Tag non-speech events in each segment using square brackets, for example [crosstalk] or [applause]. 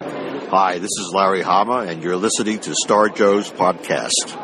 Hi, this is Larry Hama, and you're listening to Star Joe's podcast.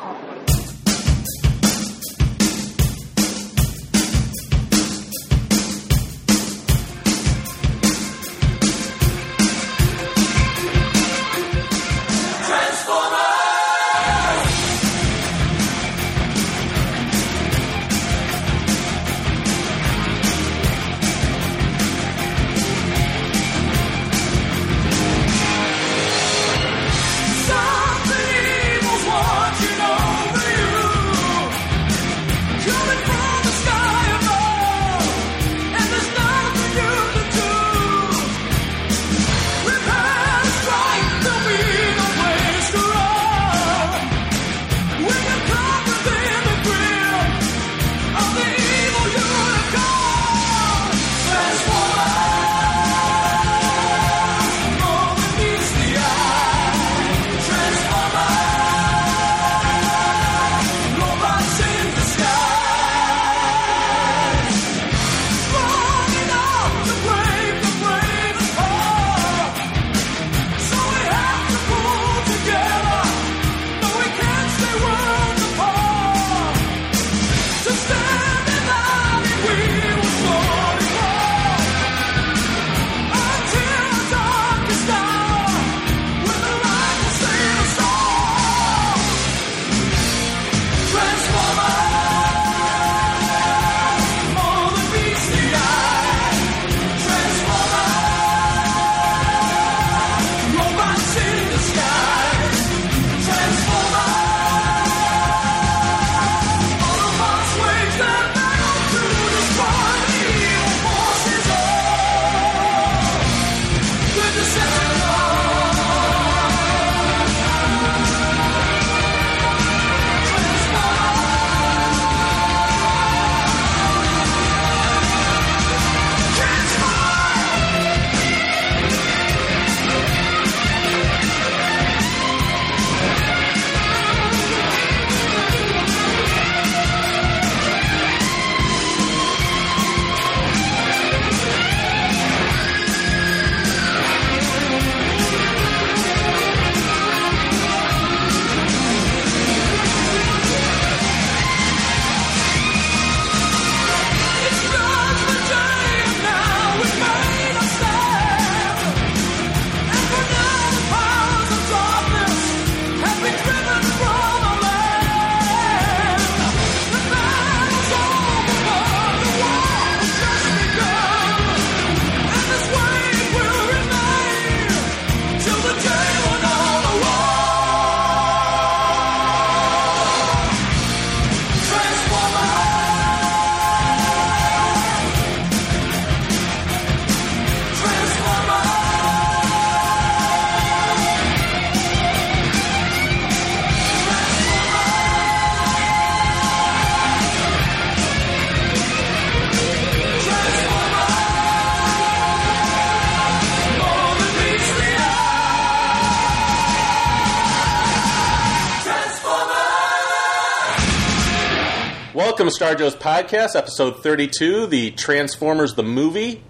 Welcome to Star Joe's podcast, episode 32, the Transformers the movie,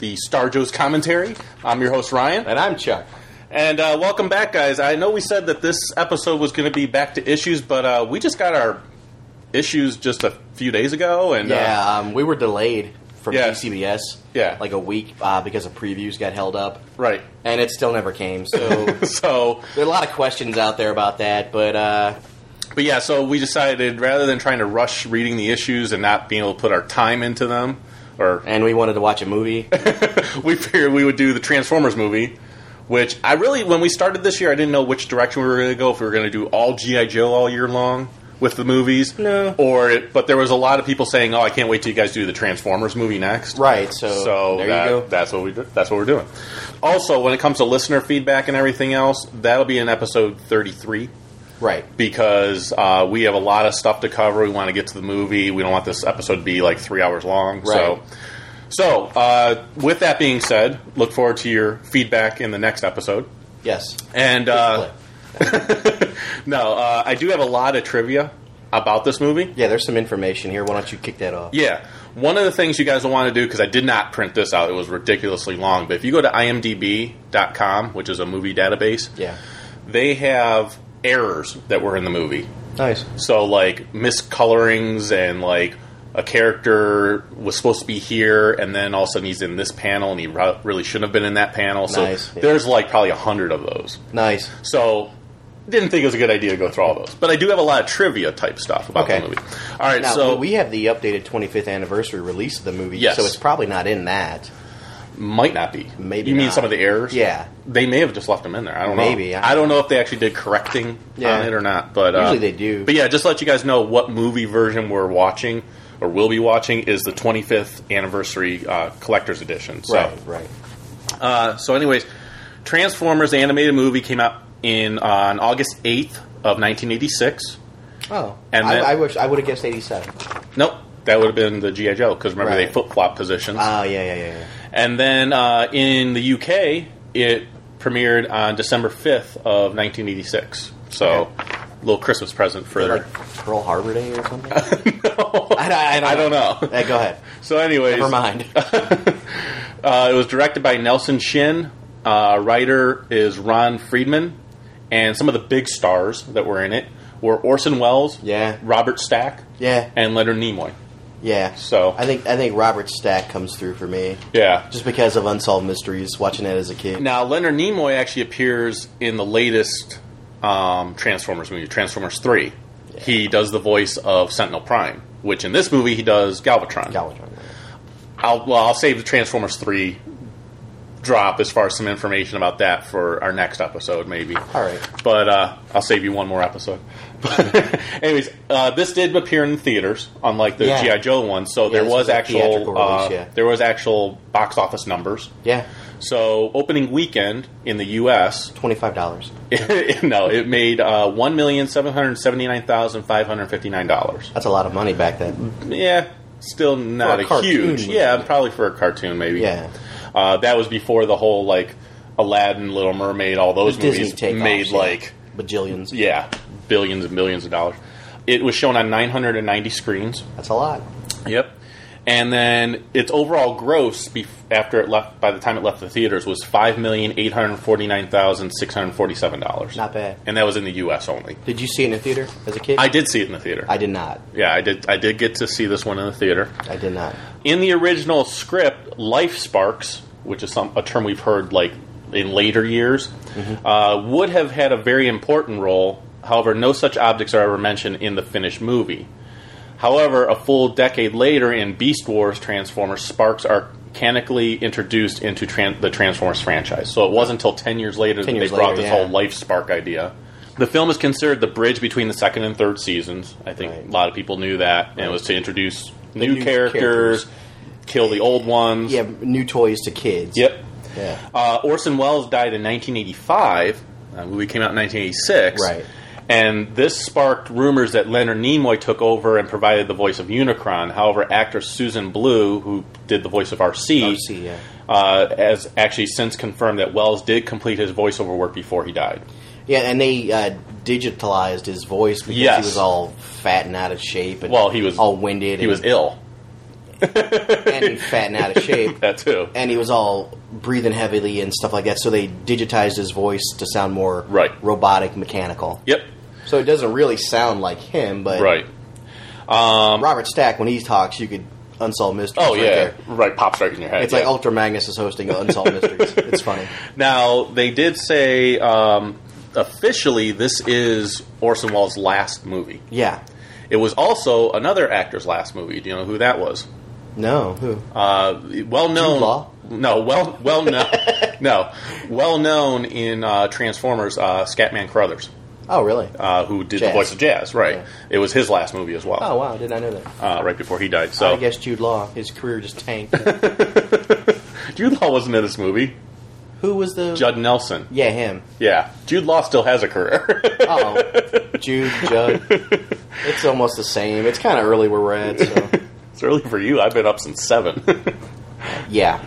the Star Joe's commentary. I'm your host Ryan, And I'm Chuck. and uh, welcome back, guys. I know we said that this episode was going to be back to issues, but uh, we just got our issues just a few days ago, and uh, Yeah, um, we were delayed from Yeah. DCBS. Yeah. like a week uh, because the previews got held up, right. [laughs] and it still never came. So there So, are a lot of questions out there about that, but uh, but yeah, so we decided rather than trying to rush reading the issues and not being able to put our time into them, or and we wanted to watch a movie. we figured we would do the Transformers movie, which I really, when we started this year, I didn't know which direction we were going to go. If we were going to do all GI Joe all year long with the movies, No. or it, but there was a lot of people saying, "Oh, I can't wait till you guys do the Transformers movie next." right, so, So there that- you go. that's what we do- that's what we're doing. Also, when it comes to listener feedback and everything else, that'll be in episode thirty three right, because uh, we have a lot of stuff to cover. We want to get to the movie. We don't want this episode to be like three hours long. Right. So, so uh, with that being said, look forward to your feedback in the next episode. yes. And uh, no, uh, I do have a lot of trivia about this movie. yeah, there's some information here. Why don't you kick that off? Yeah. One of the things you guys will want to do, because I did not print this out, it was ridiculously long, but if you go to imdb.com, which is a movie database, Yeah. they have errors that were in the movie. Nice. So, like, miscolorings and, like, a character was supposed to be here, and then all of a sudden he's in this panel, and he ro- really shouldn't have been in that panel. So, Nice, yeah. there's, like, probably a hundred of those. Nice. So didn't think it was a good idea to go through all those. But I do have a lot of trivia type stuff about Okay. the movie. All right, Now so we have the updated 25th anniversary release of the movie, Yes. so it's probably not in that. might not be. Maybe you mean not. some of the errors? Yeah. They may have just left them in there. I don't know. Maybe, I I don't know if they actually did correcting Yeah. on it or not. But uh, Usually they do. But yeah, just to let you guys know what movie version we're watching or will be watching is the 25th anniversary uh, collector's edition. So Right. Right. Uh, so, anyways, Transformers the animated movie came out in on August 8th of 1986. Oh, And I, then- I wish I would have guessed 87. Nope, that would have been the GI Joe because remember Right. they flip flop positions. Oh, yeah, yeah, yeah, yeah. and then uh, in the UK, it premiered on December fifth of 1986. So, a little Christmas present for. Like Pearl Harbor Day [laughs] or something. no, I, I don't know. Hey, [laughs] go ahead. So, anyways, Never mind. [laughs] Uh, it was directed by Nelson Shin. Uh, writer is Ron Friedman, and some of the big stars that were in it were Orson Welles, Yeah. Robert Stack, Yeah. and Leonard Nimoy. Yeah. So- I think I think Robert Stack comes through for me, Yeah, just because of Unsolved Mysteries. Watching that as a kid. Now, Leonard Nimoy actually appears in the latest um, Transformers movie, Transformers 3. He does the voice of Sentinel Prime, which in this movie he does Galvatron. Galvatron. I'll, well, I'll save the Transformers 3 drop as far as some information about that for our next episode, maybe. All right. But uh, I'll save you one more episode. [laughs] Anyways, uh, this did appear in theaters, unlike the Yeah. GI Joe one. So there this was was a actual theatrical uh, release, yeah. there was actual box office numbers. Yeah. So opening weekend in the U.S., Twenty five dollars. [laughs] no, it made uh, one million seven hundred seventy nine thousand five hundred fifty nine dollars. That's a lot of money back then. Yeah, still not For a a, cartoon huge. movie. Yeah, probably for a cartoon, maybe. Yeah. uh, that was before the whole like Aladdin, Little Mermaid, all those Disney movies takeoffs, made yeah. like bajillions. yeah billions and billions of dollars. It was shown on nine hundred and ninety screens. That's a lot. Yep. And then its overall gross bef- after it left, by the time it left the theaters, was five million eight hundred forty nine thousand six hundred forty seven dollars. Not bad. And that was in the U.S. only. Did you see it in a theater as a kid? I did see it in the theater. I did not. yeah, I did. I did get to see this one in the theater. I did not. In the original script, life sparks, which is some, a term we've heard like in later years, Mm-hmm. uh, would have had a very important role. However, no such objects are ever mentioned in the finished movie. However, a full decade later, in Beast Wars Transformers, sparks are mechanically introduced into tran- the Transformers franchise. So it wasn't until ten years later that 10 years they brought later, this yeah. whole life spark idea. The film is considered the bridge between the second and third seasons. I think Right. a lot of people knew that, and it was to introduce new, new characters, kill the old ones. Yeah, new toys to kids. Yep. Yeah. Uh, Orson Welles died in 1985. Uh, the movie came out in 1986. Right. And this sparked rumors that Leonard Nimoy took over and provided the voice of Unicron. However, actress Susan Blue, who did the voice of RC, RC, yeah. uh, has actually since confirmed that Wells did complete his voiceover work before he died. Yeah, and they uh, digitalized his voice because Yes. he was all fat and out of shape. And Well, he was all winded. He and, was ill. and fat and out [laughs] of shape. That too. and he was all breathing heavily and stuff like that. So they digitized his voice to sound more Right. robotic, mechanical. Yep. So it doesn't really sound like him, but Right. Um, Robert Stack when he talks, you could unsolved mysteries. Oh right yeah, there. right. Pops right in your head. It's yeah. like Ultra Magnus is hosting [laughs] Unsolved Mysteries. It's funny. now they did say um, officially this is Orson Welles' last movie. Yeah. It was also another actor's last movie. Do you know who that was? No. Who? Uh, well Jude Law? known. No, well, well [laughs] known. no, well known in uh, Transformers. Uh, Scatman Crothers, Oh, really? uh, who did Jazz. the voice of Jazz, right? Yeah. It was his last movie as well. oh, wow. Did I know that? Uh, right before he died. I So guess Jude Law, his career [laughs] just tanked. Jude Law wasn't in this movie. who was the? Judd Nelson. yeah, him. Yeah, Jude Law still has a career. [laughs] Oh, Jude Judd. It's almost the same. It's kind of early where we're at. [laughs] It's So early for you. I've been up since seven. [laughs] yeah,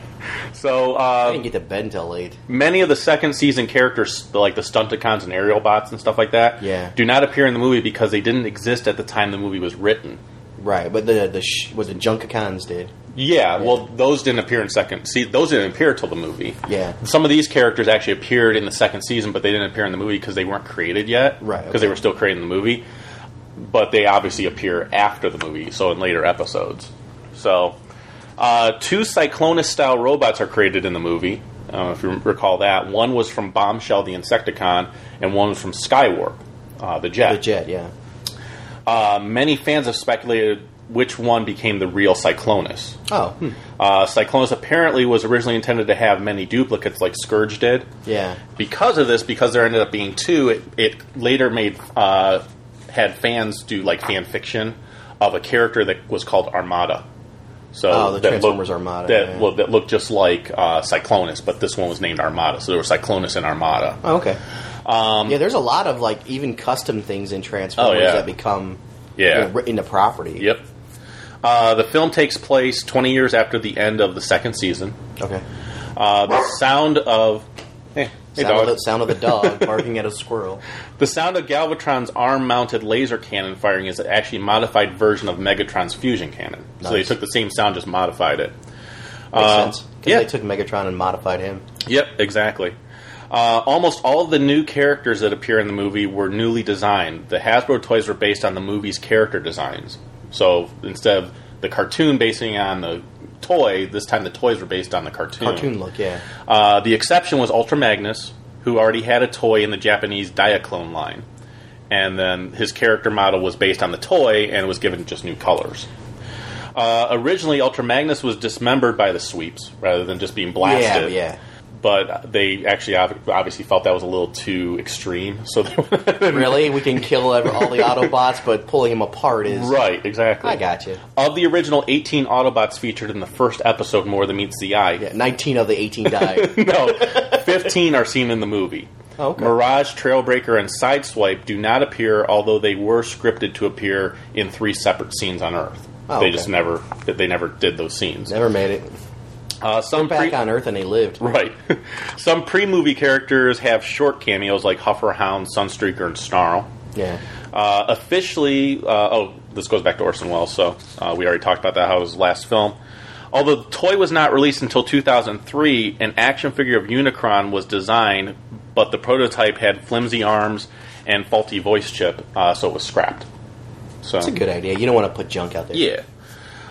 so I uh, didn't get to bed until late. many of the second season characters, like the Stunticons and Aerial Bots and stuff like that, Yeah. do not appear in the movie because they didn't exist at the time the movie was written. Right, but the the sh- what the Junkakans did. Yeah, well, those didn't appear in second. See, those didn't appear till the movie. Yeah. some of these characters actually appeared in the second season, but they didn't appear in the movie because they weren't created yet. Right, because okay. they were still creating the movie, but they obviously appear after the movie, so in later episodes. So, uh, two Cyclonus-style robots are created in the movie. Uh, if you recall that, one was from Bombshell the Insecticon, and one was from Skywarp, uh, the jet. The jet, yeah. Uh, many fans have speculated which one became the real Cyclonus. Oh, Uh, Cyclonus apparently was originally intended to have many duplicates like Scourge did. yeah. Because of this, because there ended up being two, it, it later made uh, had fans do like fan fiction of a character that was called Armada. So Oh, the that Transformers looked- Armada, That, yeah. well, that looked just like uh, Cyclonus, but this one was named Armada. So there were Cyclonus and Armada. Oh, okay. Um, yeah, there's a lot of like even custom things in Transformers Oh, yeah. that become Yeah. you know, written into property. Yep. Uh, the film takes place 20 years after the end of the second season. Okay. Uh, the sound of. Hey, hey sound, of dog. the, sound of [laughs] the dog barking at a squirrel. The sound of Galvatron's arm-mounted laser cannon firing is actually a modified version of Megatron's fusion cannon. So they Nice. took the same sound, just modified it. Makes Uh, sense. 'Cause yeah. they took Megatron and modified him. Yep, exactly. Uh, almost all of the new characters that appear in the movie were newly designed. The Hasbro toys were based on the movie's character designs. So instead of the cartoon basing on the toy, this time the toys were based on the cartoon. Cartoon look, yeah. Uh, the exception was Ultra Magnus, who already had a toy in the Japanese Diaclone line. And then his character model was based on the toy and was given just new colors. Uh, originally, Ultra Magnus was dismembered by the sweeps rather than just being Yeah, blasted. yeah. But they actually ob- obviously felt that was a little too extreme. So they [laughs] Really, we can kill ev- all the Autobots, but pulling him apart is. Right, exactly. I got you. Of the original 18 Autobots featured in the first episode, More Than Meets the Eye, Yeah, 19 of the 18 [laughs] died. no, 15 are seen in the movie. Oh, okay. Mirage, Trailbreaker, and Sideswipe do not appear, although they were scripted to appear in three separate scenes on Earth. Oh, they okay. just never they never did those scenes. Never made it. Uh, some Back pre- on Earth and they lived. [laughs] right, [laughs] some pre-movie characters have short cameos like Hufferhound, Sunstreaker, and Snarl. Yeah. Uh, officially, uh, oh, this goes back to Orson Welles, so uh, we already talked about that, how it was his last film. Although the toy was not released until 2003, an action figure of Unicron was designed, but the prototype had flimsy arms and faulty voice chip, uh, so it was scrapped. So It's a good idea. You don't want to put junk out there. yeah.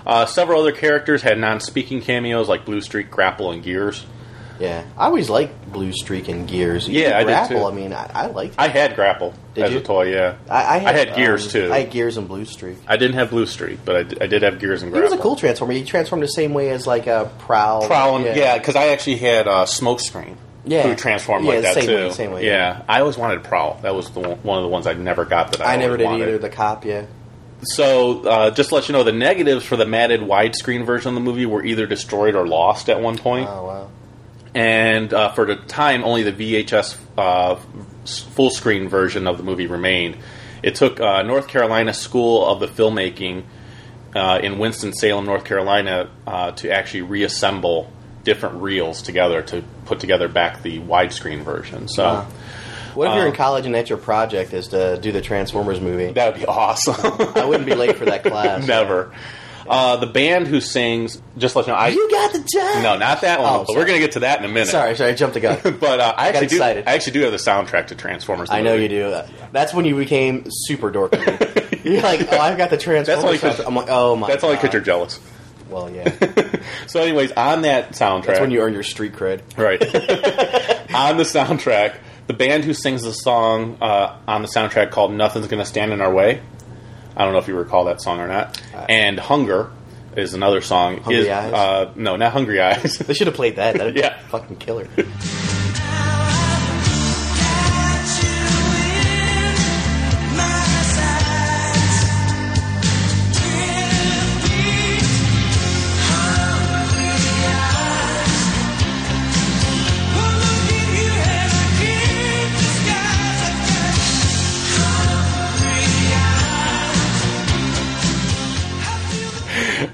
Uh, several other characters had non-speaking cameos like Blue Streak, Grapple, and Gears. Yeah. I always liked Blue Streak and Gears. Yeah, I did, Grapple, too. I mean, I, I liked it. I had Grapple Did as you? a toy. Yeah, I, I had, Gears um, too. I I, had Gears and Blue Streak. didn't have Blue Streak, but I d- I did have Gears and He Grapple. was a cool transformer. He transformed the same way as like a prowl. Prowling, yeah, because I actually had uh, Smokescreen, Yeah. who transformed Yeah, like that same too. way, same way, yeah. I always wanted Prowl. That was the one, one of the ones I never got that I, I never always did wanted. either. The cop, yeah. So, uh, just to let you know, the negatives for the matted widescreen version of the movie were either destroyed or lost at one point. Oh wow. And uh, for the time, only the VHS uh, s- full screen version of the movie remained. It took uh, North Carolina School of the Filmmaking uh, in Winston Salem, North Carolina, uh, to actually reassemble different reels together to put together back the widescreen version. So Wow. What if you're in college and that's your project is to do the Transformers movie? Um, that would be awesome. [laughs] I wouldn't be late for that class. Never. Uh, the band who sings, just let you know, I You got the job. no, not that one. Oh, but sorry. we're gonna get to that in a minute. Sorry, sorry, I jumped [laughs] the gun. But uh, I actually do. I excited. actually do have the soundtrack to Transformers. the I know movie. you do. That's when you became [laughs] super dorky. You're like, oh, I've got the only Transformers. 'cause- soundtrack. I'm like, oh my. That's only because God. you're jealous. [laughs] Well, yeah. So, anyways, on that soundtrack, That's when you earn your street cred. right [laughs] on the soundtrack, the band who sings the song uh, on the soundtrack called "Nothing's Gonna Stand in Our Way." I don't know if you recall that song or not. and "Hunger" is another song. Hungry is, Eyes? Uh, no, not "Hungry Eyes." [laughs] They should have played that. That'd Yeah. be fucking killer. [laughs]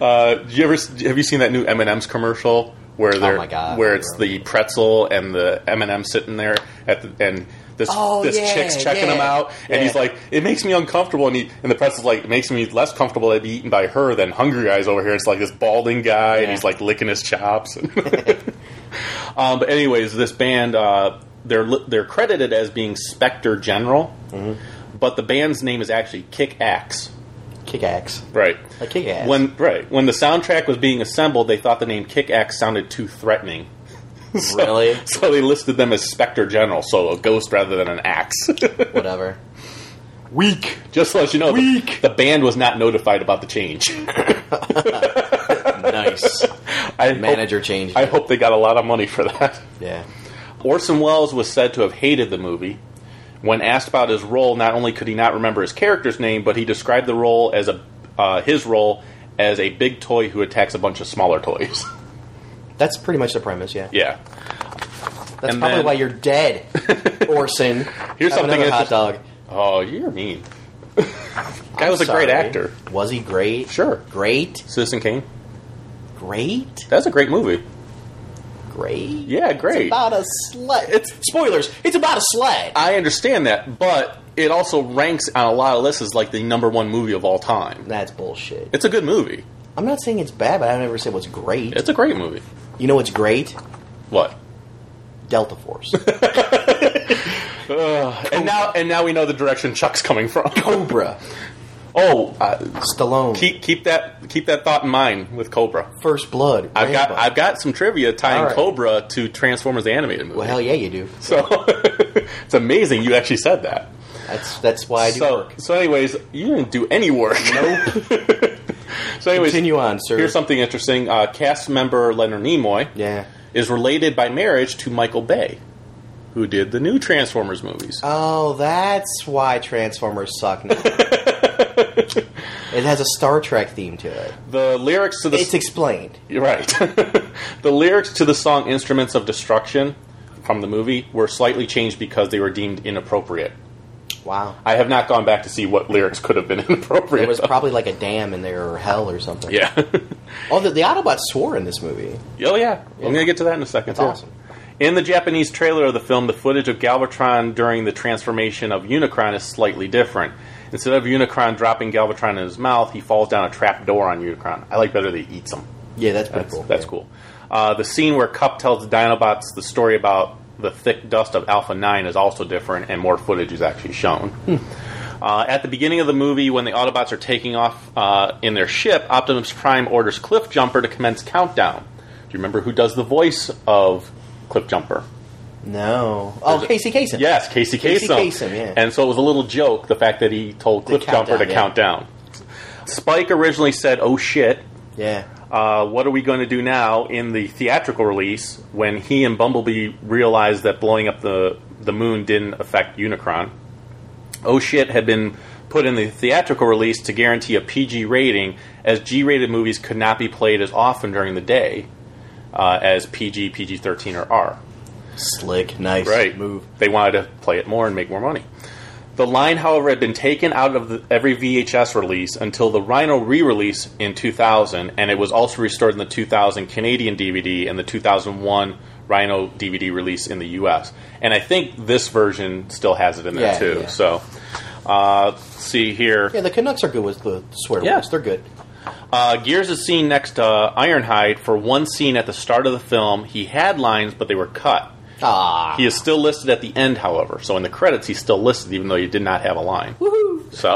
uh, do you ever have you seen that new M and M's commercial where they're Oh my God, where I it's the pretzel and the M and m sitting there at the and. This, Oh, this yeah, chick's checking yeah, him out, and he's yeah. like, "It makes me uncomfortable." And he and the pretzel's like, "It makes me less comfortable to be eaten by her than hungry guys over here." It's like this balding guy, and Yeah. he's like licking his [laughs] chops. [laughs] Um, but anyways, this band uh, they're li- they're credited as being Spectre General, Mm-hmm. but the band's name is actually Kick Axe. Kick axe. Right. Like kick ass. When right when the soundtrack was being assembled, they thought the name Kick Axe sounded too threatening. [laughs] So- Really? So they listed them as Spectre General, so a ghost rather than an axe. [laughs] Whatever. Weak. Just to let you know, the- Weak. The, band was not notified about the change. [laughs] [laughs] Nice. I Manager Hope, change. Oh. I hope they got a lot of money for that. [laughs] Yeah. Orson Welles was said to have hated the movie. When asked about his role, not only could he not remember his character's name, but he described the role as a uh, his role as a big toy who attacks a bunch of smaller toys. [laughs] That's pretty much the premise, yeah. yeah. That's and probably then- why [laughs] you're dead, Orson. Here's Have something another interest- hot dog. Oh, you're mean. [laughs] Guy was a Sorry. great actor. Was he great? Sure. Great? Citizen Kane. Great? That's a great movie. Great? Yeah, It's great. about a sled. It's spoilers. It's about a sled. I understand that, but it also ranks on a lot of lists as like the number one movie of all time. That's bullshit. It's a good movie. I'm not saying it's bad, but I never said what's great. It's a great movie. you know what's great? What? [laughs] Delta Force. And now, and now we know the direction Chuck's coming from. [laughs] Cobra. Oh, uh, Stallone. keep keep that keep that thought in mind with Cobra. First Blood. I've got Rambo. I've got some trivia tying All right. Cobra to Transformers the animated movie. well, hell yeah, you do. so [laughs] it's amazing you actually said that. That's that's why I do so work. so anyways, you didn't do any work. Nope. [laughs] so anyways, Continue on, sir. Here's something interesting. Uh, cast member Leonard Nimoy Yeah. is related by marriage to Michael Bay, who did the new Transformers movies. Oh, that's why Transformers [laughs] suck now. it has a Star Trek theme to it. the lyrics to the It's explained. You're right. [laughs] the lyrics to the song Instruments of Destruction from the movie were slightly changed because they were deemed inappropriate. Wow. I have not gone back to see what lyrics could have been [laughs] inappropriate. There was though. probably like a dam in there or hell or something. yeah. [laughs] Oh, the, the Autobots swore in this movie. oh, yeah. I'm going to get to that in a second. That's awesome. In the Japanese trailer of the film, the footage of Galvatron during the transformation of Unicron is slightly different. Instead of Unicron dropping Galvatron in his mouth, he falls down a trap door on Unicron. I like better that he eats him. Yeah, that's pretty That's cool. cool. That's cool. Uh, the scene where Cup tells the Dinobots the story about the thick dust of Alpha 9 is also different, and more footage is actually shown. Hmm. Uh, at the beginning of the movie, when the Autobots are taking off uh, in their ship, Optimus Prime orders Cliffjumper to commence countdown. Do you remember who does the voice of Cliffjumper? No. Oh, There's a- Casey Kasem. Yes, Casey Casey Kasem. Kasem, yeah. And so it was a little joke the fact that he told The Cliffjumper to countdown, yeah. count down. Spike originally said, "Oh shit," Yeah. uh, what are we going to do now in the theatrical release when he and Bumblebee realized that blowing up the, the moon didn't affect Unicron? Oh shit had been put in the theatrical release to guarantee a PG rating, as G rated movies could not be played as often during the day uh, as PG, PG 13, or R. Slick, nice Right. move. They wanted to play it more and make more money. The line, however, had been taken out of the, every VHS release until the Rhino re release in 2000, and it was also restored in the 2000 Canadian DVD and the 2001 Rhino DVD release in the US. And I think this version still has it in there, Yeah, too. yeah. So, uh, let's see here. Yeah, the Canucks are good with the swear Yeah. words. They're good. Uh, Gears is seen next to Ironhide for one scene at the start of the film. He had lines, but they were cut. Ah. He is still listed at the end, however. So in the credits, he's still listed, even though he did not have a line. Woohoo! So,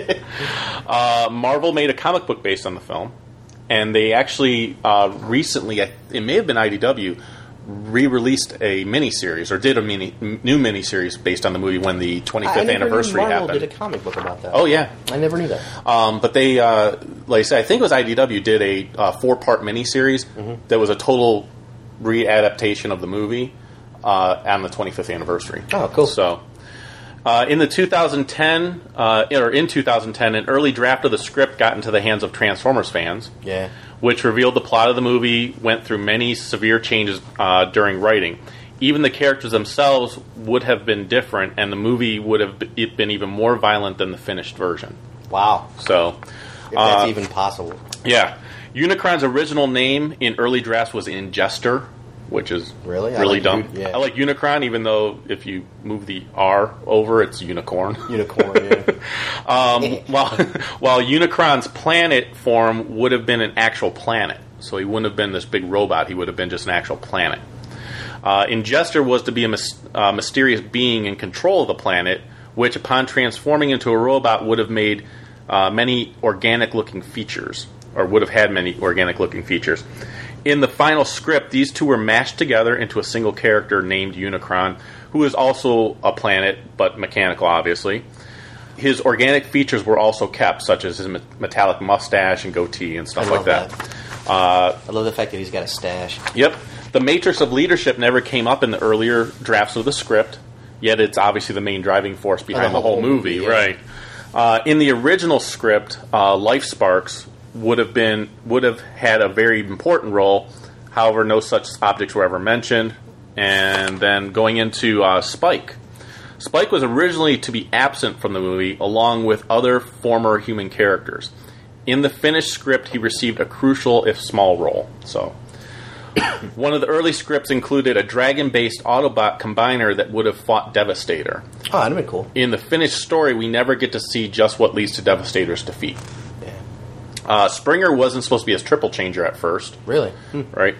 [laughs] uh, Marvel made a comic book based on the film, and they actually uh, recently, I- it may have been IDW, re-released a miniseries or did a mini new miniseries based on the movie when the 25th I never anniversary knew Marvel happened. did a comic book about that. oh yeah, I never knew that. um, but they, uh, like I said, I think it was IDW did a uh, four part miniseries Mm-hmm. that was a total readaptation of the movie uh, on the 25th anniversary. Oh, cool. So, uh, in the 2010 uh, or in 2010, an early draft of the script got into the hands of Transformers fans Yeah. which revealed the plot of the movie went through many severe changes uh, during writing. Even the characters themselves would have been different, and the movie would have b- it been even more violent than the finished version. Wow. So, If that's uh, even possible. yeah. Unicron's original name in early drafts was Ingester, which is Really? I really like dumb. Uni- yeah. I like Unicron, even though if you move the R over, it's [laughs] Unicorn. Unicorn. Yeah. [laughs] Um, while while Unicron's planet form would have been an actual planet, so he wouldn't have been this big robot. He would have been just an actual planet. Uh, Ingester was to be a mys- uh, mysterious being in control of the planet, which, upon transforming into a robot, would have made uh, many organic-looking features, or would have had many organic-looking features. In the final script, these two were mashed together into a single character named Unicron, who is also a planet, but mechanical, obviously his organic features were also kept, such as his me- metallic mustache and goatee and stuff I like love that. I love the fact that he's got a stash. Oh, Yep. The matrix of leadership never came up in the earlier drafts of the script, yet it's obviously the main driving force behind the whole, movie, yeah. right? Uh, in the original script, uh, Life Sparks would have been would have had a very important role. However, no such objects were ever mentioned. And then going into uh, Spike, Spike was originally to be absent from the movie along with other former human characters. In the finished script, he received a crucial if small role. So, one of the early scripts included a dragon based Autobot combiner that would have fought Devastator. Oh, that'd have been cool. In the finished story, we never get to see just what leads to Devastator's defeat. Yeah. Uh, Springer wasn't supposed to be his triple changer at first, Really? Hmm. right?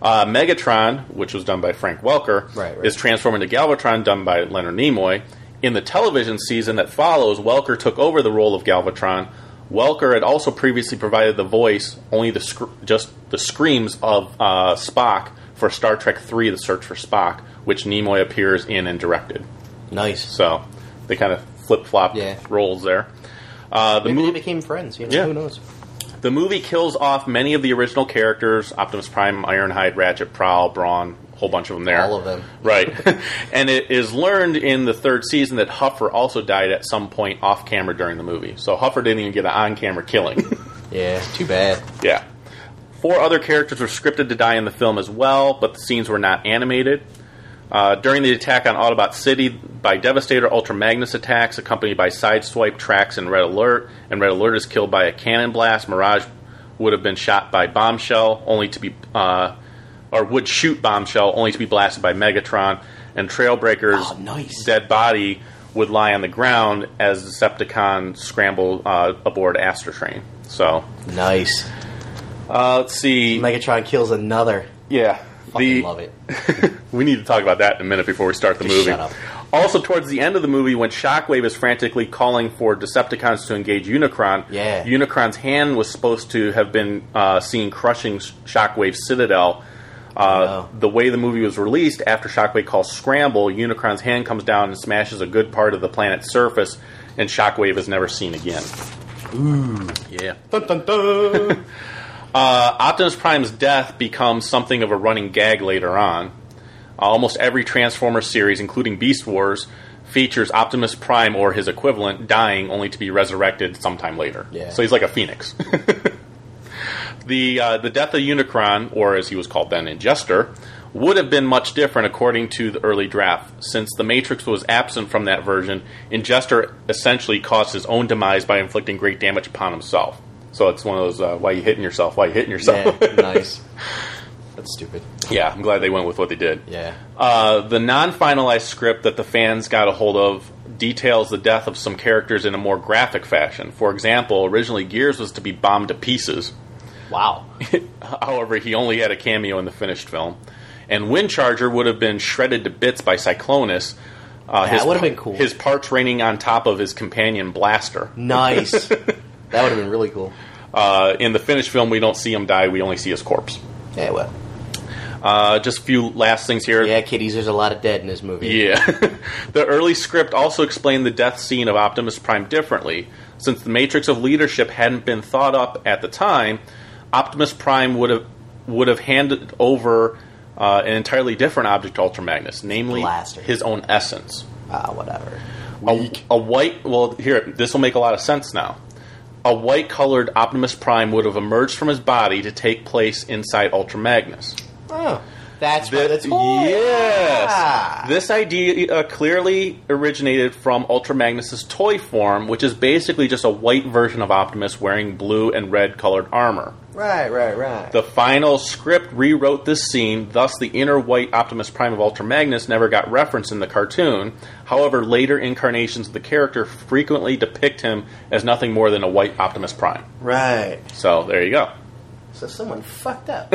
Uh, Megatron, which was done by Frank Welker, Right, right. is transformed into Galvatron, done by Leonard Nimoy. In the television season that follows, Welker took over the role of Galvatron. Welker had also previously provided the voice, only the sc- just the screams of uh, Spock for Star Trek III: The Search for Spock, which Nimoy appears in and directed. Nice. So they kind of flip flop Yeah. roles there. Uh, the Maybe they movie became friends. You know, Yeah. Who knows? the movie kills off many of the original characters: Optimus Prime, Ironhide, Ratchet, Prowl, Brawn, whole bunch of them there. All of them. [laughs] right? and it is learned in the third season that Huffer also died at some point off camera during the movie. So Huffer didn't even get an on-camera killing. [laughs] Yeah. Too bad. Yeah. Four other characters were scripted to die in the film as well, but the scenes were not animated. Uh, during the attack on Autobot City by Devastator, Ultra Magnus attacks, accompanied by Sideswipe, Tracks, and Red Alert, and Red Alert is killed by a cannon blast. Mirage would have been shot by Bombshell, only to be, uh, or would shoot Bombshell, only to be blasted by Megatron, and Trailbreaker's Oh, nice. dead body would lie on the ground as Decepticon scrambled uh, aboard Astra Train. So, Nice. uh, let's see. Megatron kills another. Yeah, Fucking the- [laughs] love it. we need to talk about that in a minute before we start the Just movie. shut up. Also, towards the end of the movie, when Shockwave is frantically calling for Decepticons to engage Unicron, Yeah. Unicron's hand was supposed to have been uh, seen crushing Sh- Shockwave's Citadel. Uh, Wow. The way the movie was released, after Shockwave calls Scramble, Unicron's hand comes down and smashes a good part of the planet's surface, and Shockwave is never seen again. Ooh. Yeah. Dun, dun, dun. Uh, Optimus Prime's death becomes something of a running gag later on. Uh, almost every Transformers series, including Beast Wars, features Optimus Prime or his equivalent dying only to be resurrected sometime later. Yeah. So he's like a phoenix. [laughs] the uh, the death of Unicron, or as he was called then, Ingester, would have been much different according to the early draft. Since the Matrix was absent from that version, Ingester essentially caused his own demise by inflicting great damage upon himself. So it's one of those uh, why you hitting yourself, why you hitting yourself. [laughs] yeah. Nice. That's stupid. yeah, I'm glad they went with what they did. Yeah. Uh, the non-finalized script that the fans got a hold of details the death of some characters in a more graphic fashion. For example, originally Gears was to be bombed to pieces. [laughs] [laughs] Wow. However, he only had a cameo in the finished film. And Windcharger would have been shredded to bits by Cyclonus. Uh, That his would have pa- been cool. Mm. His parts raining on top of his companion Blaster. Nice. that would have been really cool. Uh, in the finished film, we don't see him die; we only see his corpse. Yeah. Well. Uh, just a few last things here. Yeah, kiddies. There's a lot of dead in this movie. Yeah. [laughs] the early script also explained the death scene of Optimus Prime differently. Since the matrix of leadership hadn't been thought up at the time, Optimus Prime would have would have handed over uh, an entirely different object to Ultra Magnus, namely Blaster. his own essence. Ah, whatever. A, a white well here this will make a lot of sense now. A white colored Optimus Prime would have emerged from his body to take place inside Ultra Magnus. Oh, that's Th- what that's yes. Ah. This idea uh, clearly originated from Ultra Magnus's toy form, which is basically just a white version of Optimus wearing blue and red colored armor. Right, right, right. The final script rewrote this scene, thus, the inner white Optimus Prime of Ultra Magnus never got referenced in the cartoon. However, later incarnations of the character frequently depict him as nothing more than a white Optimus Prime. right. So, there you go. [laughs] So someone fucked [laughs] up.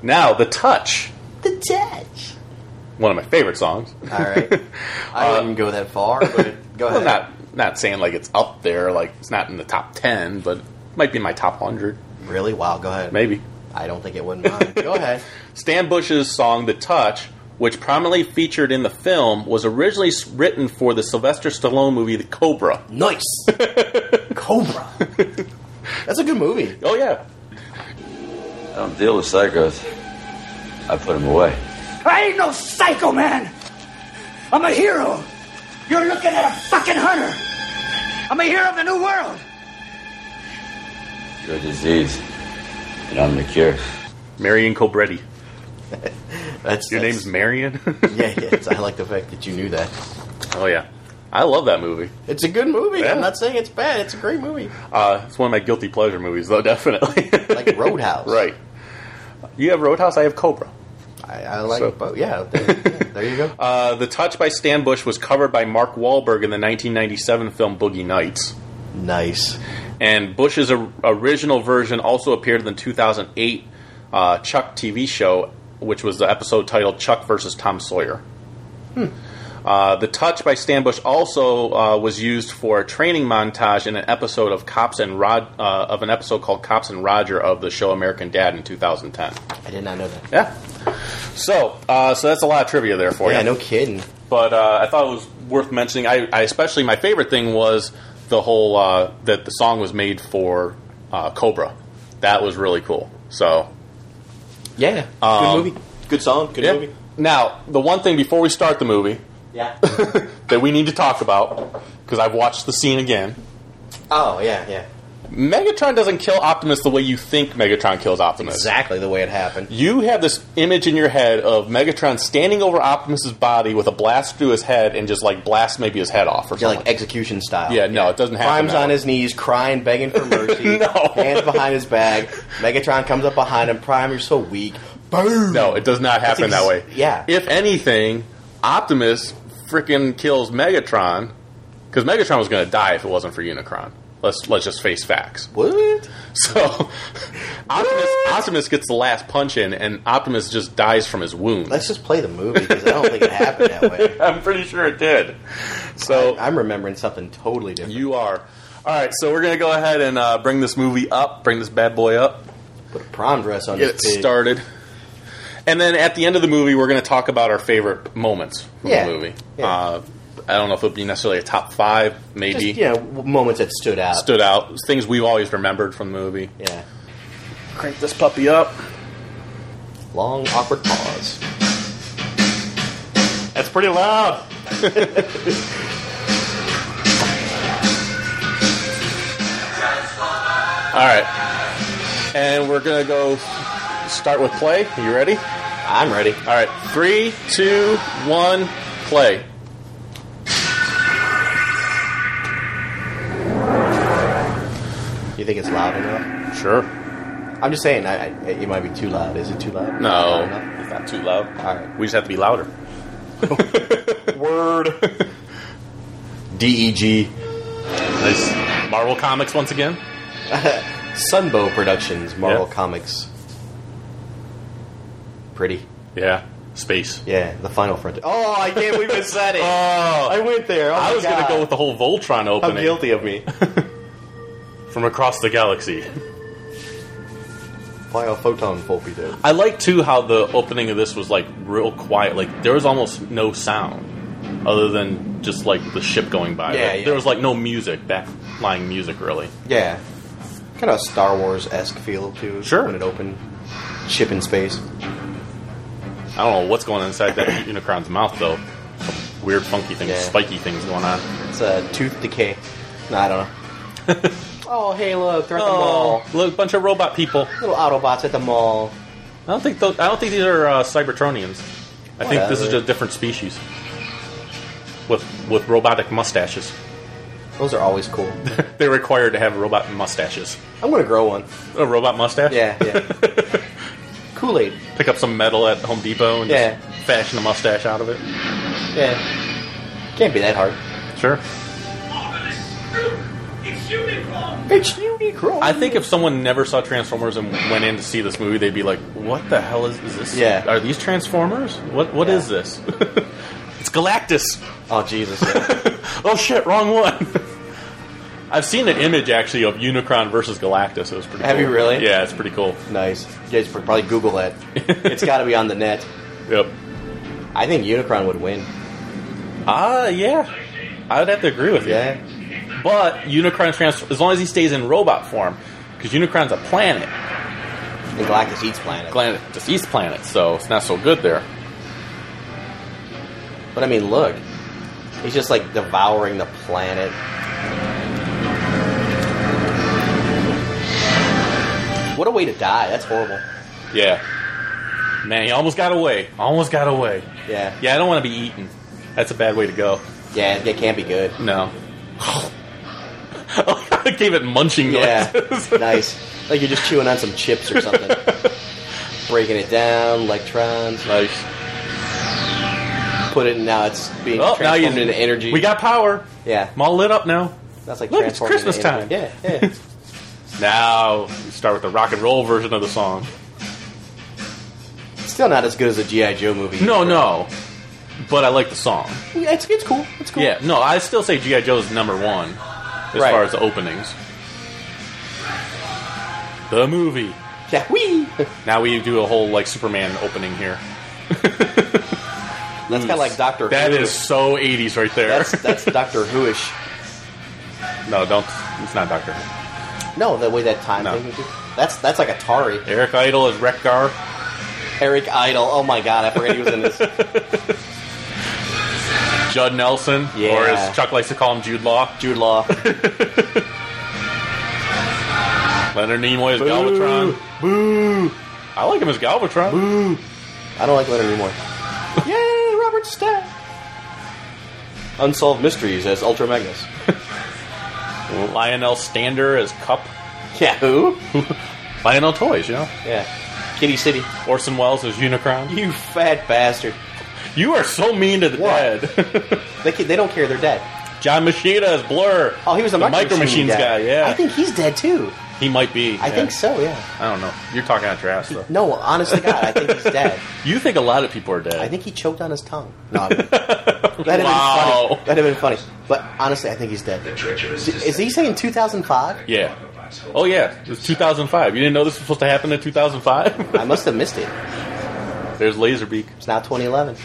Now, The Touch, the touch. one of my favorite songs. [laughs] All [laughs] right. I wouldn't go that far, but go Well, ahead. not, not saying like it's up there, like it's not in the top 10, but it might be in my top 100, really? Wow, go ahead. maybe. I don't think it wouldn't mind. Go ahead. Stan Bush's song The Touch, which prominently featured in the film, was originally s- written for the Sylvester Stallone movie The Cobra. Nice. [laughs] Cobra. That's a good movie. Oh, yeah. I don't deal with psychos. I put them away. I ain't no psycho man. I'm a hero. You're looking at a fucking hunter. I'm a hero of the new world. You're a disease, and I'm the cure. Marion Cobretti. That's Your that's- name's Marion? Yeah, yeah. it's- I like the fact that you knew that. [laughs] oh, yeah. I love that movie. It's a good movie. Yeah. I'm not saying it's bad. It's a [laughs] great movie. Uh, it's one of my guilty pleasure movies, though, [laughs] definitely. Like Roadhouse. right. You have Roadhouse, I have Cobra. I, I like So- both. Yeah. There, yeah, there you go. Uh, the Touch by Stan Bush was covered by Mark Wahlberg in the 1997 film Boogie Nights. nice. And Bush's or- original version also appeared in the 2008 uh, Chuck TV show, which was the episode titled Chuck versus Tom Sawyer. Hmm. Uh, the Touch by Stan Bush also uh, was used for a training montage in an episode of Cops and Rod uh, of an episode called Cops and Roger of the show American Dad in 2010. I did not know that. Yeah. So, uh, so that's a lot of trivia there for Yeah, you no kidding. but uh, I thought it was worth mentioning. I, I especially my favorite thing was the whole uh, that the song was made for uh, Cobra. That was really cool. So Yeah. Um, good movie. Good song. Good movie. Now the one thing before we start the movie Yeah. [laughs] that we need to talk about because I've watched the scene again. oh, yeah, yeah. Megatron doesn't kill Optimus the way you think Megatron kills Optimus. Exactly the way it happened. You have this image in your head of Megatron standing over Optimus's body with a blast through his head and just like blast maybe his head off or Yeah, something. like execution style. yeah, no, it doesn't happen. Prime's that on way. his knees, crying, [laughs] begging for mercy. No. Hands behind his back. Megatron comes up behind him. Prime, you're so weak. Boom. No, it does not happen That's that way. ex- yeah. If anything, Optimus freaking kills Megatron because Megatron was going to die if it wasn't for Unicron. Let's let's just face facts. [laughs] What? So Optimus Optimus gets the last punch in, and Optimus just dies from his wound. Let's just play the movie because I don't think it happened that way. [laughs] I'm pretty sure it did. So I'm remembering something totally different. you are. All right, so we're gonna go ahead and uh, bring this movie up, bring this bad boy up, Put a prom dress on get it this pig. started, and then at the end of the movie, we're gonna talk about our favorite moments from Yeah. the movie. Yeah. Uh, I don't know if it'll be necessarily a top five, Just, maybe you know, w- moments that stood out. stood out things we've always remembered from the movie. yeah. Crank this puppy up. Long, awkward pause. That's pretty loud. All right, and we're gonna go start with play. You ready? All I'm ready. right, three, two, one, play. You think it's loud enough? Sure. I'm just saying, I, I, it might be too loud. Is it too loud? No, Loud enough? it's not too loud. All right. We just have to be louder. [laughs] [laughs] Word. E DEG. Nice. Marvel Comics once again. Sunbow Productions, Marvel Yeah. Comics. Pretty. Yeah. Space. Yeah, the final frontier. Oh, I can't believe I said [laughs] it. Oh, I went there. Oh I my was gonna God. go with the whole Voltron I'm opening guilty of [laughs] me. from across the galaxy. Why a photon Volpe there? I like too how the opening of this was like real quiet. Like there was almost no sound other than just like the ship going by. Yeah, Like, yeah. There was like no music, backline music really. Yeah, kind of a Star Wars esque feel to it Sure. when it opened. Ship in space. I don't know what's going on inside that [coughs] Unicron's mouth though. Some weird funky things, Yeah. spiky things going on. It's a tooth decay. No, I don't know. [laughs] oh, hey, look, they're at the Oh, mall. look, bunch of robot people. Little Autobots at the mall. I don't think those, I don't think these are uh, Cybertronians. I think this Whatever. is just different species with with robotic mustaches. Those are [laughs] always cool. They're required to have robot mustaches. I'm gonna grow one. A robot mustache? Yeah, yeah. [laughs] Kool Aid. Pick up some metal at Home Depot and Yeah. just fashion a mustache out of it. Yeah. Can't be that hard. Sure. It's Unicron. I think if someone never saw Transformers and went in to see this movie, they'd be like, "What the hell is, is this? Yeah. Are these Transformers? What What Yeah. is this? [laughs] it's Galactus. [laughs] Oh Jesus. yeah. Oh shit, wrong one. [laughs] I've seen an image actually of Unicron versus Galactus. It was pretty. Have cool. you really? Yeah, it's pretty cool. nice. You guys probably Google [laughs] that. It's got to be on the net. Yep. I think Unicron would win. Ah, yeah. I would have to agree with you. Yeah. But Unicron trans as long as he stays in robot form, because Unicron's a planet. And Galactus eats planet. Planet, just East planet, so it's not so good there. But I mean, look. He's just like devouring the planet. What a way to die. That's horrible. Yeah. Man, he almost got away. Almost got away. Yeah. Yeah, I don't want to be eaten. That's a bad way to go. Yeah, it can't be [laughs] good. No. I gave it munching Yeah. noises. [laughs] nice. Like you're just chewing on some chips or something. Breaking it down, electrons. nice. Put it in, now it's being Oh, now you transformed into energy. We got power. Yeah. I'm all lit up now. That's like Look, it's transforming into Christmas time. energy. Yeah, yeah. Now we start with the rock and roll version of the song. Still not as good as the G.I. Joe movie. No, no. But I like the song. Yeah, it's, it's cool. It's cool. Yeah, no, I still say G.I. Joe's number one as Right. far as the openings. The movie. Yeah, [laughs] wee! Now we do a whole like Superman opening here. That's kind of like Doctor That Who. is so 80s right there. That's, that's Doctor Who-ish. [laughs] no, don't. It's not Doctor. Who. No, the way that time No. thing. That's that's like Atari. Eric Idle is Rekgar. Eric Idle. Oh my god, I forgot he was in [laughs] this. Judd Nelson, Yeah. or as Chuck likes to call him, Jude Law. Jude Law. Leonard Nimoy is Galvatron. Boo! I like him as Galvatron. I don't like Leonard anymore. Yay, Robert Stack. Unsolved Mysteries as Ultra Magnus. Lionel Stander as Cup. [laughs] Yeah, who? Lionel Toys, you know. Yeah. Kitty City. Orson Welles as Unicron. You fat bastard. You are so mean to the What? dead. [laughs] They, ca- they don't care, they're dead. John Machida as Blur. Oh, he was a the micro machines guy. Yeah, I think he's dead too. he might be. I yeah. think so, yeah. I don't know. You're talking out your [laughs] ass though. No, honest to God, I think [laughs] he's dead. You think a lot of people are dead. I think he choked on his [laughs] tongue. No, I wouldn't. that'd have Wow. been funny. That'd have been funny. But honestly, I think he's dead. Is he saying 2005? Yeah. Oh yeah. It was 2005. You didn't know this was supposed to happen in 2005. I must have missed it. [laughs] There's Laserbeak. It's now 2011.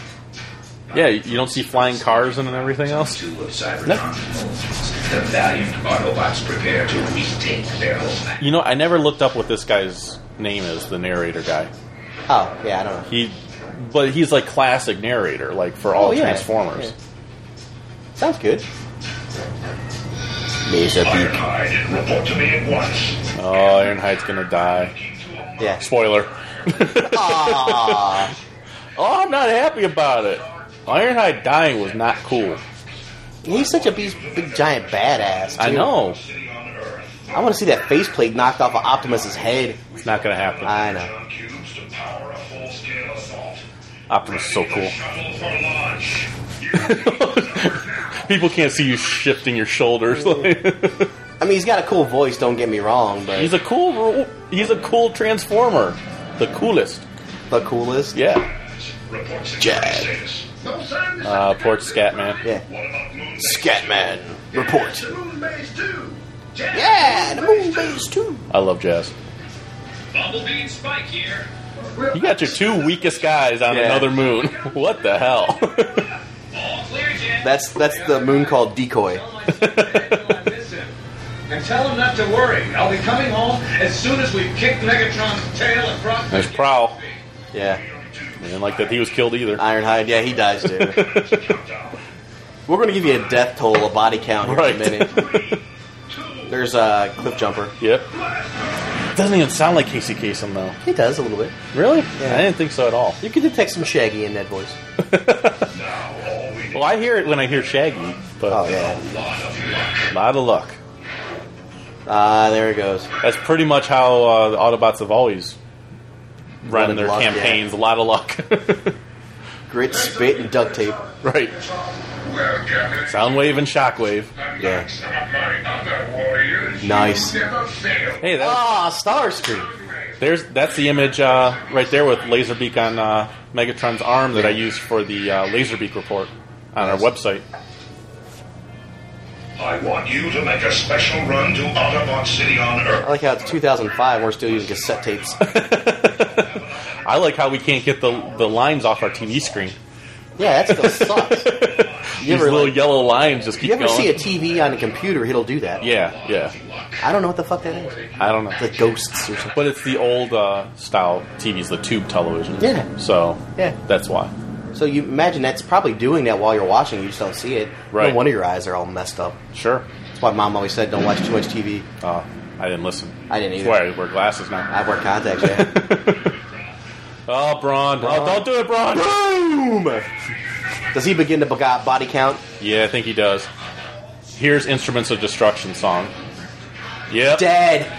Yeah, you you don't see flying cars and everything else. of Cybertron. The valiant Autobots prepare to retake their homeland. You know, I never looked up what this guy's name is. The narrator guy. Oh, yeah, I don't know. He, but he's like classic narrator, like for all Oh, yeah. Transformers. Yeah. Sounds good. Laser Ironhide, report to me at once. Oh, Ironhide's gonna die. Yeah. Spoiler. [laughs] oh, I'm not happy about it. Ironhide dying was not cool. He's such a beast, big giant badass. too. I know. I want to see that faceplate knocked off of Optimus's head. It's not gonna happen. I know. Cubes to power a full-scale assault. Optimus is so cool. Shuttles for launch. People can't see you shifting your shoulders. I mean, he's got a cool voice. Don't get me wrong, but [laughs] he's a cool. ro- He's a cool Transformer. The coolest. the coolest. Yeah. Report to Jad. status. No sign of Uh, Port Scatman. Yeah. What about Moonbase? Scatman report. The Moonbase too. Jad. Yeah, the moon base too. I love jazz. Bumblebee and Spike here. You got your two weakest guys on Yeah. another moon. [laughs] What the hell? [laughs] All clear, Jad. That's that's the moon called decoy. And tell him not to worry. I'll be coming home as soon as we've kicked Megatron's tail and brought There's Prowl. Yeah, I didn't like that he was killed either. Ironhide. Yeah, he dies too. [laughs] We're gonna give you a death toll, a body count here Right. in a minute. There's a uh, cliff jumper. Yep. Doesn't even sound like Casey Kasem though. He does a little bit. Really? Yeah. I didn't think so at all. You can detect some Shaggy in that voice. Now all we Well, I hear it when I hear Shaggy, but Oh yeah. a lot of luck. Ah, there it goes. That's pretty much how uh, the Autobots have always run Wanted their luck, yeah. campaigns. A lot of luck, [laughs] Grit, spit, and duct tape. right? Well, Captain, Soundwave and Shockwave. Yeah. some of my other warriors. Nice. You never fail. Hey, that, Ah, Starscream. There's that's the image uh, right there with Laserbeak on uh, Megatron's arm that I used for the uh, Laserbeak report on our website. I want you to make a special run to Autobot City on I Earth. like how it's 2005. We're still using cassette [laughs] tapes. I like how we can't get the the lines off our TV screen. Yeah, that still sucks. These ever, little like- yellow lines just keep you ever going. see a TV on a computer, it'll do that. yeah, yeah. I don't know what the fuck that is. I don't know, The ghosts or something. but it's the old uh, style TVs, the tube television. Yeah. So Yeah. that's why. So you imagine that's probably doing that while you're watching. You just don't see it. Right. No wonder your eyes are all messed up. Sure. That's why mom always said, "Don't watch too much TV." Uh, I didn't listen. I didn't That's why either. I wear glasses now. I wear contacts. Yeah. [laughs] Oh, Braun! Oh, don't do it, Braun! Boom. Does he begin to bog- body count? Yeah, I think he does. Here's Instruments of Destruction song. Yep. Dead.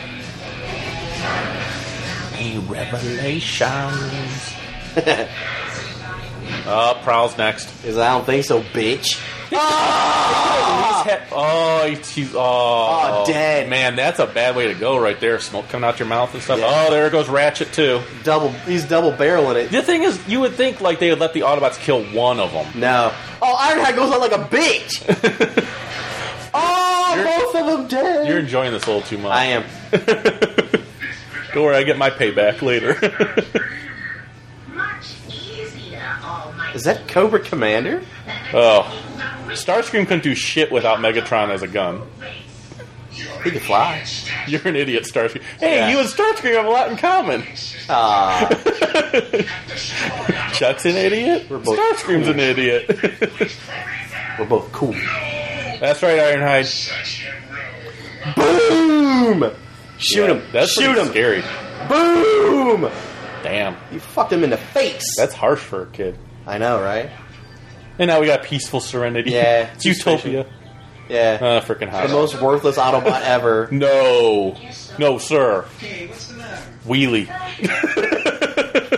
Revelations. uh, Prowl's next. Is I don't think [laughs] so, bitch. He's he- oh, he's, he's oh, Oh, Ah. dead. Man, that's a bad way to go right there. Smoke coming out your mouth and stuff. Yeah. Oh, there goes Ratchet too. Double. He's double barreling it. The thing is, you would think like they would let the Autobots kill one of them. No. Oh, Ironhide goes out like a bitch. [laughs] oh, both of them dead. You're enjoying this a little too much. I am. Don't worry, I get my payback [laughs] later. Much easier, Almighty. Is that Cobra Commander? oh, Starscream couldn't do shit without Megatron as a gun. He can fly. [laughs] You're an idiot, Starscream. Hey, Yeah. you and Starscream have a lot in common. [laughs] Ah, Chuck's an idiot. We're both- Starscream's an idiot. we're both cool. [laughs] That's right, Ironhide. Boom! Shoot him! That's Shoot pretty him! Scary. Boom! Damn. You fucked him in the face. That's harsh for a kid. I know, right? And now we got peaceful serenity. Yeah. [laughs] it's utopia. Yeah. Uh, freaking hot. the most [laughs] worthless Autobot ever. no, no, sir. Wheelie.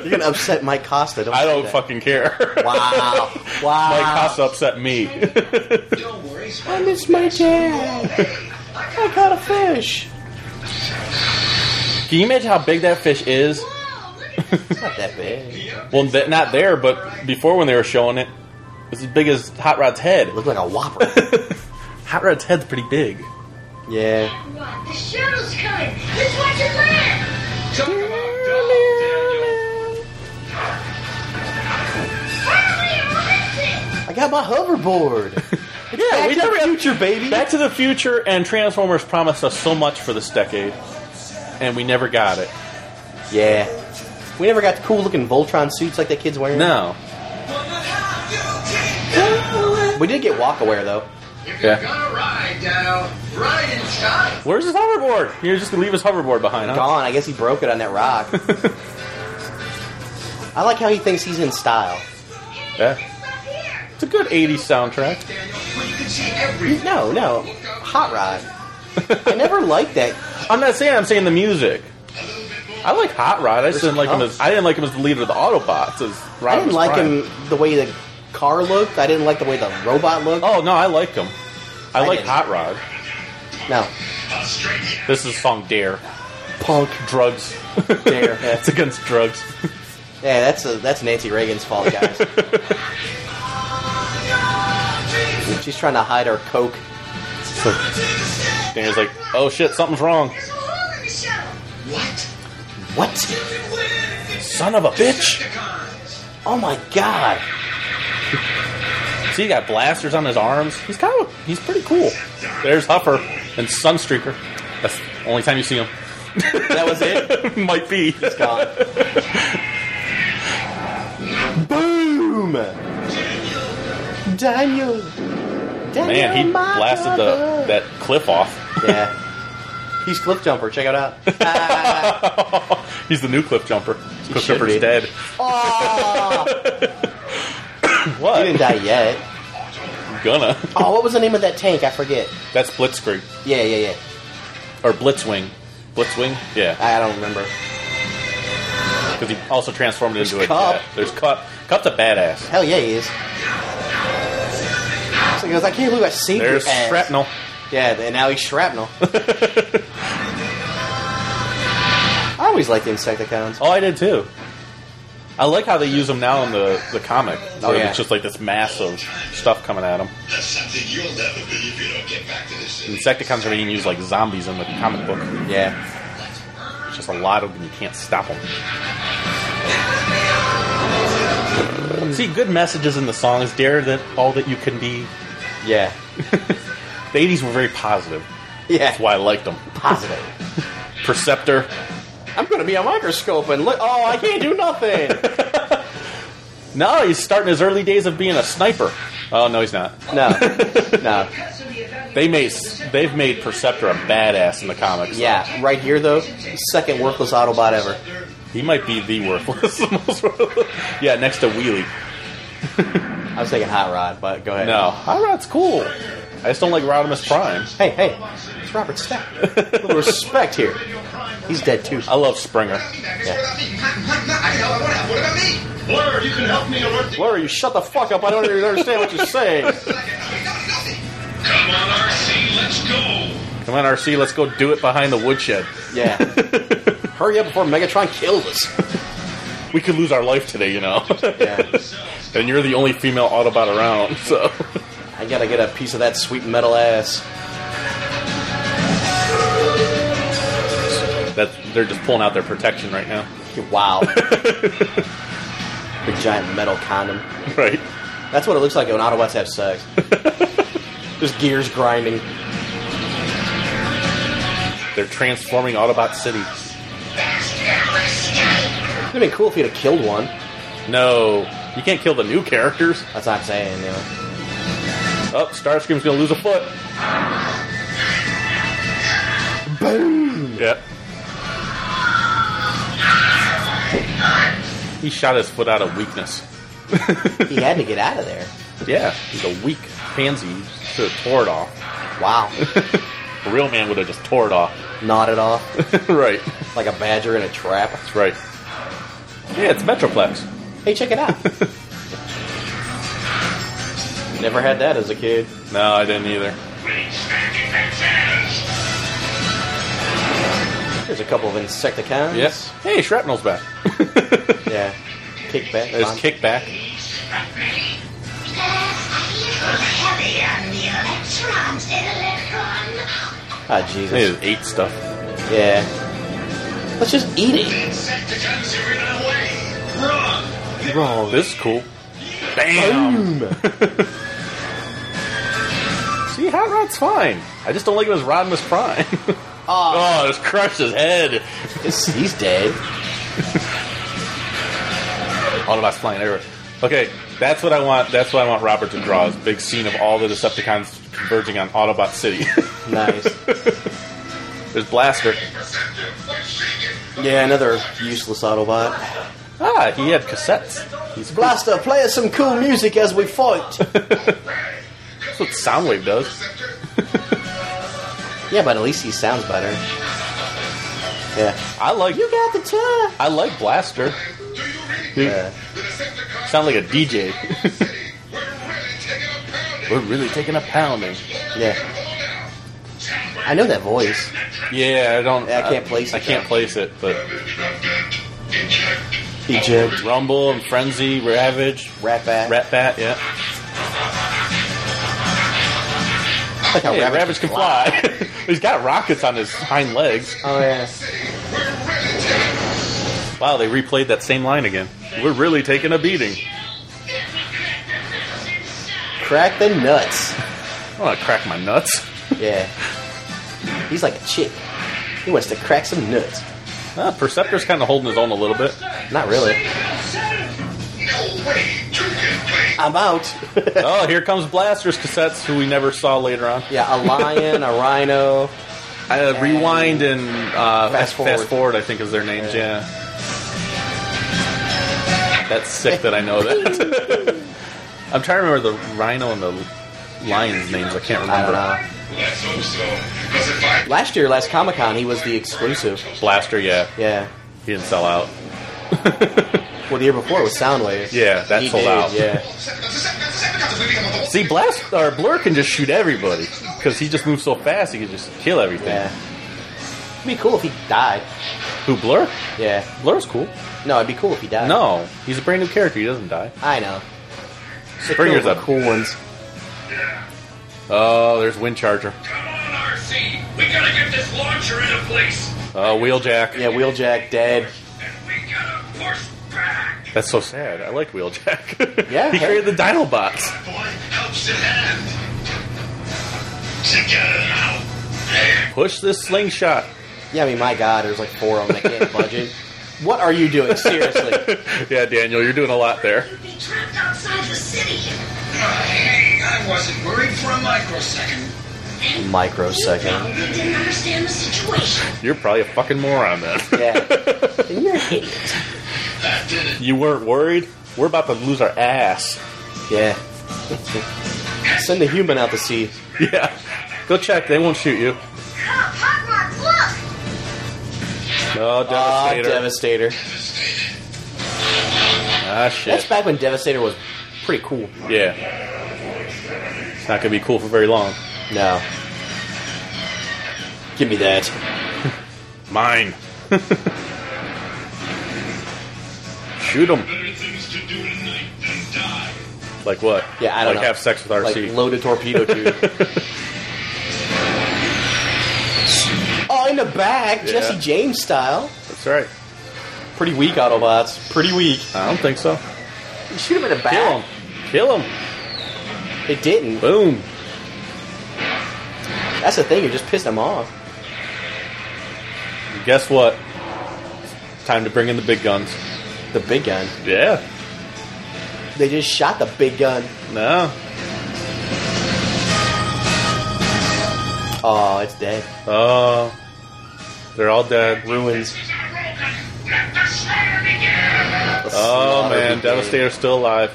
You're gonna upset Mike Costa. Don't I do don't that. fucking care. [laughs] Wow! Wow! Mike Costa upset me. I miss my dad. I caught a fish. Can you imagine how big that fish is? Whoa, Oh, look at this. It's not that big. Well, th- not there, but before when they were showing it, it's as big as Hot Rod's head. [laughs] It looked like [laughs] a whopper. Hot Rod's head's pretty big. yeah. Rod, the shadow's coming. Let's watch it land. Hurry, Robinson. I got my hoverboard. Yeah, Back we to never the future, baby. Back to the Future and Transformers promised us so much for this decade, and we never got it. yeah. We never got the cool looking Voltron suits like that kid's wearing. No. We did get Walkaware though. Yeah. Ride down, ride in time. Where's his hoverboard? You're just gonna leave his hoverboard behind, huh? Gone. I guess he broke it on that [laughs] rock. I like how he thinks he's in style. Hey, Yeah. this stuff here. It's a good '80s soundtrack. You can see everything. No, no. Hot Rod. I never [laughs] liked that. I'm not saying I'm saying the music. I like Hot Rod. I just didn't like him as I didn't like him as the leader of the Autobots. As Rod I didn't was like prime. him the way the car looked. I didn't like the way the robot looked. Oh no, I like him. I, I like didn't. Hot Rod. Oh. No. This is the song Dare. Punk. Drugs. Dare. yeah, [laughs] it's against drugs. that's a, that's Nancy Reagan's fault, [laughs] guys. She's trying to hide her coke. Dare's like, oh shit, something's wrong. There's a hole in the shuttle. What? Son of a bitch. Oh my god. See, he got blasters on his arms. He's kind of he's pretty cool. There's Huffer and Sunstreaker. That's the only time you see [laughs] him. Oh, That was it? [laughs] Might be. Gone. Boom! Daniel. Daniel Man, he my blasted the brother. that cliff off. [laughs] Yeah. He's cliff jumper. Check it out. [laughs] Ah. He's the new cliff jumper. Cliff should jumper's be. dead. Aw. he What? didn't die yet. gonna. Oh, what was the name of that tank? I forget. That's Blitzkrieg Yeah, yeah, yeah. or Blitzwing. Blitzwing, yeah, I, I don't remember. because he also transformed it into a Cup. jet. There's Cup. Cup's a badass. Hell yeah, he is. So he goes, I can't believe I saved There's your ass. shrapnel. Yeah, and now he's shrapnel. [laughs] I always liked the Insecticons. Oh, I did too. I like how they use them now in the the comic. Oh, where yeah. it's just like this mass of stuff coming at them. That's something you'll never be if you don't get back to the city. Insecticons are being used like zombies in the comic book. Yeah. It's just a lot of them. You can't stop them. See, good messages in the songs. Dare that all that you can be. Yeah. The 80s were very positive. Yeah. That's why I liked them. Positive. Perceptor. I'm gonna be a microscope and look. Oh, I can't [laughs] do nothing. No, he's starting his early days of being a sniper. Oh no, he's not. no, no. They made they've made Perceptor a badass in the comics. Yeah, right here though, second worthless Autobot ever. He might be the worthless, [laughs] the most worthless. Yeah, next to Wheelie. I was thinking Hot Rod, but go ahead. No, Hot Rod's cool. I just don't like Rodimus Prime. Hey, hey, it's [laughs] Robert Stack. A little respect here. He's dead too. I love Springer. What about me? Blur, you can help me to work the Larry, you shut the fuck up. I don't even understand what you're saying. Come on, RC, let's go. Come on, RC, let's go do it behind the woodshed. [laughs] Yeah. Hurry up before Megatron kills us. We could lose our life today, you know. Yeah. [laughs] and you're the only female Autobot around, so. I gotta get a piece of that sweet metal ass. That they're just pulling out their protection right now. [laughs] Wow. Big giant metal condom. Right. That's what it looks like when Autobots have [laughs] sex. Just gears grinding. They're transforming Autobot City. It'd have been cool if he'd have killed one. No, you can't kill the new characters. That's what I'm saying, you know. Oh, Starscream's gonna lose a foot. Boom! Yep. He shot his foot out of weakness. He had to get out of there. Yeah, he's a weak pansy. He should have tore it off. Wow. A real man would have just tore it off. Nodded [laughs] off right. like a badger in a trap. That's right. Yeah, it's Metroplex. Hey, check [laughs] it out. Never had that as a kid. No, I didn't either. There's a couple of Insecticons. Yes. Hey, Shrapnel's [laughs] back. Yeah. Kick back. There's Bon- kickback. Ah, Jesus. There's eight stuff. Yeah. Let's just eat it. Insecticons are in our way. Run! Oh, this is cool. Bam! [laughs] See, Hot Rod's fine. I just don't like him as Rodimus Prime. [laughs] Ah, oh, just crushed his head. it's- he's dead. Autobots flying everywhere. Okay, that's what I want. That's what I want Robert to draw. Is a big scene of all the Decepticons converging on Autobot City. [laughs] Nice. There's Blaster. Yeah, another useless Autobot. Ah, he had cassettes. He's cool. Blaster, play us some cool music as we fight. That's what Soundwave does. yeah, but at least he sounds better. Yeah. I like. You got the time. I like Blaster. Yeah. Sound like a [laughs] DJ. We're really taking a pounding. Yeah. I know that voice. Yeah, I don't. Yeah, I can't place I it, can't though. place it, but Eject. Rumble and Frenzy, Ravage, Rat Bat. Rat Bat. Yeah, Like how hey, Ravage rabbits can fly. [laughs] He's got rockets on his hind legs. Oh yeah. Wow, they replayed that same line again. We're really taking a beating. Crack the nuts. I want to crack my nuts. Yeah. He's like a chick. He wants to crack some nuts. Uh, Perceptor's kind of holding his own a little [laughs] bit. Not really. No way! You can play. I'm out. Oh, here comes Blaster's cassettes, who we never saw later on. [laughs] yeah, a lion, a rhino. Uh, rewind and uh, Fast Forward. Fast Forward, I think is their names. Yeah. [laughs] That's sick that I know that. I'm trying to remember the Rhino and the lions' names. I can't I don't remember. know. Let's hope so. Cause if I Last year, last Comic Con, he was the exclusive. Blaster, yeah, Yeah. he didn't sell out. Well, the year before it was Soundwave. Yeah, that He sold did, out. Yeah. See, Blast or Blur can just shoot everybody because he just moves so fast. He can just kill everything. Yeah. It'd be cool if he died. Who Blur? Yeah. Blur's cool. No, it'd be cool if he died. No, he's a brand new character. He doesn't die. I know. They Springer's up. killed the cool ones. Oh, there's Wind Charger. come on, RC, we gotta get this launcher into place, Oh, Wheeljack. Yeah, Wheeljack dead. and we gotta push back. That's so sad. I liked [laughs] Wheeljack. Yeah, he hey. created the Dinobots. Boy, helps in hand. To get it out. Push this [laughs] slingshot. Yeah, I mean, my God, there's like four of them. They can't [laughs] budget. What are you doing? Seriously. yeah, Daniel, you're doing a lot there. You'd be trapped outside the city. Hey, I wasn't worried for a microsecond. And You Microsecond. probably didn't understand the situation. You're probably a fucking moron then. [laughs] Yeah. You're an idiot. That did it. you weren't worried? We're about to lose our ass. [laughs] Yeah. [laughs] Send the human out to sea. Yeah. Go check. They won't shoot you. Cop, Hogwarts, look! Oh, Ah, Devastator. Devastator. ah, That's shit. back when Devastator was pretty cool. Yeah. It's not going to be cool for very long. No. Give me that. Mine. [laughs] shoot him. Better things to do tonight than die. Like what? Yeah, I don't like know. have sex with RC. Like, load a torpedo [laughs] tube. oh, in the back, Jesse Yeah. James style. That's right. Pretty weak Autobots. Pretty weak. I don't think so. Ah. You shoot him in the back. Kill him. Kill him. It didn't. Boom. That's the thing. You just pissed him off. Guess what? Time to bring in the big guns. The big gun. Yeah. They just shot the big gun. No. Oh, it's dead. Oh. They're all dead. Ruins. Are broken. Let the slaughter begin. The Oh slaughter man, began. Devastator's still alive.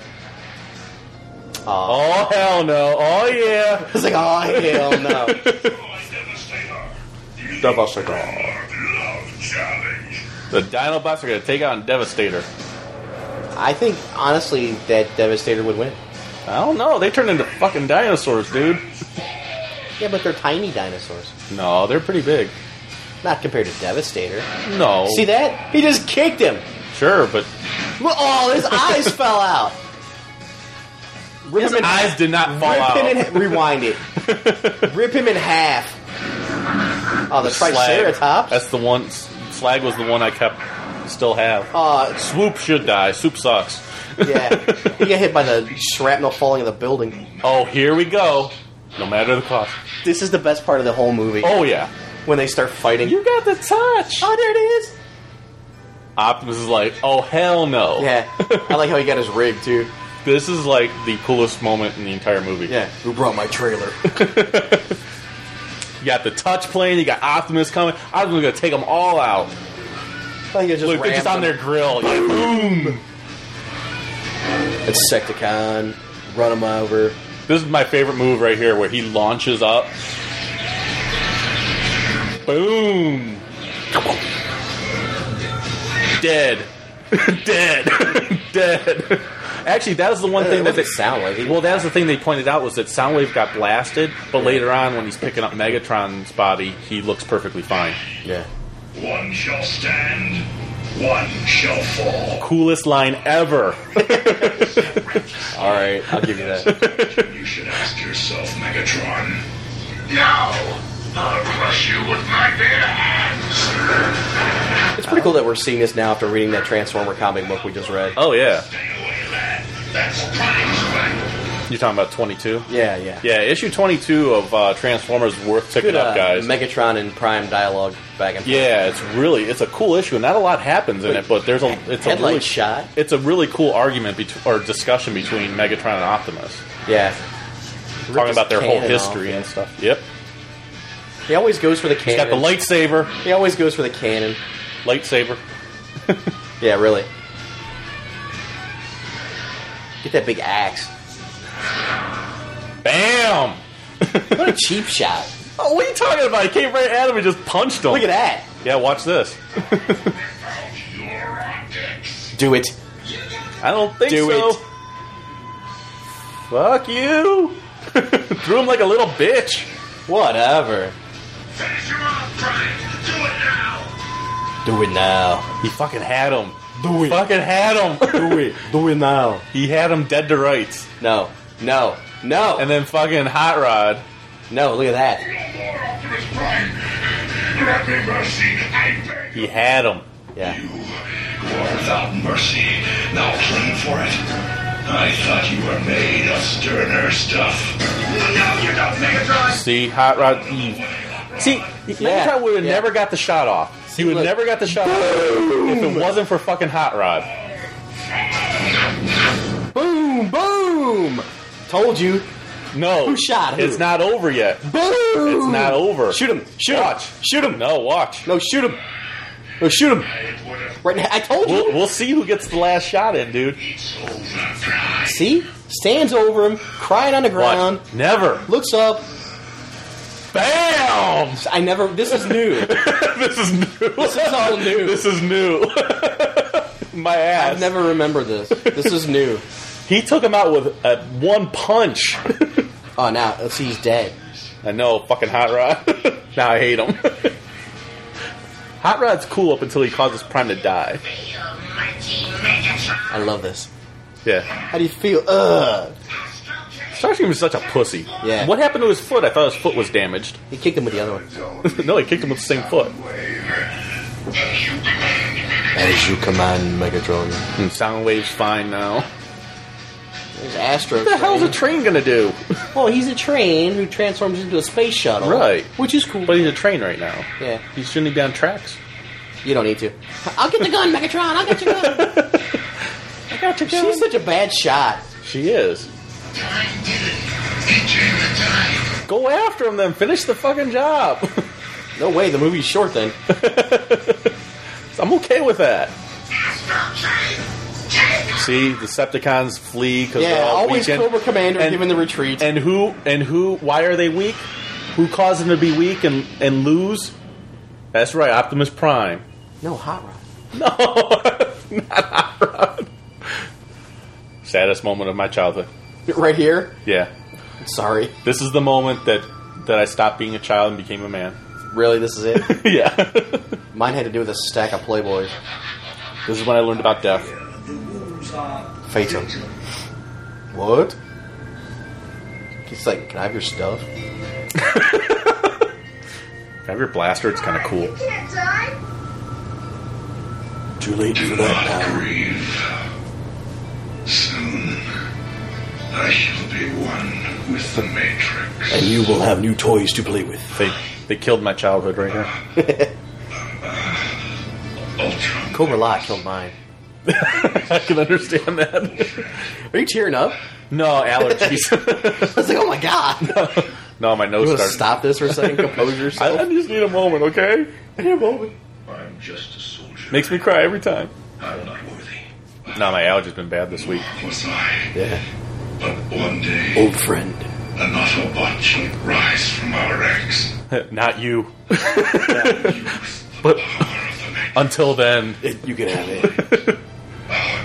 Oh Oh. hell no. Oh yeah. It's like, oh hell no. Boy, Devastator. Devastator. Love challenge. The Dinobots are gonna take on Devastator. I think honestly that Devastator would win. I don't know, they turned into fucking dinosaurs, dude. Yeah, but they're tiny dinosaurs. No, they're pretty big. Not compared to Devastator. No. See that? He just kicked him. Sure, but Look, Oh, [laughs] his eyes fell out. Rip his eyes did not fall rip out. Him in, rewind it. [laughs] rip him in half. Oh, the Slag. Triceratops. That's the one Slag was the one I kept still have. Oh, Swoop should die. Swoop sucks. yeah. [laughs] He got hit by the shrapnel falling in the building. Oh, here we go. No matter the cost. This is the best part of the whole movie. Oh yeah. When they start fighting. You got the touch. oh, there it is. Optimus is like, oh hell no. Yeah. I like how he got his rig, too. This is like the coolest moment in the entire movie. Yeah. Who brought my [laughs] trailer? You got the touch plane, you got Optimus coming. Optimus gonna take them all out. I think it just Look, they're just on their grill. Yeah, boom. It's Secticon. Run him over. This is my favorite move right here where he launches up. Boom. Dead. [laughs] Dead. [laughs] Dead. Actually, that was the one It thing that wasn't Soundwave. He- Well, that was the thing they pointed out was that Soundwave got blasted, but later on when he's picking up Megatron's body, he looks perfectly fine. Yeah. One shall stand, one shall fall. Coolest line ever. All right, I'll give you that. You should ask yourself, Megatron. Now, I'll crush you with my bare hands. [laughs] It's pretty cool that we're seeing this now after reading that Transformer comic book we just read. Oh yeah. Stay away, lad. That's Prime's right. You're talking about 22? Yeah, yeah. Yeah, issue 22 of uh, Transformers is worth picking Good up, uh, guys. Megatron and Prime dialogue back and forth. yeah, it's really it's a cool issue, and not a lot happens in it, but there's a it's a Headlight really, shot. It's a really cool argument bet- or discussion between Megatron and Optimus, Yeah. talking about their whole cannon off, history yeah. and stuff. Yep, He always goes for the he's cannon. got the lightsaber, He always goes for the cannon. lightsaber. Yeah, really. Get that big axe. Bam! What a cheap shot. Oh, what are you talking about? He came right at him and just punched him. [laughs] Look at that. Yeah, watch this. Do it. I don't think Do so. it. Fuck you. [laughs] Threw him like a little bitch. Whatever. Finish him off, Brian. Do it now. Do it now. He fucking had him. Do Fucking had him. Do it. Do it now. he had him dead to rights. No. No. No. And then fucking Hot Rod. no, look at that. No more after this, Brian. Grant me mercy, I beg. He had him. Yeah. You were without mercy. Now cling for it. I thought you were made of sterner stuff. No, you don't, Megatron. See, Hot Rod. he- See, Yeah. Megatron would have Yeah. never got the shot off. he would look. never got the shot off if it wasn't for fucking Hot Rod. Boom! Boom! Told you. No, Who shot who? It's not over yet. Boom! It's not over. Shoot him. Shoot Watch. him. Shoot him. No, watch. No, shoot him. No, shoot him. It would have Right now. I told you. We'll, we'll see who gets the last shot in, dude. over, Brian. See? Stands over him, crying on the ground, Watch. Never. looks up. Bam! I never. This is [laughs] new. [laughs] this is new. this is all new. This is new. [laughs] My ass. I've never remembered this. This [laughs] is new. He took him out with uh, one punch. [laughs] Oh, now let's see. He's dead. I know, fucking Hot Rod. [laughs] now I hate him. Hot Rod's cool up until he causes Prime to die. Real mighty Megatron. I love this. Yeah. How do you feel? Ugh. Starscream is such a pussy. Yeah. What happened to his foot? I thought his foot was damaged. [laughs] He kicked him with the other one. no, he kicked him with the same foot. As you command, Megatron. And Soundwave's Hmm, fine now. There's Astro. What the hell's a train gonna do? [laughs] Well, he's a train who transforms into a space shuttle. Right. Which is cool. But he's a train right now. yeah. He shouldn't he be on tracks. You don't need to. I'll get the gun, Megatron. I'll get your gun. I got you, [laughs] She's such a bad shot. She is. Brian did it. He came to die. Go after him then. Finish the fucking job. [laughs] No way. The movie's short then. I'm okay with that. Astro Train. Take See, Decepticons flee because Yeah. they're all Always weakened. Cobra Commander and, giving the retreat. and who and who? Why are they weak? Who caused them to be weak and and lose? That's right, Optimus Prime. no hot rod. Saddest moment of my childhood. Right here. Yeah, Sorry. this is the moment that that I stopped being a child and became a man. [laughs] Really, this is it. [laughs] yeah, Mine had to do with a stack of Playboys. this is when I learned about death. Fatum. What? He's like, can I have your stuff? Can I Have your blaster. It's kind of cool. Can't die. Too late Do not grieve. Soon, I shall be one with the Matrix. And you will have new toys to play with. They they killed my childhood right here. [laughs] Ultron. Cobra Lot killed mine. I can understand that. Are you tearing up? no allergies. [laughs] I was like, oh my [laughs] god. [laughs] no, my You nose want to started. stop this for a second? [laughs] I, Compose I yourself. just need a moment, okay? I need a moment. I'm just a soldier. Makes me cry every time. I'm not worthy. No, my allergy's been bad this week. Was I? Yeah. But one day, Oh. Old friend. an Autobot shall rise from our ranks. [laughs] Not you. but Power of the Matrix. until then, You can have it.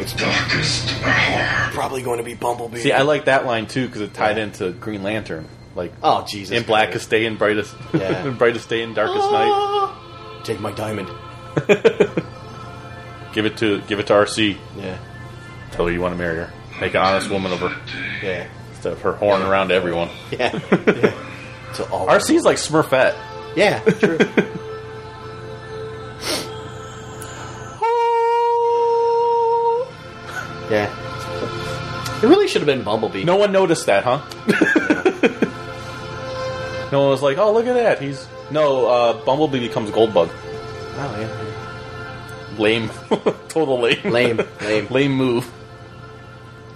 It's darkest hour. [laughs] Probably going to be Bumblebee. see, I like that line too because it tied into Green Lantern. Like, oh, Jesus. in blackest day and brightest, Yeah. in [laughs] brightest day and [laughs] darkest night. Christ. Ah. Take my diamond. Oh. Give it to give it to RC. Yeah. Tell her you want to marry her. Make an honest woman of her Yeah. instead of her horn around everyone. [laughs] Yeah. To all RC's like Smurfette. Yeah, [laughs] true. yeah. It really should have been Bumblebee. No one noticed that, huh? [laughs] no one was like, "Oh, look at that." He's no uh, Bumblebee becomes Goldbug. Oh, yeah. Lame, [laughs] total lame, Lame, lame. [laughs] lame move.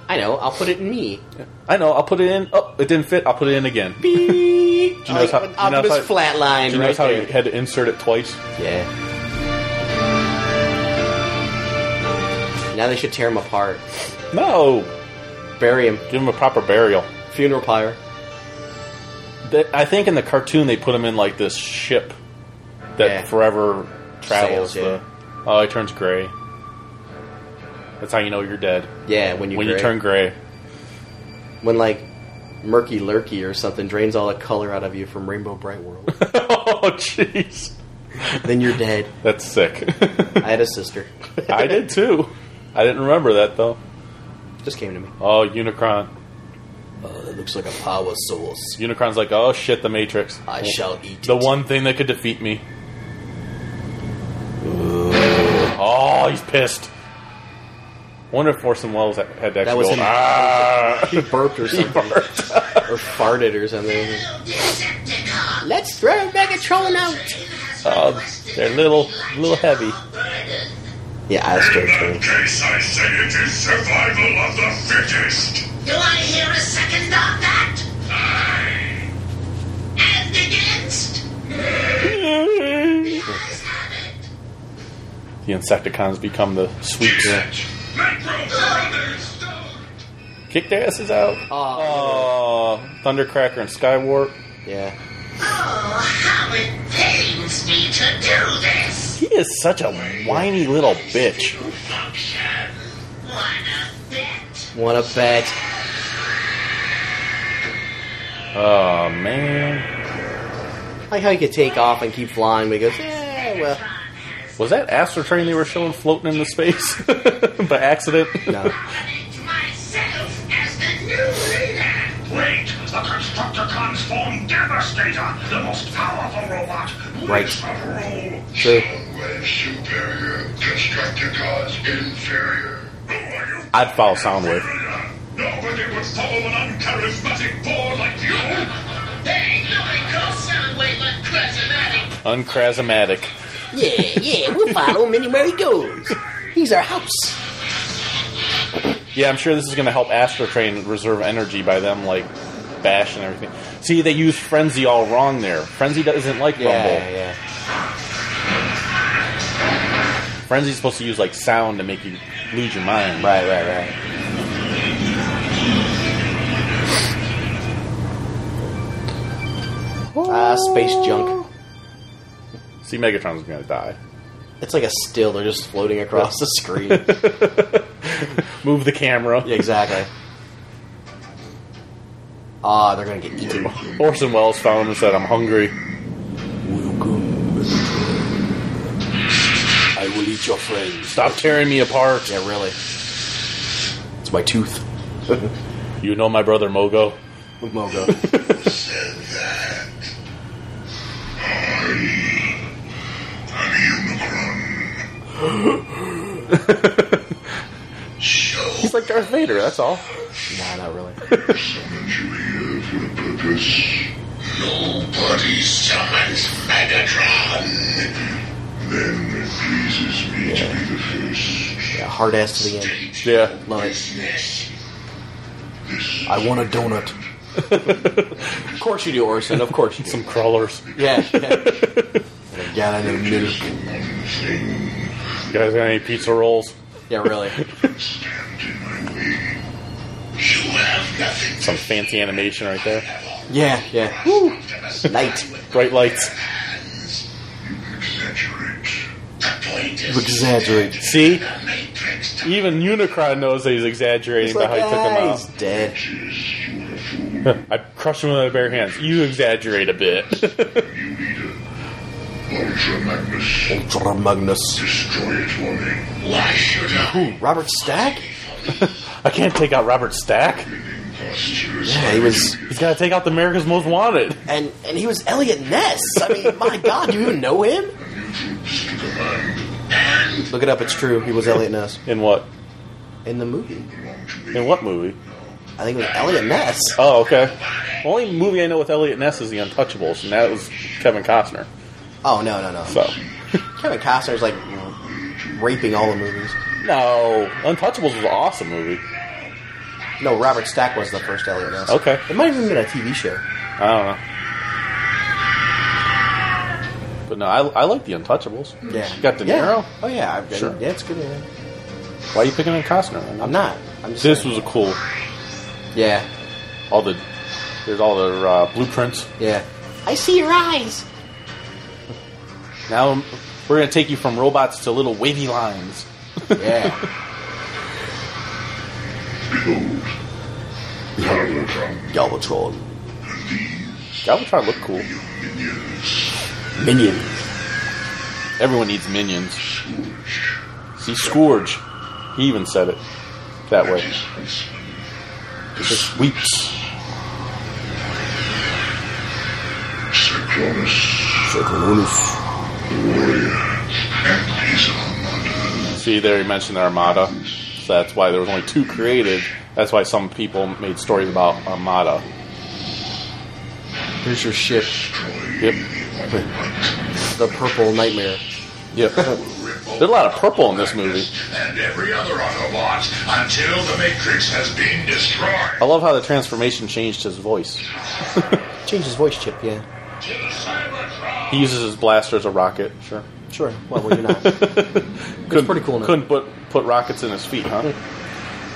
I know. I'll put it in me. I know. I'll put it in. Oh, it didn't fit. I'll put it in again. [laughs] She Beep. you notice how- you Optimus notice how- flatline right knows how there. he had to insert it twice. yeah. Now they should tear him apart. No, Bury him. give him a proper burial. Funeral pyre. th- I think in the cartoon they put him in like this ship that Yeah. forever travels. Sails, yeah. the, oh, he turns gray. That's how you know you're dead. Yeah, when you when you gray- turn gray. [laughs] when like murky lurky or something drains all the color out of you from Rainbow [laughs] Bright World, oh, jeez. then you're dead. That's sick. [laughs] I had a [laughs] sister. I did too. I didn't remember that though. Just came to me. Oh, Unicron. Oh, that looks like a power source. Unicron's like, oh shit, the Matrix. I shall eat The it. [laughs] one thing that could defeat me. Oh, he's pissed. Wonder if Orson Welles had to actually That was go, him. "Ah." He burped or something, or farted or something. Decepticon. Let's throw Megatron out. Oh, they're little, little heavy. Yeah, Astro Train. case, I say it is survival of the fittest. Do I hear a second on that? And against? The Guys have it. Insecticons become the sweeps. Make room for others. Don't. Kick their asses out. Oh, Thundercracker and Skywarp. Yeah, Oh, how it pains me to do this. He is such a whiny little bitch. Function. Wanna bet? wanna bet? Oh man, Like how he could take off and keep flying, but he goes, yeah, well, was that Astro Train they were showing floating into space [laughs] by accident? no. Manage myself as the new leader. Wait, the Constructicons form Devastator, the most powerful robot. Right. Rule. True. Superior, Constructicons inferior. Who Oh, are you? I'd follow Soundwave. Nobody would follow an uncharismatic bore like you. Hey, no, I call Soundwave uncharismatic. Unchrasmatic. Yeah, yeah, we'll follow him anywhere he goes. He's our house. Yeah, I'm sure this is going to help Astro Train reserve energy by them like bash and everything. See, they use Frenzy all wrong there. Frenzy doesn't like Rumble. Yeah, yeah. Frenzy's supposed to use like sound to make you lose your mind. Right, right, right. Ah, space junk. See, Megatron's going to die. It's like a still. They're just floating across the screen. yeah, Move the camera. [laughs] exactly. Ah, they're gonna get eaten. Orson Welles found him and said, "I'm hungry." I will eat your friends. Stop tearing me apart. Yeah, really. It's my tooth. [laughs] You know my brother Mogo. Mogo. Said that. I am Unicron. Show He's like Darth Vader. That's all. nah, not really. that you here for a purpose. Nobody summons Megatron. Then it pleases me to be the first. [laughs] Yeah, hard ass to the end. Yeah. Love it. Yes. I want a donut. of course you do, Orson. Of course you do. Some crawlers. Yeah. [laughs] yeah. Down in the middle. One thing You guys got any pizza rolls? Yeah, really. stand in my way. You have nothing Some fancy animation right there. Yeah, yeah. Woo. Night. Bright lights. Exaggerate. The point is, Exaggerate. See, the Matrix even Unicron knows that he's exaggerating by how he took "Ah, he's dead. touches you a fool. him out. [laughs] I crushed him with my bare hands. You exaggerate a bit. [laughs] You need it. Ultra Magnus, Ultra Magnus. destroy it for me. Why should I? Robert Stack? I can't take out Robert Stack. Impostures. Yeah, he was, He's got to take out the America's Most Wanted. and and he was Elliot Ness. I mean, [laughs] my God, you even know him? Troops to command. Look it up. It's true. He was Elliot Ness In what? in the movie. Belong to me. In what movie? I think it was Elliot Ness. Oh, okay. The only movie I know with Elliot Ness is The Untouchables, and that was Kevin Costner. Oh no, no, no. So, Kevin Costner's like raping all the movies. no, Untouchables was an awesome movie. No, Robert Stack was the first Elliot Ness. Okay. It might have even been a TV show. I don't know. But no, I, I like The Untouchables. Yeah. Got De Niro? Yeah. Oh yeah, I've been, Sure. yeah, it's good. yeah. Why are you picking on Costner? I'm not. I'm just This saying. was a cool. yeah. All the There's all the uh, blueprints. Yeah. I see your eyes. Now we're going to take you from robots to little wavy lines. [laughs] Yeah. Behold, Galvatron Galvatron. and these Galvatron look cool. your minions Minions. Everyone needs minions. scourge See, Scourge. He even said it that way. his huntsman. Just weeps. Cyclonus, Cyclonus. warrior, and his armada. See, there he mentioned the Armada. So that's why there was only two created. That's why some people made stories about Armada. Here's your ship, Yep. the purple nightmare. Yep. There's a lot of purple in this movie. And every other Autobot until the Matrix has been I destroyed. love how the transformation changed his voice. Change his voice chip, yeah. He uses his blaster as a rocket. Sure. Sure. Well, well you're [laughs] not. Couldn't- pretty cool, no? Couldn't put put rockets in his feet, huh?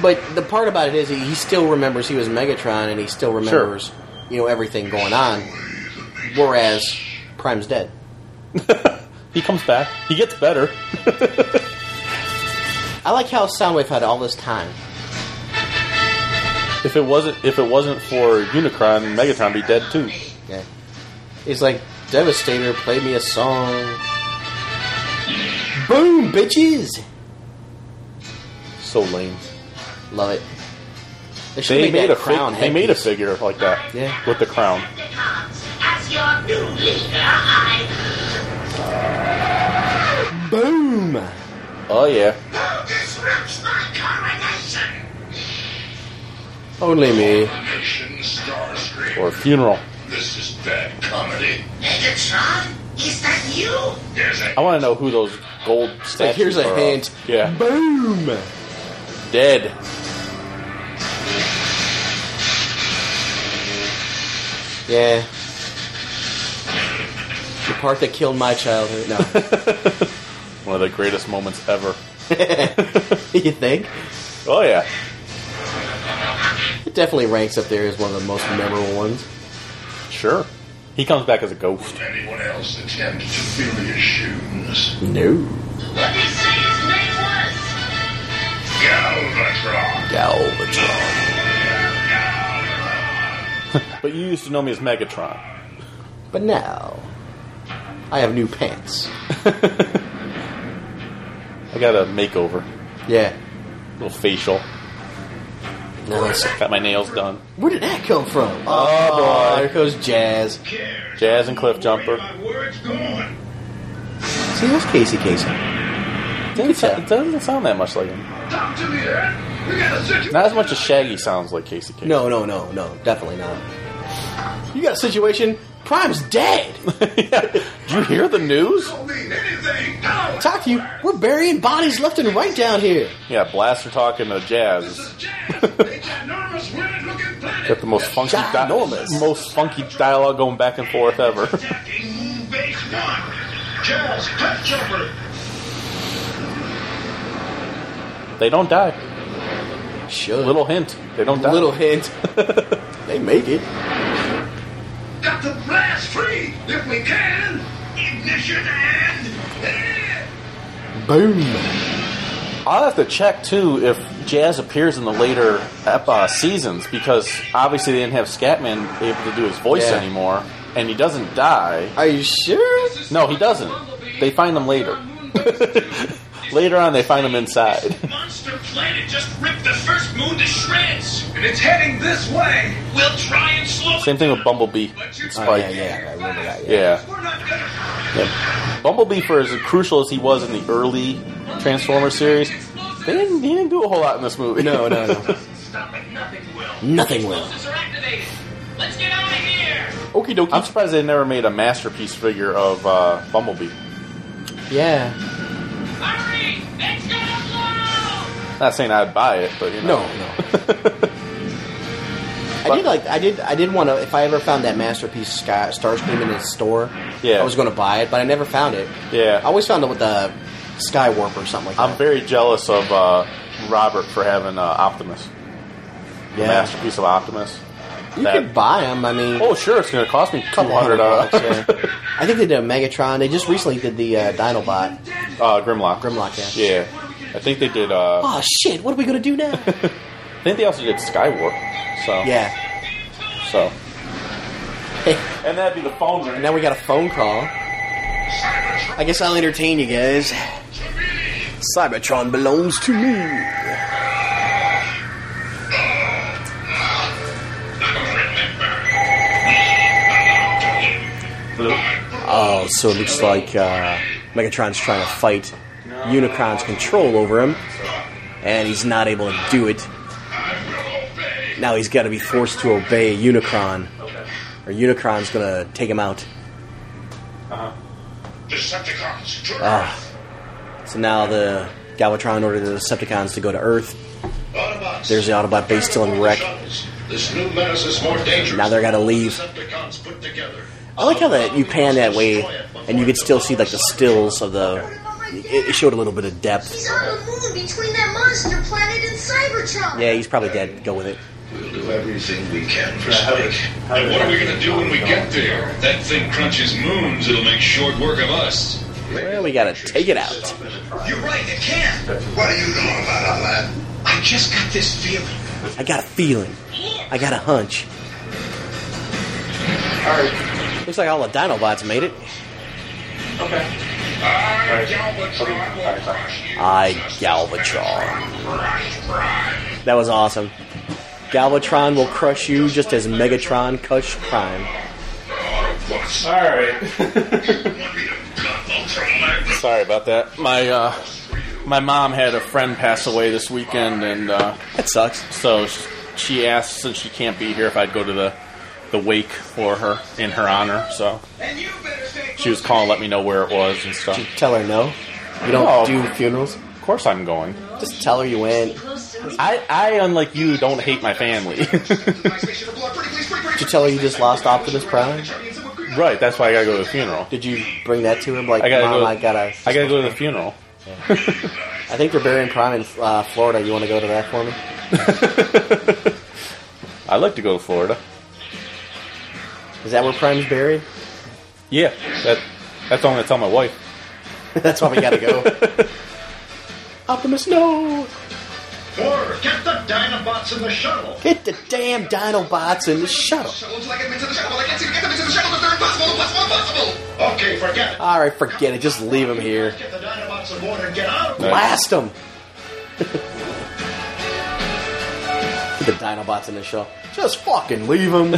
but the part about it is he, he still remembers he was Megatron and he still remembers, you know, everything going on. Whereas Prime's dead. he comes back. He gets better. I like how Soundwave had all this time. If it wasn't if it wasn't for Unicron, Megatron would be dead too. Yeah. He's like, Devastator, play me a song. Boom, bitches! So lame. Love it. They, should They make made that a fig- crown they made a headpiece. figure like that. Yeah. With the crown. Decepticons, as your new leader, I Boom! Oh yeah. will disrupt my coronation. Only me. Nation Starscream. Or funeral. This is bad comedy. Megatron, is that you? There's a I want to know who those gold statues Like, here's are a of. hint. Yeah. Boom! Dead. Yeah. The part that killed my childhood. No. One of the greatest moments ever. [laughs] [laughs] you think? Oh yeah. It definitely ranks up there as one of the most memorable ones. Sure. He comes back as a ghost. anyone else attempt to fill your shoes. No. What they say is made worse. Galvatron. Galvatron. But you used to know me as Megatron. But now, I have new pants. I got a makeover. Yeah. Little facial. Now that's- Got my nails done. Where did that come from? Oh, boy. There goes Jazz. Cares. Jazz and Cliff Jumper. My word's gone. See, that's Casey Casey. Doesn't sound, it doesn't sound that much like him. Talk to me, Ed. We got a situation. Not as much as Shaggy sounds like Casey Casey. No, no, no, no. Definitely not. You got a situation. Prime's [laughs] dead. [laughs] yeah. Did you hear the news? Don't mean anything. No. Talk to you. We're burying bodies left and right down here. Yeah, Blaster talking to This is Jazz. Jazz. They ginormous, weird-looking [laughs] planet. Got the most funky, di- Ginormous. most funky dialogue going back and forth ever. Attacking Moon Base One. Jazz, Cliff Jumper. they don't die. Should. Little hint. They don't die. Little [laughs] hint. they make it. Got the blast free if we can. Ignition and. Yeah. Boom. I'll have to check too if Jazz appears in the later ep- uh, seasons because obviously they didn't have Scatman able to do his voice Yeah. anymore, and he doesn't die. Are you sure? No, he doesn't. They find him later. [laughs] later on, they find him inside. Monster planet just ripped the first moon to shreds, and it's heading this way. We'll try and slow Same thing with Bumblebee. and Oh, Spike. yeah, yeah, I remember that. Yeah. Yeah. We're not gonna. Yeah. Bumblebee, for as crucial as he was in the early Transformer series, they didn't, he didn't do a whole lot in this movie. No, no, no. Stop it. Nothing will. Nothing will. are activated. Let's get out of here. [laughs] Okie dokie. I'm surprised they never made a masterpiece figure of uh, Bumblebee. Yeah. Hurry! It's gonna Not saying I'd buy it, but you No, know. [laughs] no. I did like. I did. I did want to. If I ever found that masterpiece Sky, Starscream in its store, Yeah. I was going to buy it, but I never found it. Yeah. I always found it with the Skywarp or something like I'm that. very jealous of uh, Robert for having uh, Optimus. The Yeah. masterpiece of Optimus. You that. could buy them. I mean, oh, sure, it's going to cost me two hundred dollars. yeah. I think they did a Megatron. They just recently did the uh, Dinobot [laughs] uh, Grimlock. Grimlock. Yeah. Yeah, I think they did. Uh, Oh shit! What are we gonna do now? I think they also did Skywarp. So yeah. [laughs] so Hey, and that'd be the phone ring. now we got a phone call. I guess I'll entertain you guys. Cybertron belongs to me. Oh, so it looks like uh, Megatron's trying to fight Unicron's control over him, and he's not able to do it. Now he's got to be forced to obey Unicron, or Unicron's gonna take him out. Decepticons to Ah, Earth. So now the Galvatron ordered the Decepticons to go to Earth. Autobots. There's the Autobot base still in wreck. This new menace is more dangerous. Now they're gotta leave. Decepticons put together. I like how that you pan that way, and you could still see like the stills of the. It it showed a little bit of depth. He's on the moon between that monster planet and Cybertron. Yeah, he's probably dead. Go with it. We'll do everything we can for Spike. And what are we gonna do when we get there? That thing crunches moons. It'll make short work of us. Well, we gotta take it out. You're right. It can. What do you know about all that? I just got this feeling. I got a feeling. I got a hunch. Looks like all the Dinobots made it. I, Galvatron, will crush you. I Galvatron. That was awesome. Galvatron will crush you just as Megatron crushed crime. Autobots. All right. Want me to bluff Ultron? Sorry about that. My uh, my mom had a friend pass away this weekend, and uh, That sucks. so sh- she asked since she can't be here if I'd go to the the wake for her in her honor. So And you better stay she was calling, to let me know where it was and stuff. Tell her no. You don't No. do funerals. Of course, I'm going. Just tell her you went. I, I unlike you, don't hate my family. [laughs] Did you tell her you just lost Optimus Prime? right. That's why I gotta go to the funeral. Did you bring that to him? Like, I gotta mom, go. I gotta. I gotta go to the funeral. I think they're burying Prime in uh, Florida. You want to go to that for me? I like to go to Florida. Is that where Prime's buried? [laughs] Yeah. That that's all I'm gonna tell my wife. [laughs] That's why we gotta go. Optimus, no! Or get the Dinobots in [laughs] the shuttle. Hit the damn Dinobots in the shuttle. Shuttle till I get them into the shuttle. Till I get to get them into the shuttle. They're impossible, impossible, impossible. Okay, forget it. All right, forget it. Just leave him here. Get the Dinobots aboard and get out. Nice. Blast him. [laughs] Hit the Dinobots in the shuttle. Just fucking [laughs] leave him.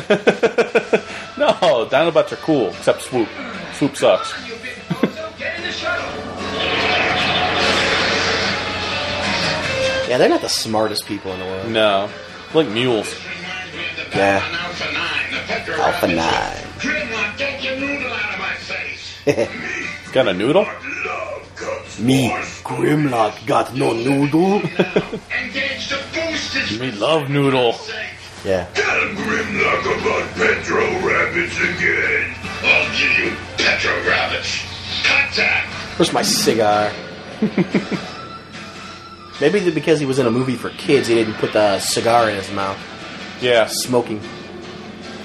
No, Dinobots are cool, except Swoop. Swoop sucks. You big bozo, get in the shuttle. yeah, they're not the smartest people in the world. No, like mules. Yeah. Alpha 9. The Petra Alpha Raptors. Nine. Dreadnought, get your noodle out of my face. Got a noodle? Love comes Me, forth. Grimlock, got no noodle. Engage the boosters. We love noodle. [laughs] yeah. Tell Grimlock about Petro Rabbits again. I'll give you Petro Rabbits. Contact. Where's my cigar? [laughs] Maybe that because he was in a movie for kids, he didn't put the cigar in his mouth. Yeah, Smoking.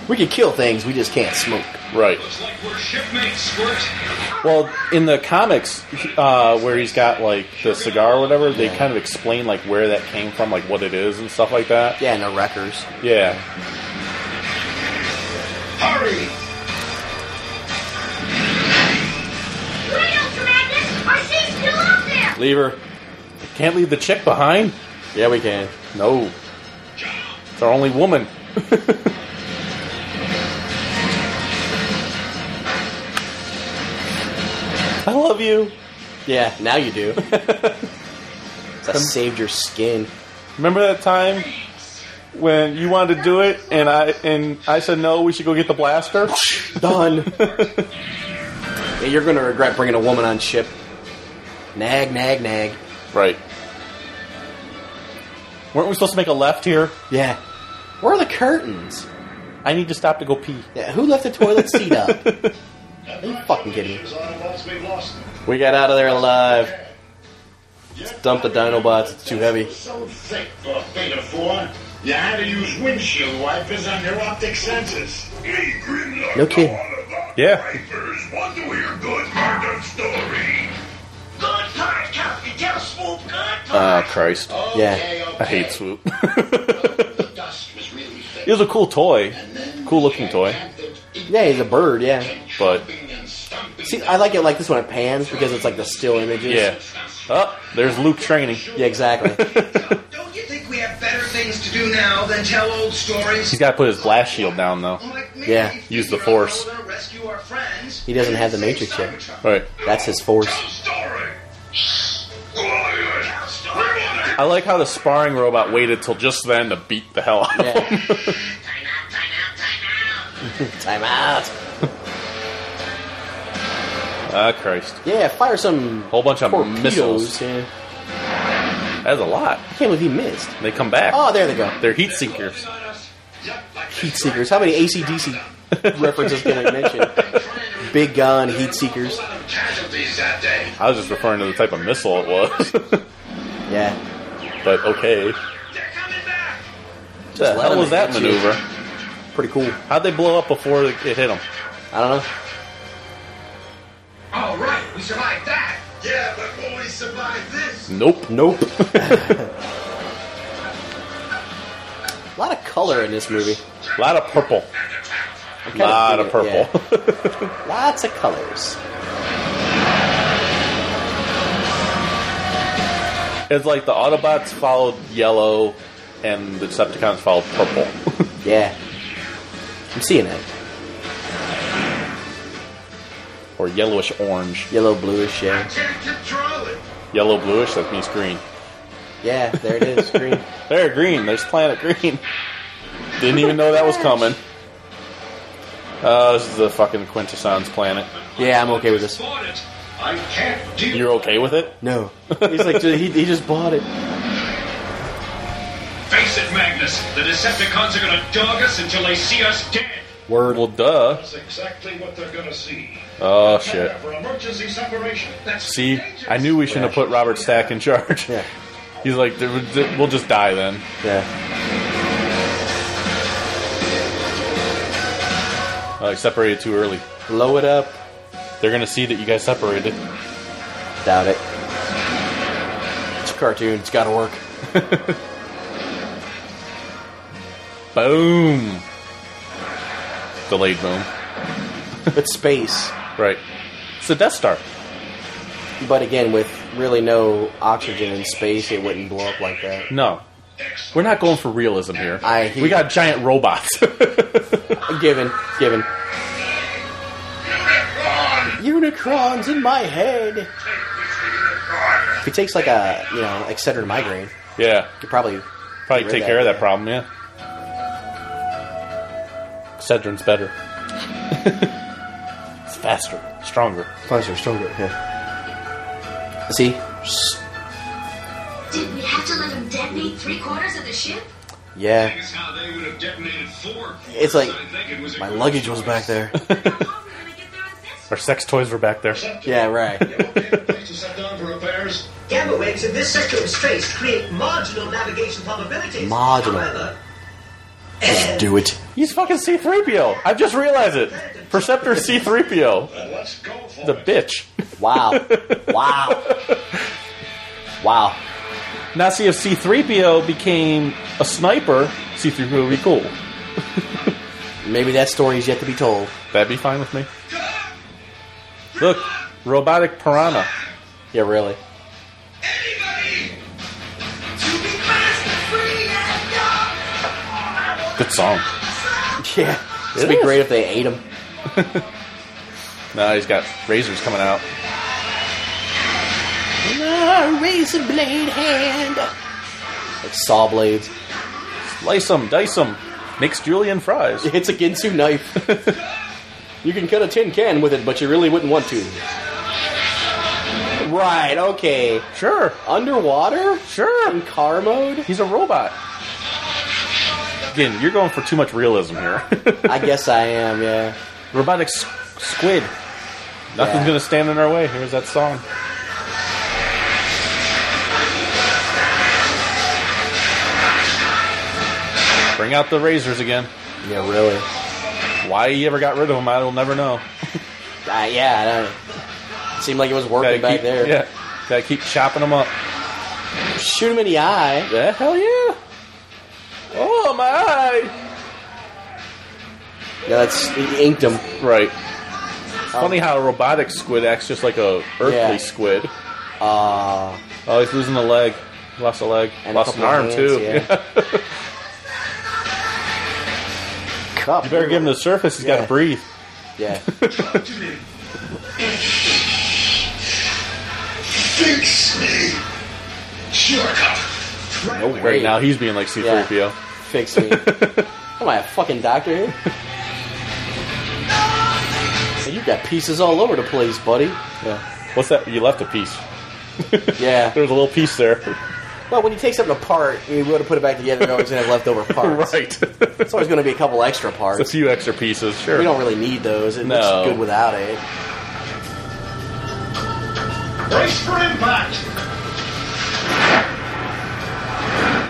We can kill things, we just can't smoke. right. It's like we're shipmates, Squirt. Well, in the comics, uh, where he's got like the cigar or whatever, they Yeah. kind of explain like where that came from, like what it is and stuff like that. Yeah, no wreckers. Yeah, Hurry. Leo, Magnus, our ship's still up there. leave her. Can't leave the chick behind. Yeah, we can. No, it's our only woman. I love you. Yeah, now you [laughs] do. I saved your skin. Remember that time when you wanted to do it and I and I said no, we should go get the blaster? [laughs] Done. [laughs] yeah, you're gonna regret bringing a woman on ship. Nag, nag, nag. Right. Weren't we supposed to make a left here? Yeah. Where are the curtains? I need to stop to go pee. Yeah, who left the toilet [laughs] seat up? Are you fucking kidding me? Autobots, we lost them. We got out of there alive. Let's dump the Dinobots. It's too heavy. So thick for a Beta 4. You had to use windshield wipers on your optic sensors. Hey, Grimlock. No kidding. all about Yeah. Vipers. Want to hear a good murder story? Good part, Captain. Tell Swoop good Ah, part. Christ. Yeah. Okay, okay. I hate Swoop. The dust was really thick. It was a cool toy. And then Cool looking toy. Yeah, he's a bird. Yeah. But, See, I like it like this when it pans because it's like the still images. yeah. Oh, there's Luke training. [laughs] Yeah, exactly. Don't you think we have better things to do now than tell old stories? He's got to put his blast shield down, though. Like maybe Yeah. Use the figure out force. how to rescue our friends He doesn't have the and save Matrix yet. Cybertron. Right. That's his force. Story. Quiet. Everybody. I like how the sparring robot waited till just then to beat the hell out of him. [laughs] Yeah. Time out, time out, time out. Time out. Ah, Christ. Yeah, fire some Whole bunch of torpedoes. missiles. Yeah. That's a lot. I can't believe he missed. They come back. Oh, there they go. They're heat seekers. Heat Seekers. How many [laughs] ACDC references can I mention? Big Gun, Heat Seekers. Casualties that day. I was just referring to the type of missile it was. [laughs] Yeah. but okay. They're coming back. The let hell 'em was that hit you. maneuver? Pretty cool. How'd they blow up before it hit them? I don't know. All right, we survived that. Yeah, but will we survive this? Nope. Nope. A lot of color in this movie. A [laughs] lot of purple. A lot of digging it, [laughs] purple. Lots of colors. [laughs] it's like the Autobots followed yellow and the Decepticons followed purple. [laughs] Yeah. I'm seeing that. or yellowish orange. Yellow, bluish, yeah. Can't control it. Yellow bluish, that means green. Yeah, there it is. Green. There, green. There's Planet Green. Didn't even know that was [laughs] coming. Uh, this is the fucking quintessence planet. [laughs] Yeah, I'm okay with this. I can't deal You're okay with it? No. He's like, he, he just bought it. Face it, Magnus. The Decepticons are gonna dog us until they see us dead. Word. Well, duh. That's exactly what they're gonna see. Oh shit. For emergency separation. That's See, I knew we shouldn't have put Robert Stack in charge. Yeah. [laughs] He's like, "There- there- we'll just die then. Yeah. Uh, I separated too early. Blow it up. They're gonna see that you guys separated. Doubt it. It's a cartoon. It's got to work. Boom. Delayed boom. It's space, Right. It's a Death Star. but again, with really no oxygen in space, it wouldn't blow up like that. No, we're not going for realism here. I hear we got giant robots. [laughs] Given, given. Unicrons in my head. If he takes like a you know Excedrin migraine, yeah, you probably probably Read take that. care of that problem. Yeah. Cedrin's better. [laughs] it's faster, stronger. closer, stronger. Yeah. See? Did we have to let him detonate three quarters of the ship? Yeah. That's how they would have detonated four. It's like I think it was a my good luggage was back there. How are we gonna get there on this? Our sex toys were back there. [laughs] yeah, right. Okay, place to set down for repairs. Gamma waves in this sector of space create marginal navigation probabilities. Marginal. However, Just do it. He's fucking C3PO. I just realized it. Perceptor C3PO. And let's go for The it. bitch. [laughs] Wow. Wow. Wow. Now see if C3PO became a sniper, C3PO would be cool. Maybe that story is yet to be told. That'd be fine with me. Look, robotic piranha. Yeah, really. Good song. Yeah. It'd be is. great if they ate him. Now he's got razors coming out. razor blade hand. Like saw blades. Slice 'em, dice 'em. Makes Julian fries. [laughs] It's a Ginsu knife. you can cut a tin can with it, but you really wouldn't want to. Right, okay. Sure, Underwater? sure. In car mode? He's a robot. Again, you're going for too much realism here. [laughs] I guess I am, yeah. robotic s- squid. Nothing's Yeah. gonna stand in our way. Here's that song. Bring out the razors again. Yeah, really. Why he ever got rid of them, I will never know. Uh, yeah, I don't. Seemed like it was working back keep, there. Yeah, gotta keep chopping them up. Shoot him in the eye. Yeah, hell yeah. Oh my eye. Yeah, that's he inked him. Right. Funny how a robotic squid acts just like a earthly Um, Yeah. squid. Uh, Oh, he's losing a leg. Lost a leg. And a Lost an couple of arm hands, too. [laughs] yeah. cup. you better give him the surface. He's got Yeah. to breathe. Yeah. Fix me. Jerk up. No Right now, he's being like C3PO. Fix [laughs] me. Am I a fucking doctor here? Hey, you got pieces all over the place, buddy. Yeah. What's that? You left a piece. Yeah. There's a little piece [laughs] there. Well, when you take something apart, you want to put it back together. You're always going to [laughs] have leftover parts. right. It's always going to be a couple extra parts. a few extra pieces. Sure. We don't really need those. It No. looks good without it. Brace for impact!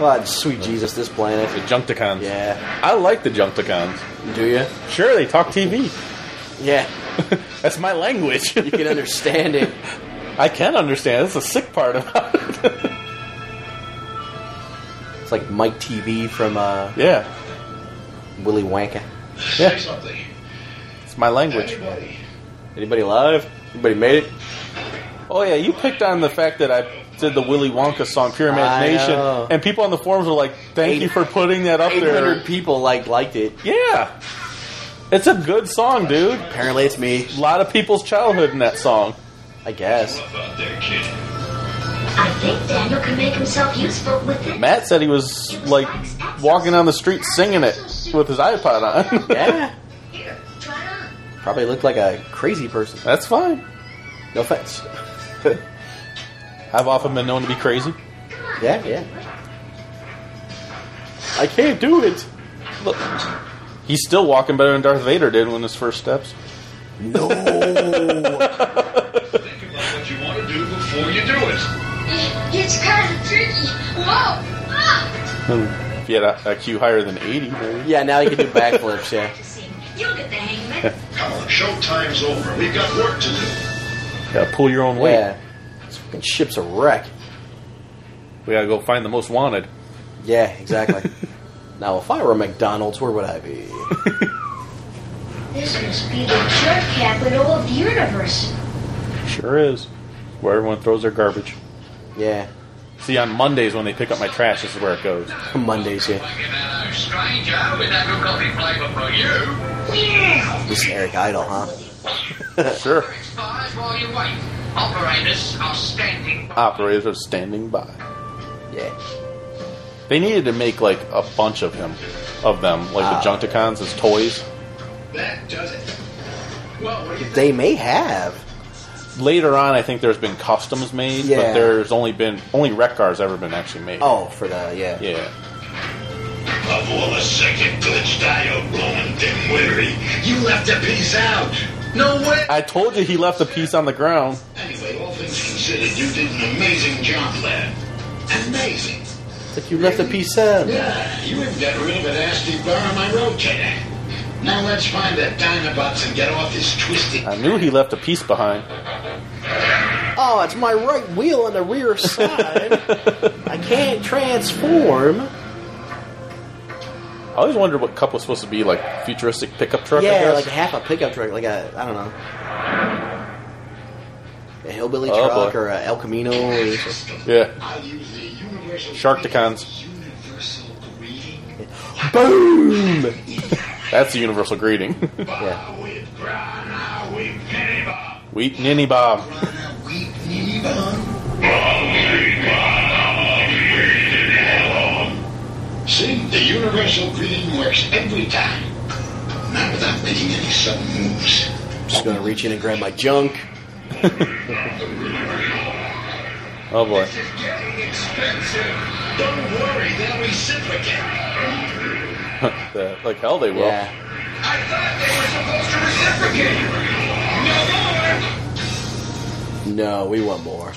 But sweet Jesus, this the planet. Junkticons. Yeah. I like the Junkticons. Do you? Sure, they talk TV. Yeah. [laughs] That's my language. You can understand it. [laughs] I can understand. That's the sick part about it. [laughs] It's like Mike TV from uh, yeah. Willy Wonka. Yeah. something. It's my language. Anybody. Anybody live? Anybody made it? Oh yeah, you picked on the fact that I did the Willy Wonka song "Pure I Imagination," know. and people on the forums were like, "Thank you for putting that up 800 there." people like liked it. Yeah, it's a good song, dude. Apparently, it's me. A lot of people's childhood in that song. [laughs] I guess. About that kid. I think Daniel can make himself useful with it. Matt said he was like walking down the street singing it with his iPod on. Yeah. Here, try it on. Probably looked like a crazy person. [laughs] That's fine. No offense. [laughs] I've often been known to be crazy. Yeah, yeah. I can't do it. Look, he's still walking better than Darth Vader did when his first steps. Think about what you want to do before you do it. It- It's kind of tricky. Whoa! Ah! If he had a, a Q higher than eighty, maybe. Yeah, now you can do backflips, [laughs] yeah. You'll get the [laughs] hang of it. Come on, showtime's over. We've got work to do. Gotta pull your own weight. Yeah. This fucking ship's a wreck. We gotta go find the most wanted. Yeah, [laughs] exactly. now, if I were a McDonald's, where would I be? This must be the jerk capital of the universe. Sure is. Where everyone throws their garbage. Yeah. [laughs] See, on Mondays when they pick up my trash, this is where it goes. Mondays, yeah. Hello, stranger, with that good coffee flavor for you. Yeah! This is Eric Idle, huh? [laughs] Sure. Expires while you wait. Operators are standing Operators are standing by. Yeah. They needed to make like a bunch of him, of them, like the Junkticons as toys. That does it. Well, what do you They may have. Later on, I think there's been customs made, but Yeah. there's only been only wreck cars ever been actually made. Oh, for the, yeah. yeah. Of all the second good style going dimwittery, you left a piece out. No way. I told you he left a piece on the ground. Anyway, all things considered, you did an amazing job, lad. Amazing. It's like you left a piece out. Yeah, you even got rid of an nasty bar on my rotator. Now let's find that Dinobots and get off this twisted. I knew he left a piece behind. Oh, it's my right wheel on [laughs] the rear side. I can't transform. I always wondered what Cup was supposed to be like futuristic pickup truck. I Yeah, guess. like half a pickup truck, like a I don't know, a hillbilly Oh, truck boy. or a El Camino. Or yeah. I'll use the universal. Sharkticons. Universal greeting. Boom! That's a universal greeting. [laughs] Yeah. We've grown our weak ninny bob. Wheat Ninny Bob. Grown our weak ninny bob. See, the universal greeting works every time. Not without making any sudden moves. Just gonna reach in and grab my junk. Oh boy. [laughs] This is getting expensive. Don't worry, they'll reciprocate. The- like hell they will. Yeah, I thought they were supposed to reciprocate. No no, more. we want more.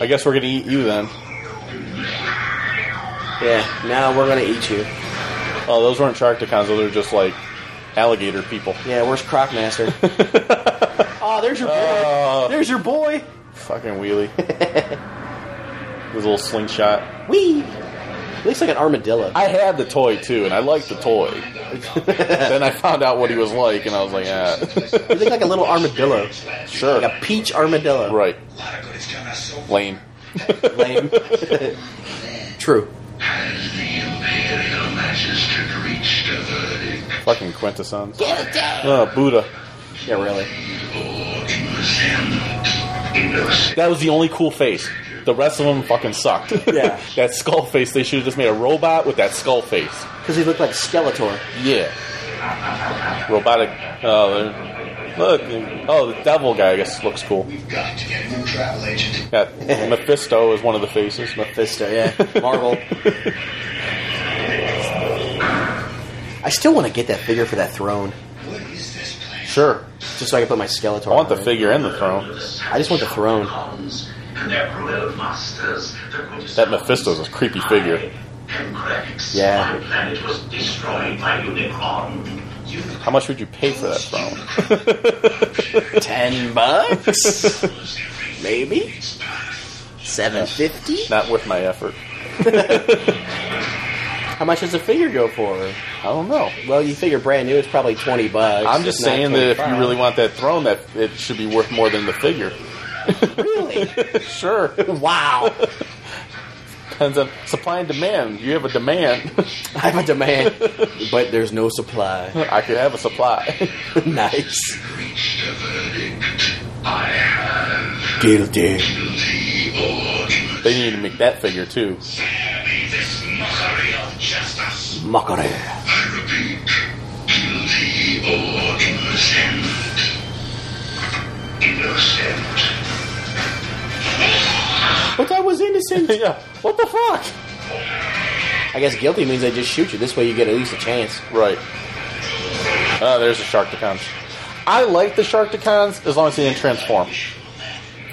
I guess we're gonna eat you then. Yeah, now we're gonna eat you. Oh, those weren't Sharktacons. Those were just like alligator people. Yeah, where's [laughs] Crocmaster? oh, there's your boy. there's your boy. Fucking [laughs] wheelie. His little slingshot. Wee. Looks like an armadillo. I had the toy too, and I liked the toy. [laughs] then I found out what he was like, and I was like, ah, [laughs] You look like a little armadillo, sure, like a peach armadillo. right, lame. Lame. [laughs] True. Has the Imperial Magistrate reached a verdict? Fucking quintessence. Oh, Buddha. Yeah, really. Or innocent? Innocent. That was the only cool face. The rest of them fucking sucked. Yeah. [laughs] that skull face. They should have just made a robot with that skull face. Because he looked like Skeletor. Yeah. Robotic. Oh, there- look. Oh, the devil guy. I guess looks cool. We've got to get a new travel agent. Yeah, Mephisto is one of the faces. Mephisto. Fisto, yeah. [laughs] Marvel. I still want to get that figure for that throne, What is this place? Sure. just so I can put my Skeletor. I want the on it. figure and the throne. I just want the throne. Their royal masters, their good That Mephisto's a creepy figure. Congrats. Yeah. My planet was destroyed by Unicron. You How much would you pay for that throne? Ten bucks, maybe path. seven fifty. Not worth my effort. How much does a figure go for? I don't know. Well, you figure brand new, it's probably twenty bucks. I'm just if not saying that if you 25. really want that throne, that it should be worth more than the figure. [laughs] sure. [laughs] wow, Depends on supply and demand. You have a demand. [laughs] I have a demand, but there's no supply. [laughs] I could have a supply. [laughs] nice, Reached a verdict. I have guilty. guilty or they need to make that figure too. dare be this mockery of justice. Mockery. I repeat, guilty or innocent. Innocent. But that was innocent. [laughs] yeah. What the fuck? I guess guilty means they just shoot you. This way, you get at least a chance. Right. Oh, there's the Sharktacons. I like the Sharktacons as long as they didn't transform.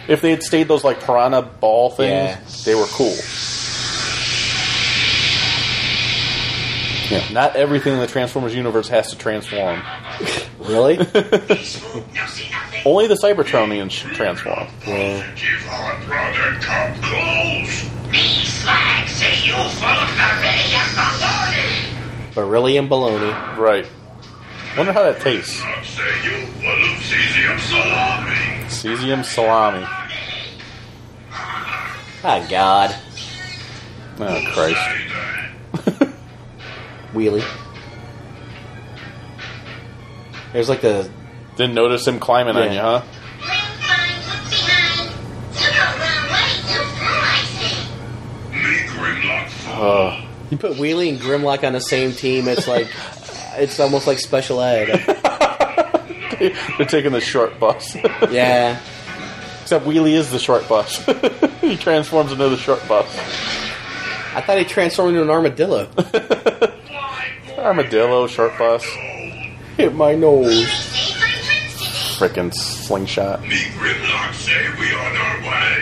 If they had stayed those like piranha ball things, they were cool. Yeah, not everything in the Transformers universe has to transform. [laughs] Really? Only the Cybertronians should transform. Give our brother come close. Me flags that you follow the ray of the morning. Beryllium baloney. Right. Wonder how that tastes. Not say you will cesium salami. Cesium salami. Ah, God. Oh Christ. Say that. Wheelie. There's like the Didn't notice him climbing on you, Yeah. huh? [laughs] Leave mine behind. So go wrong way, you fool, Me Grimlock Ugh. Fool. you put Wheelie and Grimlock on the same team. It's like it's almost like special ed. They're taking the short bus. [laughs] Yeah. Except Wheelie is the short bus. [laughs] he transforms into the short bus. I thought he transformed into an armadillo. Armadillo, short bus, Hit my nose. I say. Save my friends today. frickin' slingshot. Me Grimlock say we on our way.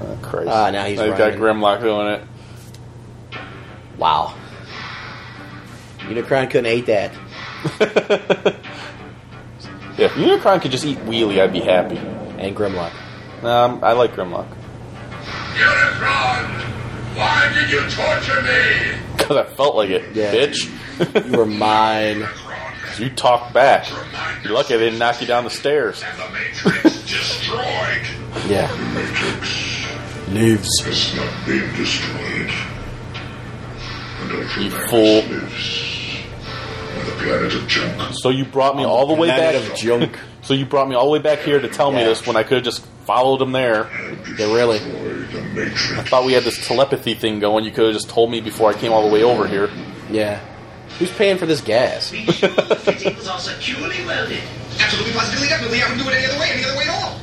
Oh, Christ. Ah, now he's They've got running. Grimlock doing it. Wow. Unicron couldn't eat that. If Unicron could just eat Wheelie, I'd be happy. And Grimlock. Um, I like Grimlock. [laughs] Unicron, why did you torture me? Because I felt like it, Yeah. bitch. [laughs] You were mine. you talk back. You're lucky I didn't knock you down the stairs. The Matrix destroyed. Yeah. Matrix Lives. has not been destroyed. And You Ultramax fool. lives on the planet of junk. So you brought me all the way Planet back. of junk. [laughs] So you brought me all the way back here to tell me Yeah. this when I could have just followed him there. Yeah, really. Destroyed the Matrix. Thought we had this telepathy thing going. You could have just told me before I came all the way over here. Yeah. Who's paying for this gas? These shoulder fittings are securely welded. Absolutely, positively, definitely. I wouldn't do it any other way, any other way at all.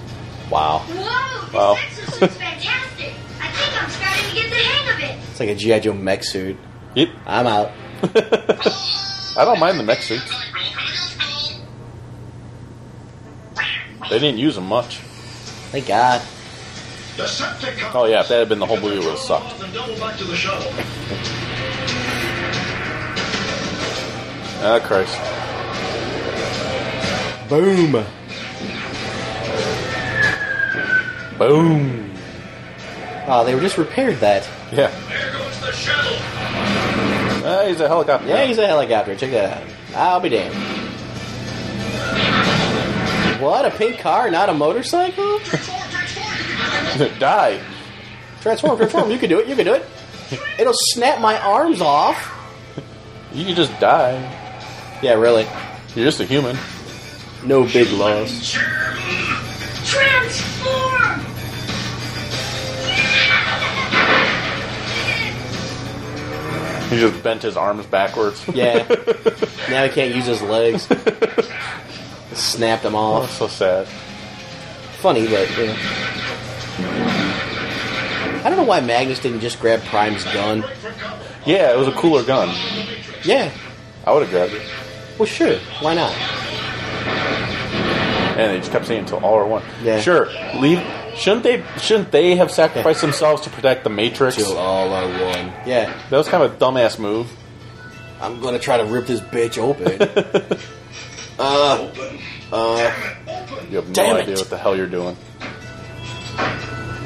Wow. Whoa, Wow. this exercise is fantastic. I think I'm starting to get the hang [laughs] of it. It's like a G.I. Joe mech suit. Yep. I'm out. I don't mind Oh, the mech suits. They didn't use them much. Thank God. Decepticons. Oh, yeah, if that had been the whole movie, it would have sucked. Then double back to the shuttle. Ah, Christ. Boom. Boom. Oh, they were just repaired that. Yeah. Ah, he's a helicopter. Yeah, he's a helicopter. Check that out. I'll be damned. What? A pink car, not a motorcycle? [laughs] Die. Transform, transform. You can do it. You can do it. It'll snap my arms off. You can just die. Yeah, really. You're just a human. No big loss. Transform! He just bent his arms backwards. Yeah. now he can't use his legs. Snapped them Oh, off. so sad. Funny, but you know. I don't know why Magnus didn't just grab Prime's gun. Yeah, it was a cooler gun. Yeah. I would have grabbed it. Well, sure. Why not? And they just kept saying until all or one. Yeah. Sure. Leave. Shouldn't they? Shouldn't they have sacrificed themselves to protect the Matrix? Till all are one. Yeah. That was kind of a dumbass move. I'm gonna try to rip this bitch [laughs] open. You have Damn no it. idea what the hell you're doing.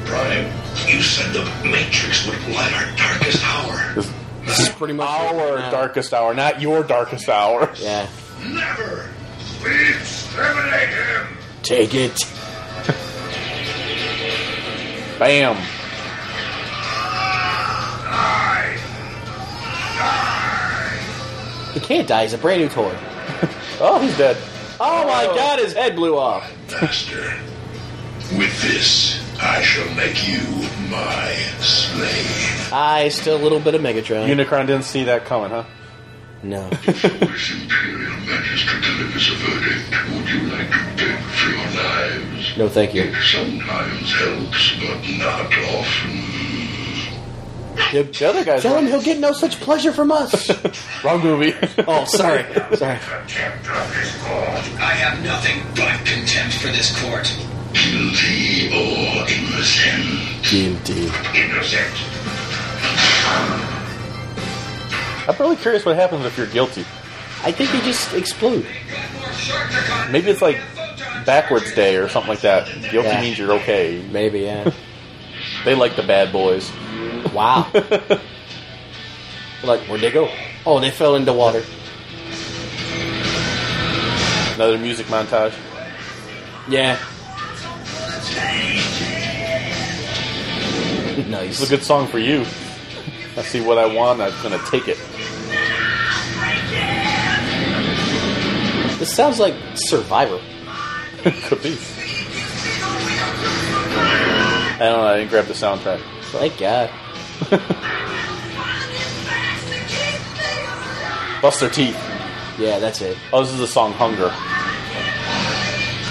Brian, you said the Matrix would light our darkest hour. This this is pretty much our Yeah. darkest hour, not your darkest [laughs] hour. Yeah. Never! We exterminate him! Take it. Bam. He can't die. He's a brand new toy. Oh, he's dead. Oh my god, his head blew off. Master, with this, I shall make you my [laughs] slave. I Ah, still a little bit of Megatron. Unicron didn't see that coming, huh? no. This Imperial Magister delivers a verdict. Would you like to beg for your lives? No, thank you. Sometimes helps, but not often. The, the other guy's Tell him wrong, he'll get no such pleasure from us. wrong movie. [laughs] [laughs] oh, sorry. Sorry. Contempt of this court. I have nothing but contempt for this court. Guilty or innocent? DMD. Innocent. I'm really curious what happens if you're guilty. I think he just explode. Maybe it's like backwards day or something like that. Guilty Yeah. means you're okay. Maybe, [laughs] yeah. They like the bad boys. wow. Like, where'd they go? Oh, they fell into water. Another music montage. Yeah. It's nice. a good song for you. I see what I want. I'm gonna take it. [laughs] This sounds like Survivor. Could be. I don't know. I didn't grab the soundtrack. Thank God. Buster Teeth. Yeah, that's it. Oh, this is the song "Hunger."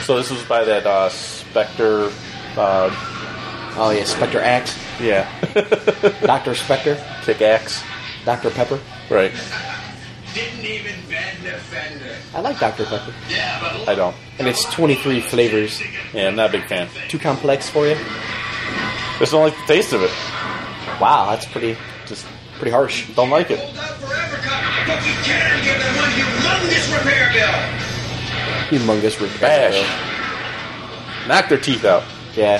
So this was by that uh, Spectre. Uh, Oh yeah, Spectre Axe, yeah, [laughs] Doctor Spectre, Kick Axe. Doctor Pepper. Right. Didn't even bend a fender. I like Doctor Pepper, Yeah, but I don't. and it's 23 flavors. Yeah, I'm not a big fan. Too complex for you? Just don't like the taste of it. Wow, that's pretty Just pretty harsh. don't like it. Not forever, Cotton, but we can give them one humongous repair bill. Humongous repair. Bash. Knock their teeth out. [laughs] Yeah.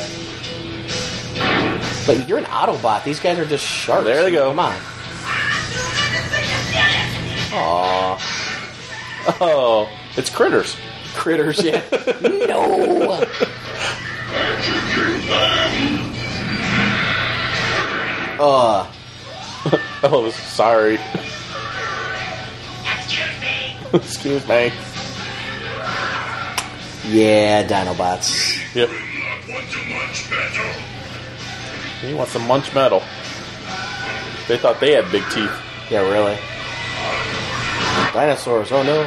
But you're an Autobot. These guys are just sharp. There they go. Come on. Aw. Oh, it's critters. Critters, yeah. [laughs] no. Uh, Oh, sorry. [laughs] Excuse me. Excuse me. yeah, Dinobots. Yep. Not want to much better. He wants some munch metal. They thought they had big teeth. Yeah, really. Dinosaurs, oh no.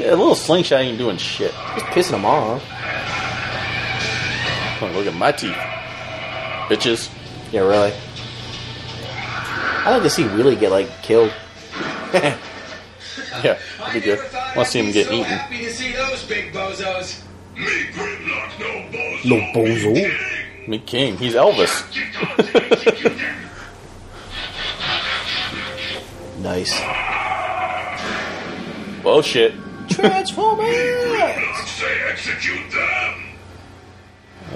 Yeah, a little slingshot ain't doing shit. Just pissing them off. Oh, look at my teeth, bitches. Yeah, really. I'd like to see Willie get like killed. Yeah, that'd be good. I want to see him get eaten. Happy to see those big bozos. Me gridlock, no bozo. No bozo. Me Me king, he's Elvis. kidding. No. Nice. Well, shit. Transformers! [laughs] Say execute them.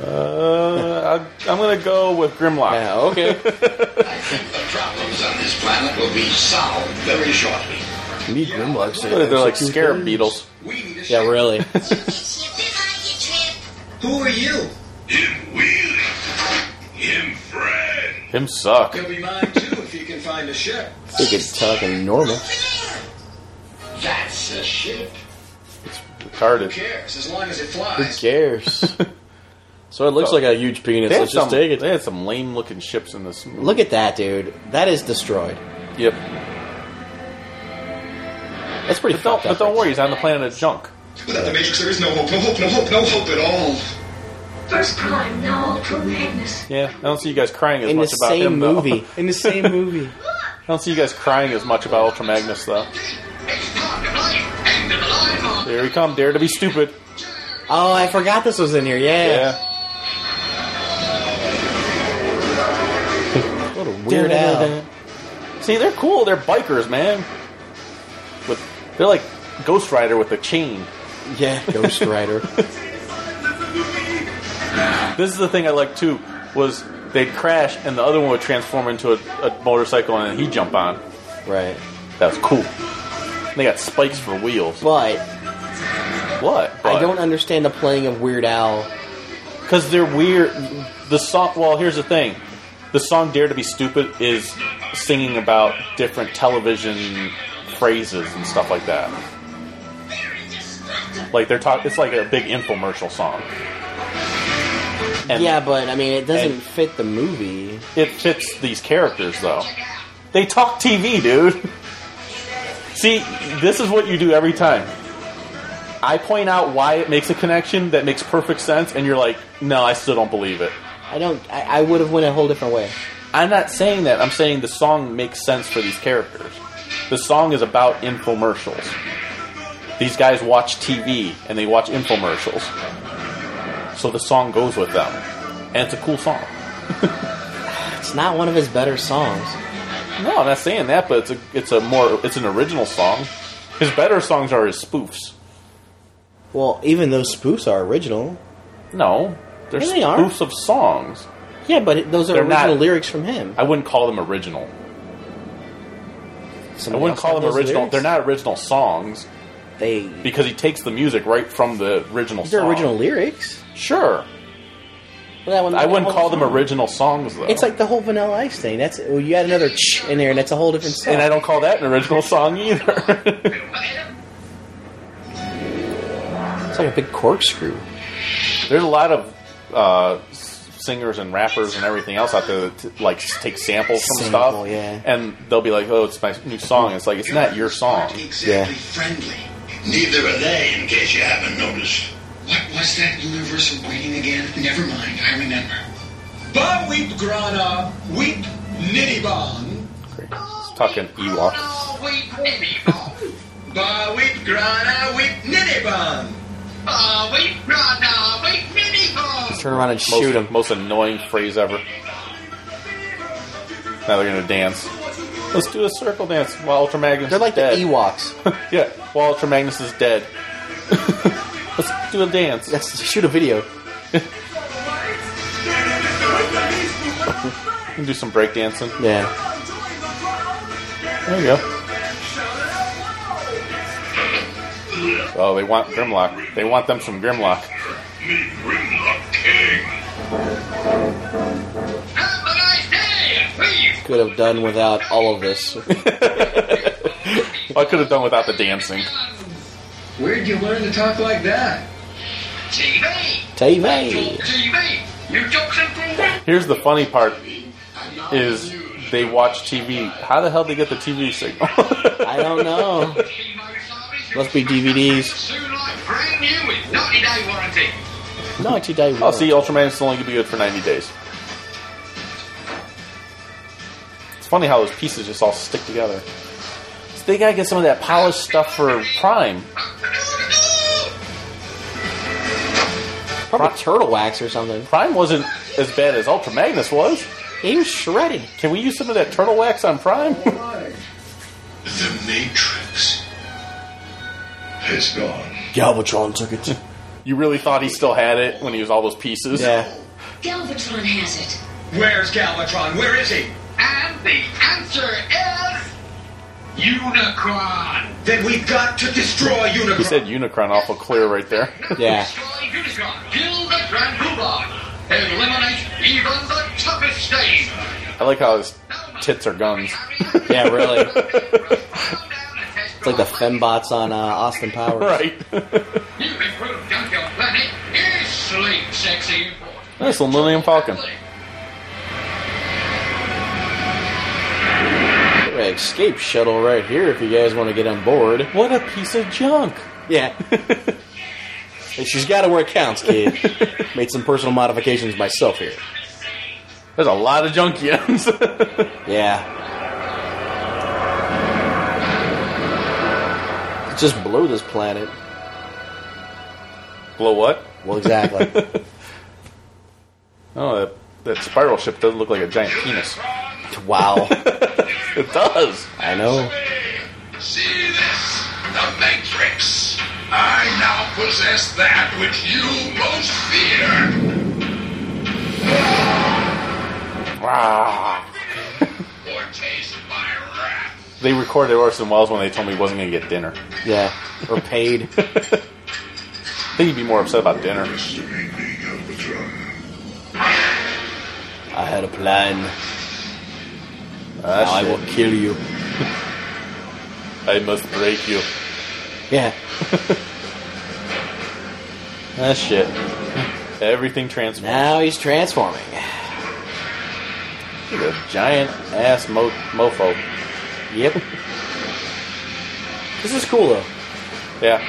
Uh, I, I'm gonna go with Grimlock. Yeah, okay. The problems on this planet will be solved very shortly. You need Grimlock. to [laughs] They're like execute scarab things. beetles. We need a Yeah, really. Who are you? Him will. Him friend. Him suck. You'll be mine too if you can find a ship. they could talk in normal. That's a ship. Retarded. cares as long as it Who flies? [laughs] cares? so it looks like a huge penis. They had, Let's just some, take it. they had some lame looking ships in this movie. Look at that, dude. That is destroyed. Yep. That's pretty But don't, fucked but up. don't worry, he's on the planet of junk. Without the Matrix, there is no hope, no hope, no hope, no hope at all. First time now from Magnus. Yeah, I don't see you guys crying as In the much about same him, though. [laughs] movie. In the same movie. I don't see you guys crying as much about Ultra Magnus, though. Here we come, dare to be stupid. Oh, I forgot this was in here. Yeah. Yeah. What a weird Al. See, they're cool. They're bikers, man. With they're like Ghost Rider with a chain. Yeah, Ghost Rider. This is the thing I like too. Was they'd crash and the other one would transform into a, a motorcycle and he'd jump on. right. That was cool. They got spikes for wheels. But, What? I don't understand the playing of Weird Al. Because they're weird. The song. Well, here's the thing. The song "Dare to Be Stupid" is singing about different television phrases and stuff like that. Like they're talking. It's like a big infomercial song. And yeah, but I mean, it doesn't and- fit the movie. it fits these characters though. They talk TV, dude. See, this is what you do every time. I point out why it makes a connection that makes perfect sense, and you're like, "No, I still don't believe it." I don't. I, I would have went a whole different way. I'm not saying that. I'm saying the song makes sense for these characters. The song is about infomercials. These guys watch TV and they watch infomercials. So the song goes with them. And it's a cool song. It's not one of his better songs. No, I'm not saying that, but it's a it's a more it's an original song. His better songs are his spoofs. Well, even those spoofs are original. No, they're Yeah, they are. spoofs of songs. Yeah, but it, those are They're original not- lyrics from him. I wouldn't call them original. I Somebody wouldn't else call had them those original. lyrics? They're not original songs They. because he takes the music right from the original These are song. original lyrics. Sure. Well, that one, I wouldn't that call whole them song. original songs though. oh, It's like the whole Vanilla Ice thing. That's well, you add another ch in there, and that's a whole different song. and I don't call that an original song either. [laughs] it's like a big corkscrew. There's a lot of uh, s- singers and rappers and everything else out there that t- like s- take samples from Sample, stuff, yeah. and they'll be like, "Oh, it's my new song." It's like it's not your song. Aren't exactly friendly. Neither are they, in case you haven't noticed. What was that universal greeting again? Never mind, I remember. Ba weep grana, weep nittybon. It's talking Ewok. Ba weep grana, weep nittybon. Turn around and Most, shoot him. Most annoying phrase ever. Now they're gonna dance. Let's do a circle dance while Ultra Magnus. They're like the dead. Ewoks. [laughs] yeah, while Ultra Magnus is dead. [laughs] Let's do a dance. Let's shoot a video. We can do some break dancing. Yeah. There you go. Oh, they want Grimlock. They want them some Grimlock. Me Grimlock King. Could have done without all of [laughs] this. I could have done without the dancing. Where'd you learn to talk like that? TV. Here's the funny part: is they watch TV. How the hell they get the TV signal? [laughs] I don't [laughs] know. Must be DVDs. Soon like brand new with 90 day warranty. No, it's a day. oh, see, Ultraman is only gonna be good for 90 days. It's funny how those pieces just all stick together. So they gotta get some of that polished stuff for Prime. probably turtle wax or something. Prime wasn't as bad as Ultra Magnus was. He was shredded. Can we use some of that turtle wax on Prime? Matrix has gone. Galvatron took it. [laughs] You really thought he still had it when he was all those pieces? [laughs] Yeah. Galvatron has it. Where's Galvatron? Where is he? And the answer is Unicron. Then we've got to destroy Unicron. He said Unicron awful clear right there. Yeah. Destroy Unicron. Kill the Grand Poobah. Eliminate even the toughest stain. I like how his tits are guns. Yeah, really. It's It's like the fembots on uh, Austin [laughs] Powers. right. You improved on your planet. Here's sleep, sexy import. nice little Millennium Falcon. Right, escape shuttle right here if you guys want to get on board. What a piece of junk. [laughs] Yeah. And she's got it where it counts, [laughs] kid. Made some personal modifications myself here. There's a lot of [laughs] junkions. Yeah. Just blow this planet. Blow what? Well, exactly. Oh, that, that spiral ship doesn't look like a giant penis. [laughs] wow. It does. I know. See this? The Matrix. I now possess that which you most fear. Wow. Or taste my wrath. They recorded Orson Welles when they told me he wasn't going to get dinner. [laughs] Yeah. Or paid. I think he'd be more upset about dinner. To make me Galvatron. I had a plan. now I will kill you. I must break you. [laughs] Yeah. That shit. Everything transformed. Now he's transforming. Look at that giant ass mo- mofo. Yep. this is cool though. Yeah.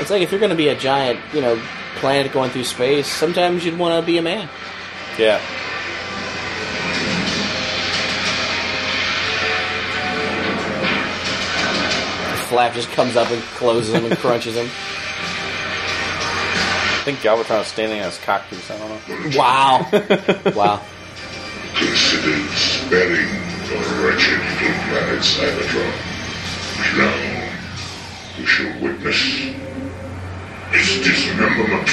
It's like if you're going to be a giant, you know, planet going through space, sometimes you'd want to be a man. Yeah. The flap just comes up and closes him and crunches [laughs] him. I think Galvatron was standing on his cock piece. I don't know. Wow. Wow. Considered sparing the wretched little planet Cybertron. which Now, we shall witness its dismemberment.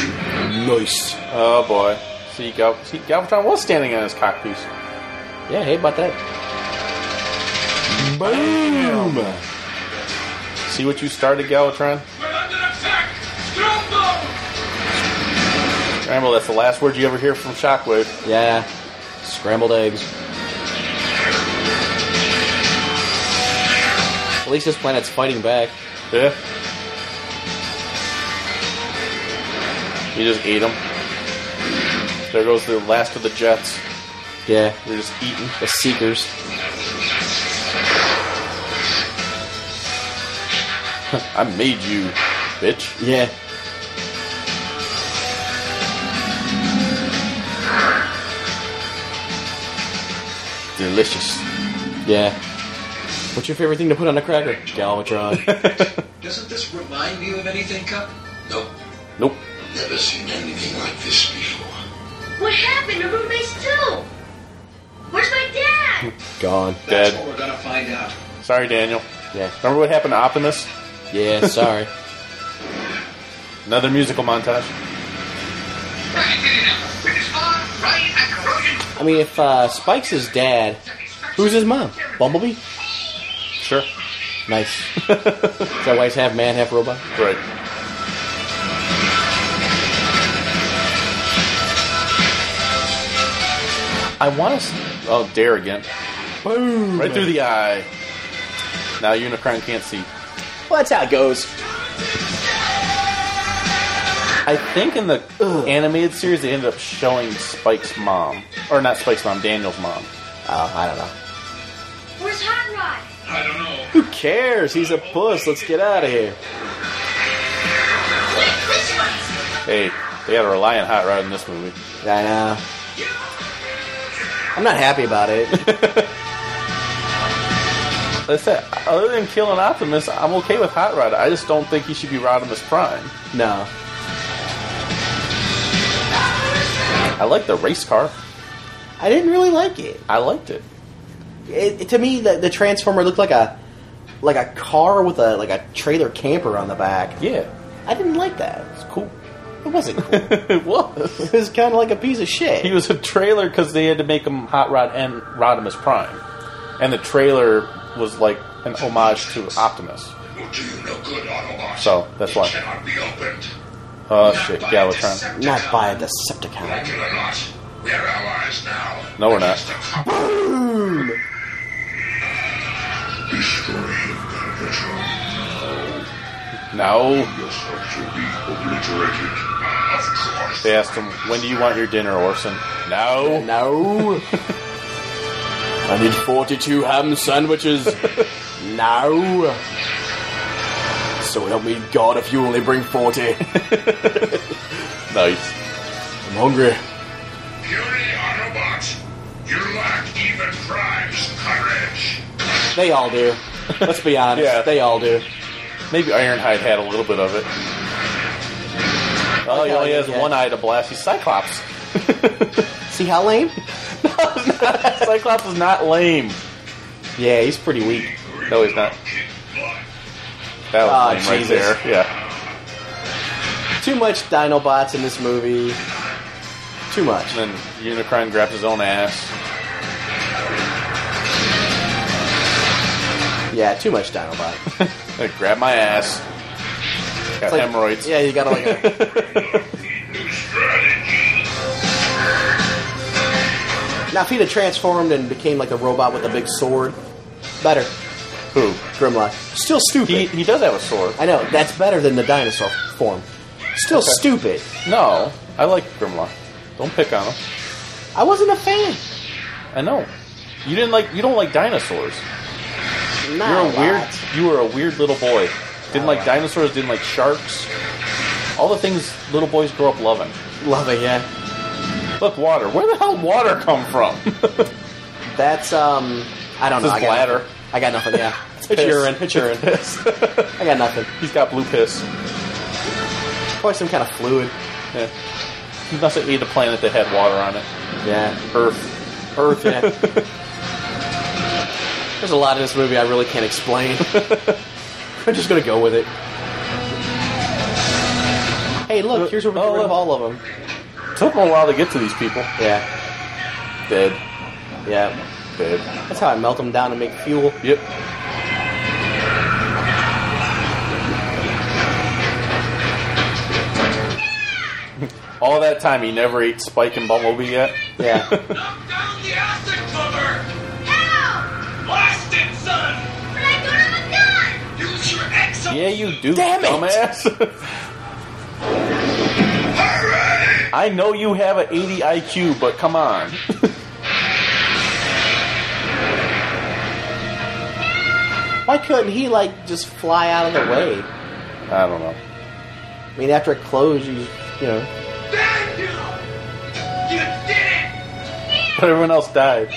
Nice. Oh boy. See, Gal- See Galvatron was standing on his cock piece. Yeah, hey about that. Boom! See what you started, Galvatron? We're under attack! Strongbow! Ramble, that's the last word you ever hear from Shockwave. Yeah. Scrambled eggs. At least this planet's fighting back. Yeah. You just ate them. There goes the last of the Jets. Yeah. They're just eating. The Seekers. I made you, bitch. Yeah. Delicious. Yeah. What's your favorite thing to put on a cracker? Galvatron. Doesn't this remind you of anything, Cup? Nope. Nope. Never seen anything like this before. What happened to roommates two? Where's my dad? Gone. That's Dead. what we're gonna find out. Sorry, Daniel. Yeah. Remember what happened to Optimus? Yeah, sorry. Another musical montage. I mean, if uh, Spike's his dad, who's his mom? Bumblebee? Sure. Nice. Is that why he's half man, half robot? Right. I want to. Oh, dare again. Boom. Right through the eye. Now Unicron can't see. Well, that's how it goes. I think in the animated series they ended up showing Spike's mom, or not Spike's mom, Daniel's mom. Oh, I don't know. Where's Hot Rod? I don't know. Who cares? He's a puss. Let's get out of here. Hey, they got to rely on Hot Rod in this movie. I know. I'm not happy about it. That's that. Other than killing Optimus, I'm okay with Hot Rod. I just don't think he should be Rodimus Prime. no. I like the race car. I I didn't really like it. I liked it. it, it- to me, the, the transformer looked like a like a car with a like a trailer camper on the back. Yeah, I didn't like that. [laughs] It's cool. It wasn't. [laughs] Cool. it was. it was kind of like a piece of shit. He was a trailer because they had to make him Hot Rod and Rodimus Prime, and the trailer was like an homage to Optimus. So that's why. Oh shit, Galvatron. Not by a Decepticon. Kill or not, we're allies now. No, we're not. No. They asked him, "When do you want your dinner, Orson?" No. No. [laughs] I need 42 [laughs] ham sandwiches. no. So help me God if you only bring 40. I'm Nice. hungry. Fury Autobots, you lack even Prime's courage. They all do. Let's be honest. Yeah. They all do. Maybe Ironhide had a little bit of it. Oh, he only has Yeah. one eye to blast. He's Cyclops. [laughs] See how lame? Cyclops is not lame. Yeah, he's pretty weak. No, he's not. That was Ah, lame right Jesus. there. Yeah. Too much Dinobots in this movie. Too much. And then Unicron grabs his own ass. Yeah, too much Dinobot. Like, grab my ass. Got Like- hemorrhoids. Yeah, you got like a. now, if he'd have transformed and became like a robot with a big sword, better. Who? Grimlock. Still stupid. He, he does have a sword. I know, that's better than the dinosaur form. Still stupid. No, I like Grimlock. Don't pick on him. I wasn't a fan. I know. You didn't like. You don't like dinosaurs. Not You're a lot. weird. You were a weird little boy. Didn't like dinosaurs. Didn't like sharks. All the things little boys grow up loving. Love it, yeah. Look, water. Where the hell did water come [laughs] from? That's, um, I don't It's his know. I got bladder. nothing. I got nothing, [laughs] yeah. it's piss. urine, [laughs] it's urine. I got nothing. He's got blue piss. Probably some kind of fluid. Yeah. He must have ate a planet that had water on it. Yeah. Earth. Earth, yeah. [laughs] There's a lot of this movie I really can't explain. I'm just gonna go with it. Hey, look, here's where we Oh, get rid look. of all of them. Took him a while to get to these people. Yeah, Dead. yeah. Dead. That's how I melt them down and make fuel. Yep. [laughs] All that time he never ate Spike and Bumblebee yet. Yeah. Knock down the acid cover! Help! Blast it, son! But I don't have a gun! Use your exo... Yeah, you do, Damn it! [laughs] dumbass. I know you have an 80 IQ, but come on. [laughs] Why couldn't he like just fly out of the way? [laughs] I don't know. I mean, after it closed, you you know. Thank you! You did it! But everyone else died.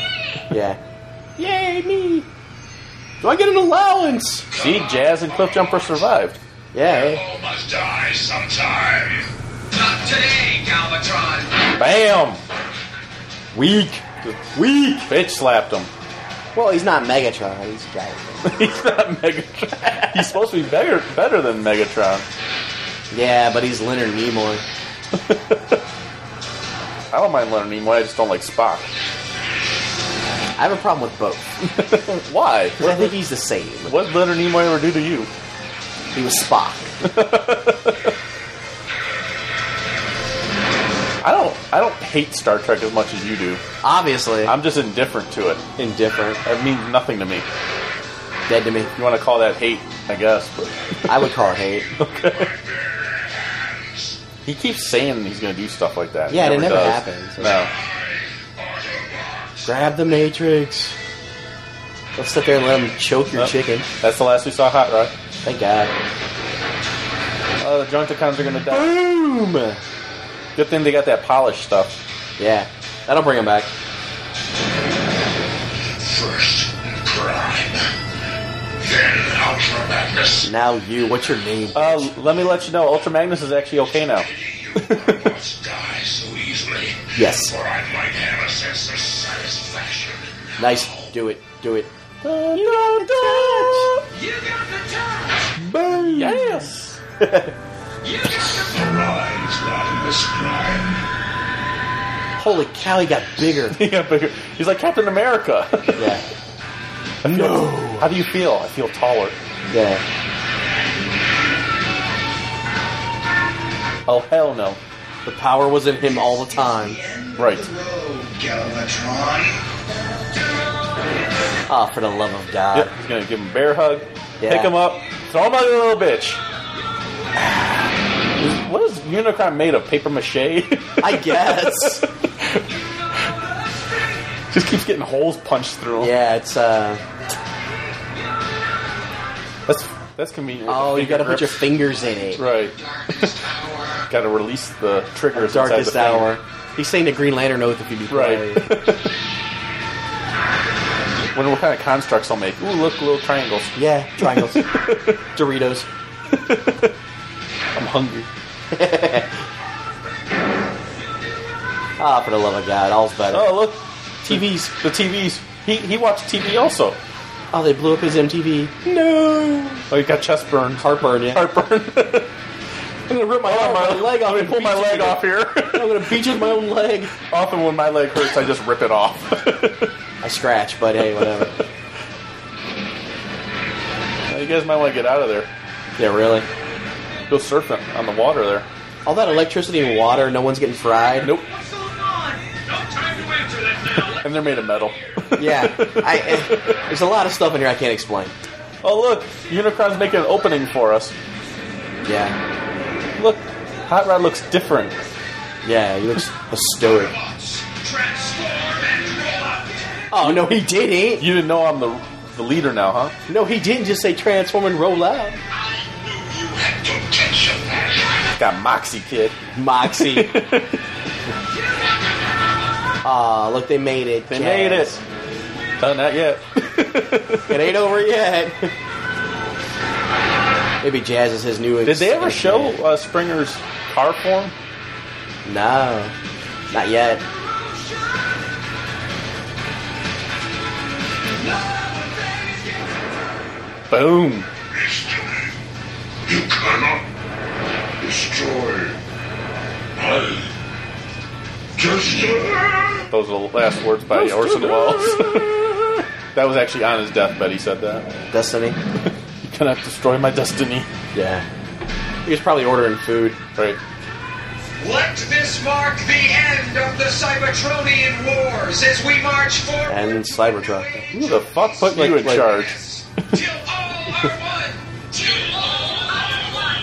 Yeah. Yay me! Do I get an allowance? See, Jazz and Cliff Jumper survived. Yeah. All must die sometime. Not today, Galvatron! Bam! Weak. Weak! Bitch slapped him. Well, he's not Megatron. [laughs] He's Galvatron. He's not Megatron. He's supposed to be better, better than Megatron. yeah, but he's Leonard Nimoy. I don't mind Leonard Nimoy, I just don't like Spock. I have a problem with both. Why? But I think he's the same. What did Leonard Nimoy ever do to you? He was Spock. I don't. I don't hate Star Trek as much as you do. Obviously. I'm just indifferent to it. indifferent. It means nothing to me. Dead to me. You want to call that hate, I guess. But I would call it [laughs] hate. he keeps saying he's going to do stuff like that. He Yeah, and it never does. happens. No. Grab the Matrix. Let's sit there and let him choke your Nope. chicken. That's the last we saw Hot Rod. Thank God. Oh, the Junticons are going to die. Boom! Good thing they got that polished stuff. Yeah, that'll bring him back. First, crime. Then, Ultra Magnus. Now you, what's your name? Uh, let me let you know, Ultra Magnus is actually okay now. You must die so easily. Yes. For I might have a sense of Nice. Do it. Do it. You got the touch. You got the touch. Yes. You got the Arise, Rodimus Prime. Holy cow, he got [laughs] bigger. [laughs] Yeah, but he's like Captain America. [laughs] yeah. no. How do you feel? I feel taller. Yeah. Oh hell no. The power was in him all the time. Right. Rogue Galvatron. Ah, for the love of God. Yep. He's gonna give him a bear hug. Yeah. Pick him up. Throw him like a little bitch. What is Unicron made of? Paper mache? I guess. [laughs] Just keeps getting holes punched through him. yeah, it's uh. That's that's convenient. Oh, you Finger gotta put your grips. fingers in it. Right. [laughs] gotta release the triggers. inside Darkest the finger. hour. He's saying the Green Lantern oath if you do Right. Wonder what kind of constructs I'll make. Ooh, look, little triangles. Yeah, [laughs] triangles. Doritos. I'm hungry. Ah, for the love of God, all's better. Oh, look, TVs. The TVs. He he watched TV also. Oh, they blew up his MTV. No. Oh, he got chest burn, heartburn, yeah. heartburn. I'm gonna rip my, arm Oh, my out. leg off I'm gonna and pull my beat leg you. off here. [laughs] I'm gonna beat you with my own leg. [laughs] Often when my leg hurts, I just rip it off. [laughs] I scratch, but hey, whatever. you guys might want to get out of there. yeah, really. Go surfing on the water there. All that electricity and water, no one's getting fried. Nope. What's going on? No time to answer that now. And they're made of metal. [laughs] Yeah, I, eh, there's a lot of stuff in here I can't explain. Oh look, Unicron's making an opening for us. Yeah, Look, Hot Rod looks different. yeah, he looks a stoic. Transform and roll up. Oh no, he didn't. You didn't know I'm the the leader now, huh? No, he didn't. Just say transform and roll out, You had potential. Got Moxie Kid. [laughs] Moxie. Ah, look, they made it. They Jazz. made it. Uh, not [laughs] yet. It ain't over yet. Maybe Jazz is his new. Did they ever show uh, Springer's car form? No, not yet. Boom. History. You cannot destroy I. Just Those are the last words by Orson Welles. [laughs] that was actually on his deathbed. He said that. Destiny. You cannot destroy my destiny. Yeah, he was probably ordering food. Right. Let this mark the end of the Cybertronian Wars as we march forward. And Cybertruck. Who the fuck put you in like- charge? Till all are one. Till all are one.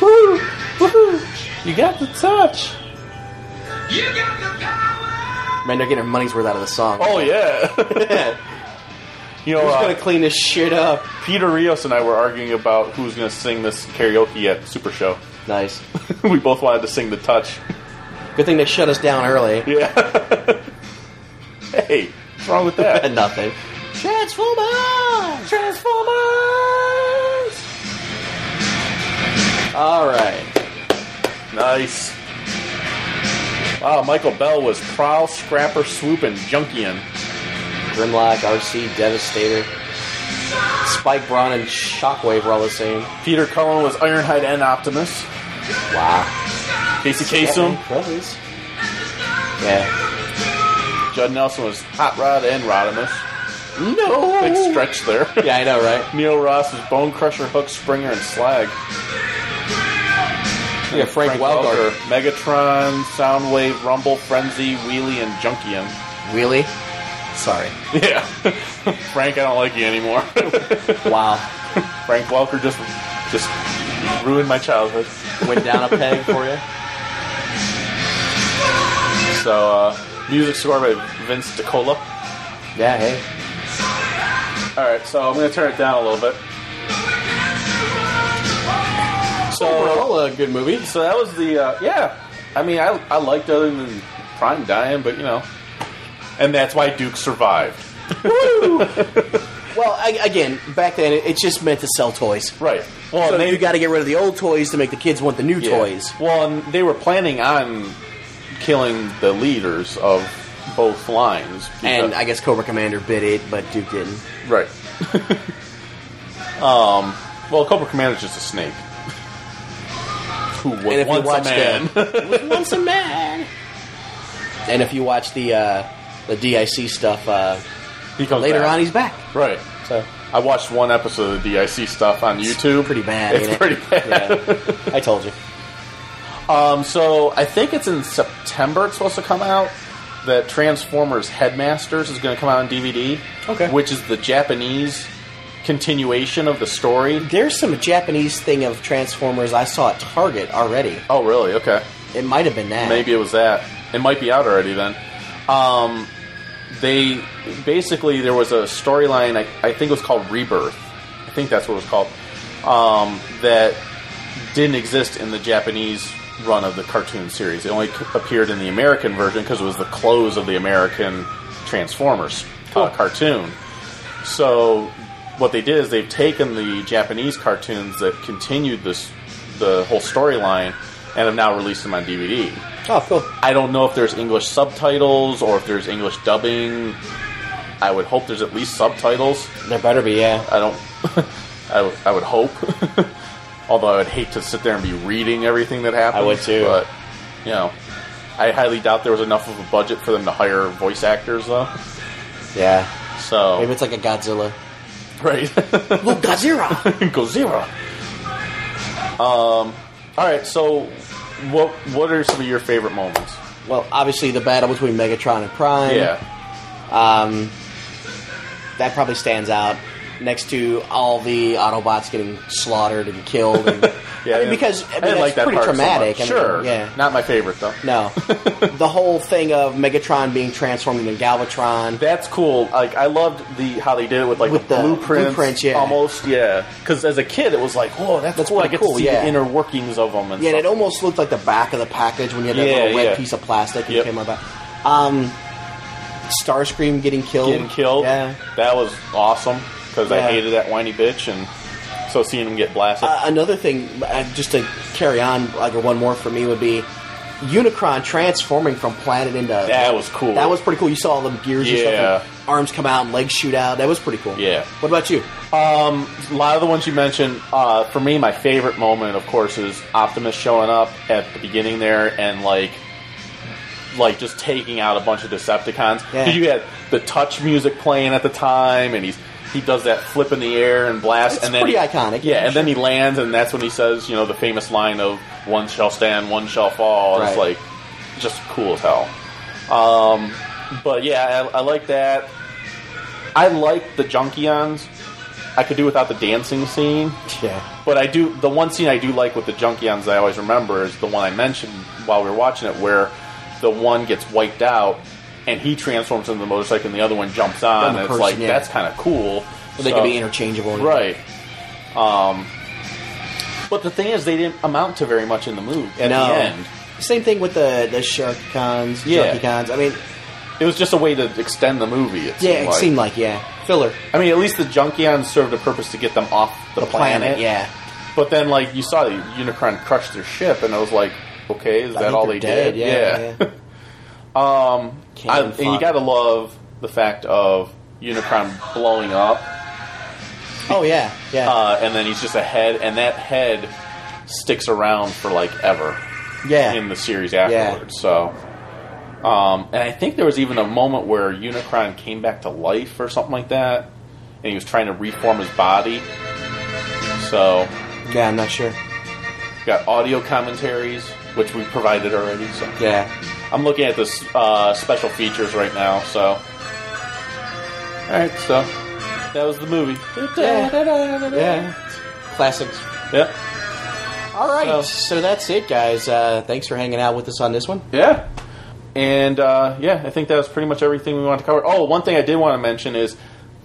Woo! Woohoo! You got the touch. You got the power. Man, they're getting their money's worth out of the [laughs] song. Oh [laughs] yeah. you know, Who's gonna uh, clean this shit up? Peter Rios and I were arguing about who's going to sing this karaoke at Super Show. [laughs] Nice. we both wanted to sing the touch. Good thing they shut us down [laughs] early. Yeah. hey, what's wrong with [laughs] that? And nothing. Transformers! Transformers! Alright. nice. Wow, Michael Bell was Prowl, Scrapper, Swoop, and Junkian. Grimlock, RC, Devastator. Spike Braun and Shockwave were all the same. Peter Cullen was Ironhide and Optimus. Wow. Casey Kasem, Brothers. Yeah. Judd Nelson was Hot Rod and Rodimus. No! Big stretch there. [laughs] Oh, Yeah, I know, right? Neil Ross was Bone Crusher, Hook, Springer, and Slag. Yeah, Frank, Welker. Megatron, Soundwave, Rumble, Frenzy, Wheelie, and Junkian. Really? Sorry. [laughs] Yeah. [laughs] Frank, I don't like you anymore. [laughs] Wow. Frank Welker just just ruined my childhood. Went down a peg for you. So, uh, music score by Vince DiCola. Yeah, hey. Alright, so I'm going to turn it down a little bit. So, Overall, a good movie. so that was the, uh, yeah. I mean, I, I liked other than Prime dying, but you know. And that's why Duke survived. Well, I, again, back then it- it's just meant to sell toys. Right. Well, So and they you got to get rid of the old toys to make the kids want the new yeah. toys. Well, and they were planning on killing the leaders of both lines. And because- I guess Cobra Commander bit it, but Duke didn't. Right. [laughs] um, well, Cobra Commander's just a snake. [laughs] Who was And if you once a watch man. [laughs] Once a man. And if you watch the uh, the DIC stuff, uh, he comes later back. on he's back. Right. So I watched one episode of the DIC stuff on YouTube. pretty bad. It's ain't it? pretty bad. Yeah. I told you. Um, so I think it's in September. It's supposed to come out. That Transformers Headmasters is going to come out on DVD. Okay. Which is the Japanese continuation of the story. There's some Japanese thing of Transformers I saw at Target already. Oh, really? Okay. It might have been that. Maybe it was that. It might be out already then. Um, they basically there was a storyline. I, I think it was called Rebirth. I think that's what it was called. Um, that didn't exist in the Japanese run of the cartoon series. It only c- appeared in the American version because it was the close of the American Transformers uh, cartoon. So what they did is they've taken the Japanese cartoons that continued this the whole storyline and have now released them on DVD. Oh, cool. I don't know if there's English subtitles or if there's English dubbing. I would hope there's at least subtitles. There better be, yeah. I don't. [laughs] I, w- I would hope. [laughs] Although I would hate to sit there and be reading everything that happens. I would too. But you know, I highly doubt there was enough of a budget for them to hire voice actors though. Yeah. So Maybe it's like a Godzilla. [laughs] right. [laughs] Look, Godzilla. Gozira. Um. All right. So, what what are some of your favorite moments? [laughs] Well, obviously the battle between Megatron and Prime. Yeah. Um, that probably stands out next to all the Autobots getting slaughtered and [laughs] killed. And, Yeah. I mean, didn't- because I mean, didn't that's like that pretty part so traumatic. much. I mean, sure. yeah. Not my favorite though. [laughs] No. the whole thing of Megatron being transformed into Galvatron. That's cool. Like I loved the how they did it with like With the the blueprints, blueprints, yeah. almost, yeah. Because as a kid, it was like, oh, that's, That's cool. I pretty get cool, to see yeah. the inner workings of them. And yeah, and it stuff. almost looked like the back of the package when you had that Yeah, little red yeah. piece of plastic and Yep. came about. Um, Starscream getting killed. getting killed. Yeah. That was awesome because Yeah. I hated that whiny bitch, and so seeing him get blasted. Uh, another thing, uh, just to carry on, like one more for me would be Unicron transforming from planet into. that was cool. That was pretty cool. You saw all them gears and Yeah. stuff, and arms come out and legs shoot out. That was pretty cool. Yeah. What about you? Um, a lot of the ones you mentioned. Uh, for me, my favorite moment, of course, is Optimus showing up at the beginning there and like, like just taking out a bunch of Decepticons. Yeah. 'Cause you had the touch music playing at the time, and he's he does that flip in the air and blast, It's and then pretty he- iconic, Yeah, yeah, and then he lands, and that's when he says, you know, the famous line of "One shall stand, one shall fall." And It's Right. like just cool as hell. Um, but yeah, I, I like that. I like the Junkions. I could do without the dancing scene, Yeah. but I do the one scene I do like with the Junkions that I always remember is the one I mentioned while we were watching it, where the one gets wiped out and he transforms into the motorcycle, and the other one jumps on. the and person, it's like yeah. that's kind of cool. They So- could be interchangeable. right? Um, but the thing is, they didn't amount to very much in the movie. At no. the end, um, Same thing with the the shark cons, Yeah. junkie cons. I mean, it was just a way to extend the movie. It yeah, seemed it like. seemed like yeah filler. I mean, at least the Junkions served a purpose to get them off the, planet. yeah. But then, like, you saw the Unicron crush their ship, and I was like, okay, is I that think all they're they dead, did? [laughs] yeah, um, Cannon I, and you fodder. gotta love the fact of Unicron blowing up, Oh yeah, yeah, uh, and then he's just a head, and that head sticks around for, like, ever yeah. in the series afterwards. So, um, and I think there was even a moment where Unicron came back to life or something like that, and he was trying to reform his body. So, yeah, I'm not sure. we got audio commentaries, which we provided already. So, Yeah. I'm looking at this uh, special features right now. So, all right, so that was the movie. Yeah. yeah. Classics. Yep. All right, So- so that's it, guys. Uh, thanks for hanging out with us on this one. Yeah. And uh, yeah, I think that was pretty much everything we wanted to cover. Oh, one thing I did want to mention is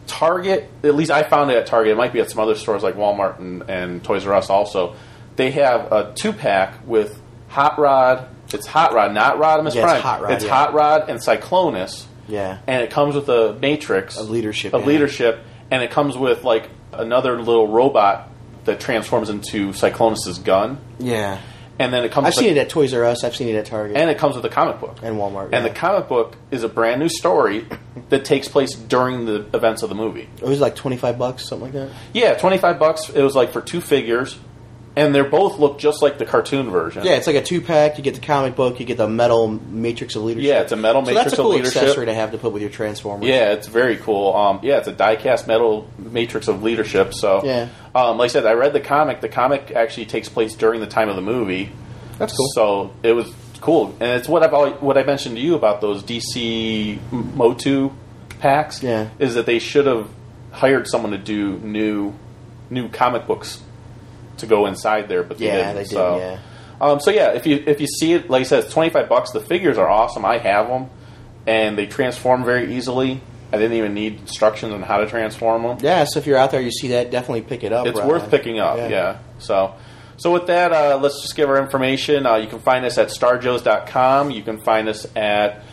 Target. At least I found it at Target. It might be at some other stores like Walmart and, and Toys R Us also. They have a two pack with Hot Rod. It's Hot Rod, not Rodimus Yeah, it's Prime. Hot Rod, It's yeah. Hot Rod and Cyclonus. Yeah. And it comes with a matrix Of leadership, of yeah. leadership, and it comes with like another little robot that transforms into Cyclonus's gun Yeah. and then it comes. I've with seen a- it at Toys R Us. I've seen it at Target and it comes with a comic book. and Walmart. And the yeah. comic book is a brand new story that takes place during the events of the movie. it was like twenty five bucks, something like that. Yeah, twenty five bucks. It was like for two figures, and they are both look just like the cartoon version. Yeah, it's like a two pack. You get the comic book. You get the metal Matrix of Leadership. Yeah, it's a metal so Matrix that's a of cool Leadership. accessory to have to put with your Transformers. Yeah, it's very cool. Um, yeah, it's a die-cast metal matrix of leadership. So, Yeah. um, like I said, I read the comic. The comic actually takes place during the time of the movie. That's cool. So it was cool, and it's what I've always, what I mentioned to you about those DC Motu packs. Yeah. is that they should have hired someone to do new new comic books to go inside there, but they Yeah, didn't. they did, so. yeah. Um, so yeah, if you if you see it, like I said, it's twenty five bucks. The figures are awesome. I have them, and they transform very easily. I didn't even need instructions on how to transform them. Yeah, so if you're out there, you see that, definitely pick it up. It's Ryan. worth picking up. Yeah. So. So with that, uh, let's just give our information. Uh, you can find us at starjoes.com. You can find us at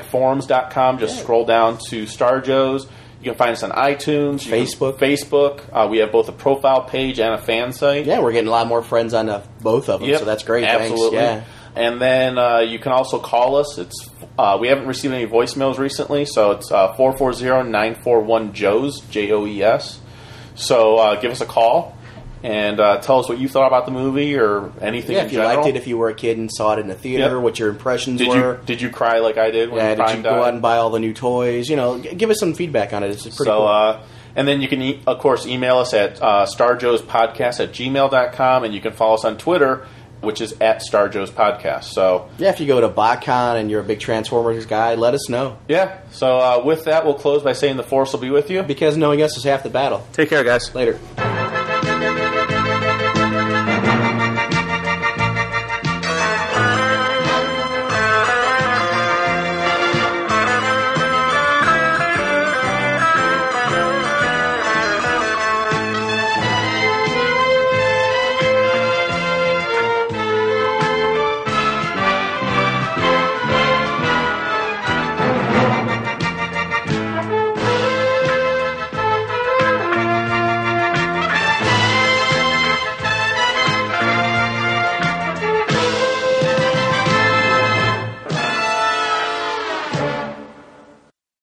thecomicforums.com. Just scroll down to Star Joes. You can find us on iTunes, you can- Facebook. Facebook. Uh, we have both a profile page and a fan site. Yeah, we're getting a lot more friends on uh, both of them, Yep, so that's great. Absolutely. Thanks. And then uh, you can also call us. It's uh, we haven't received any voicemails recently, so it's uh, four four zero nine four one Joes J O E S. So uh, give us a call and uh, tell us what you thought about the movie or anything. Yeah, yeah in if you general. liked it, if you were a kid and saw it in the theater, Yep. what your impressions did were. you did you cry like I did when yeah, did Prime you died? go out and buy all the new toys? You know, g- give us some feedback on it. It's pretty so, cool. uh, and then you can, e- of course, email us at uh, starjoespodcast at gmail.com, and you can follow us on Twitter, which is at starjoespodcast. So, yeah, if you go to BotCon and you're a big Transformers guy, let us know. yeah. So, uh, with that, we'll close by saying the force will be with you. Because knowing us is half the battle. Take care, guys. Later.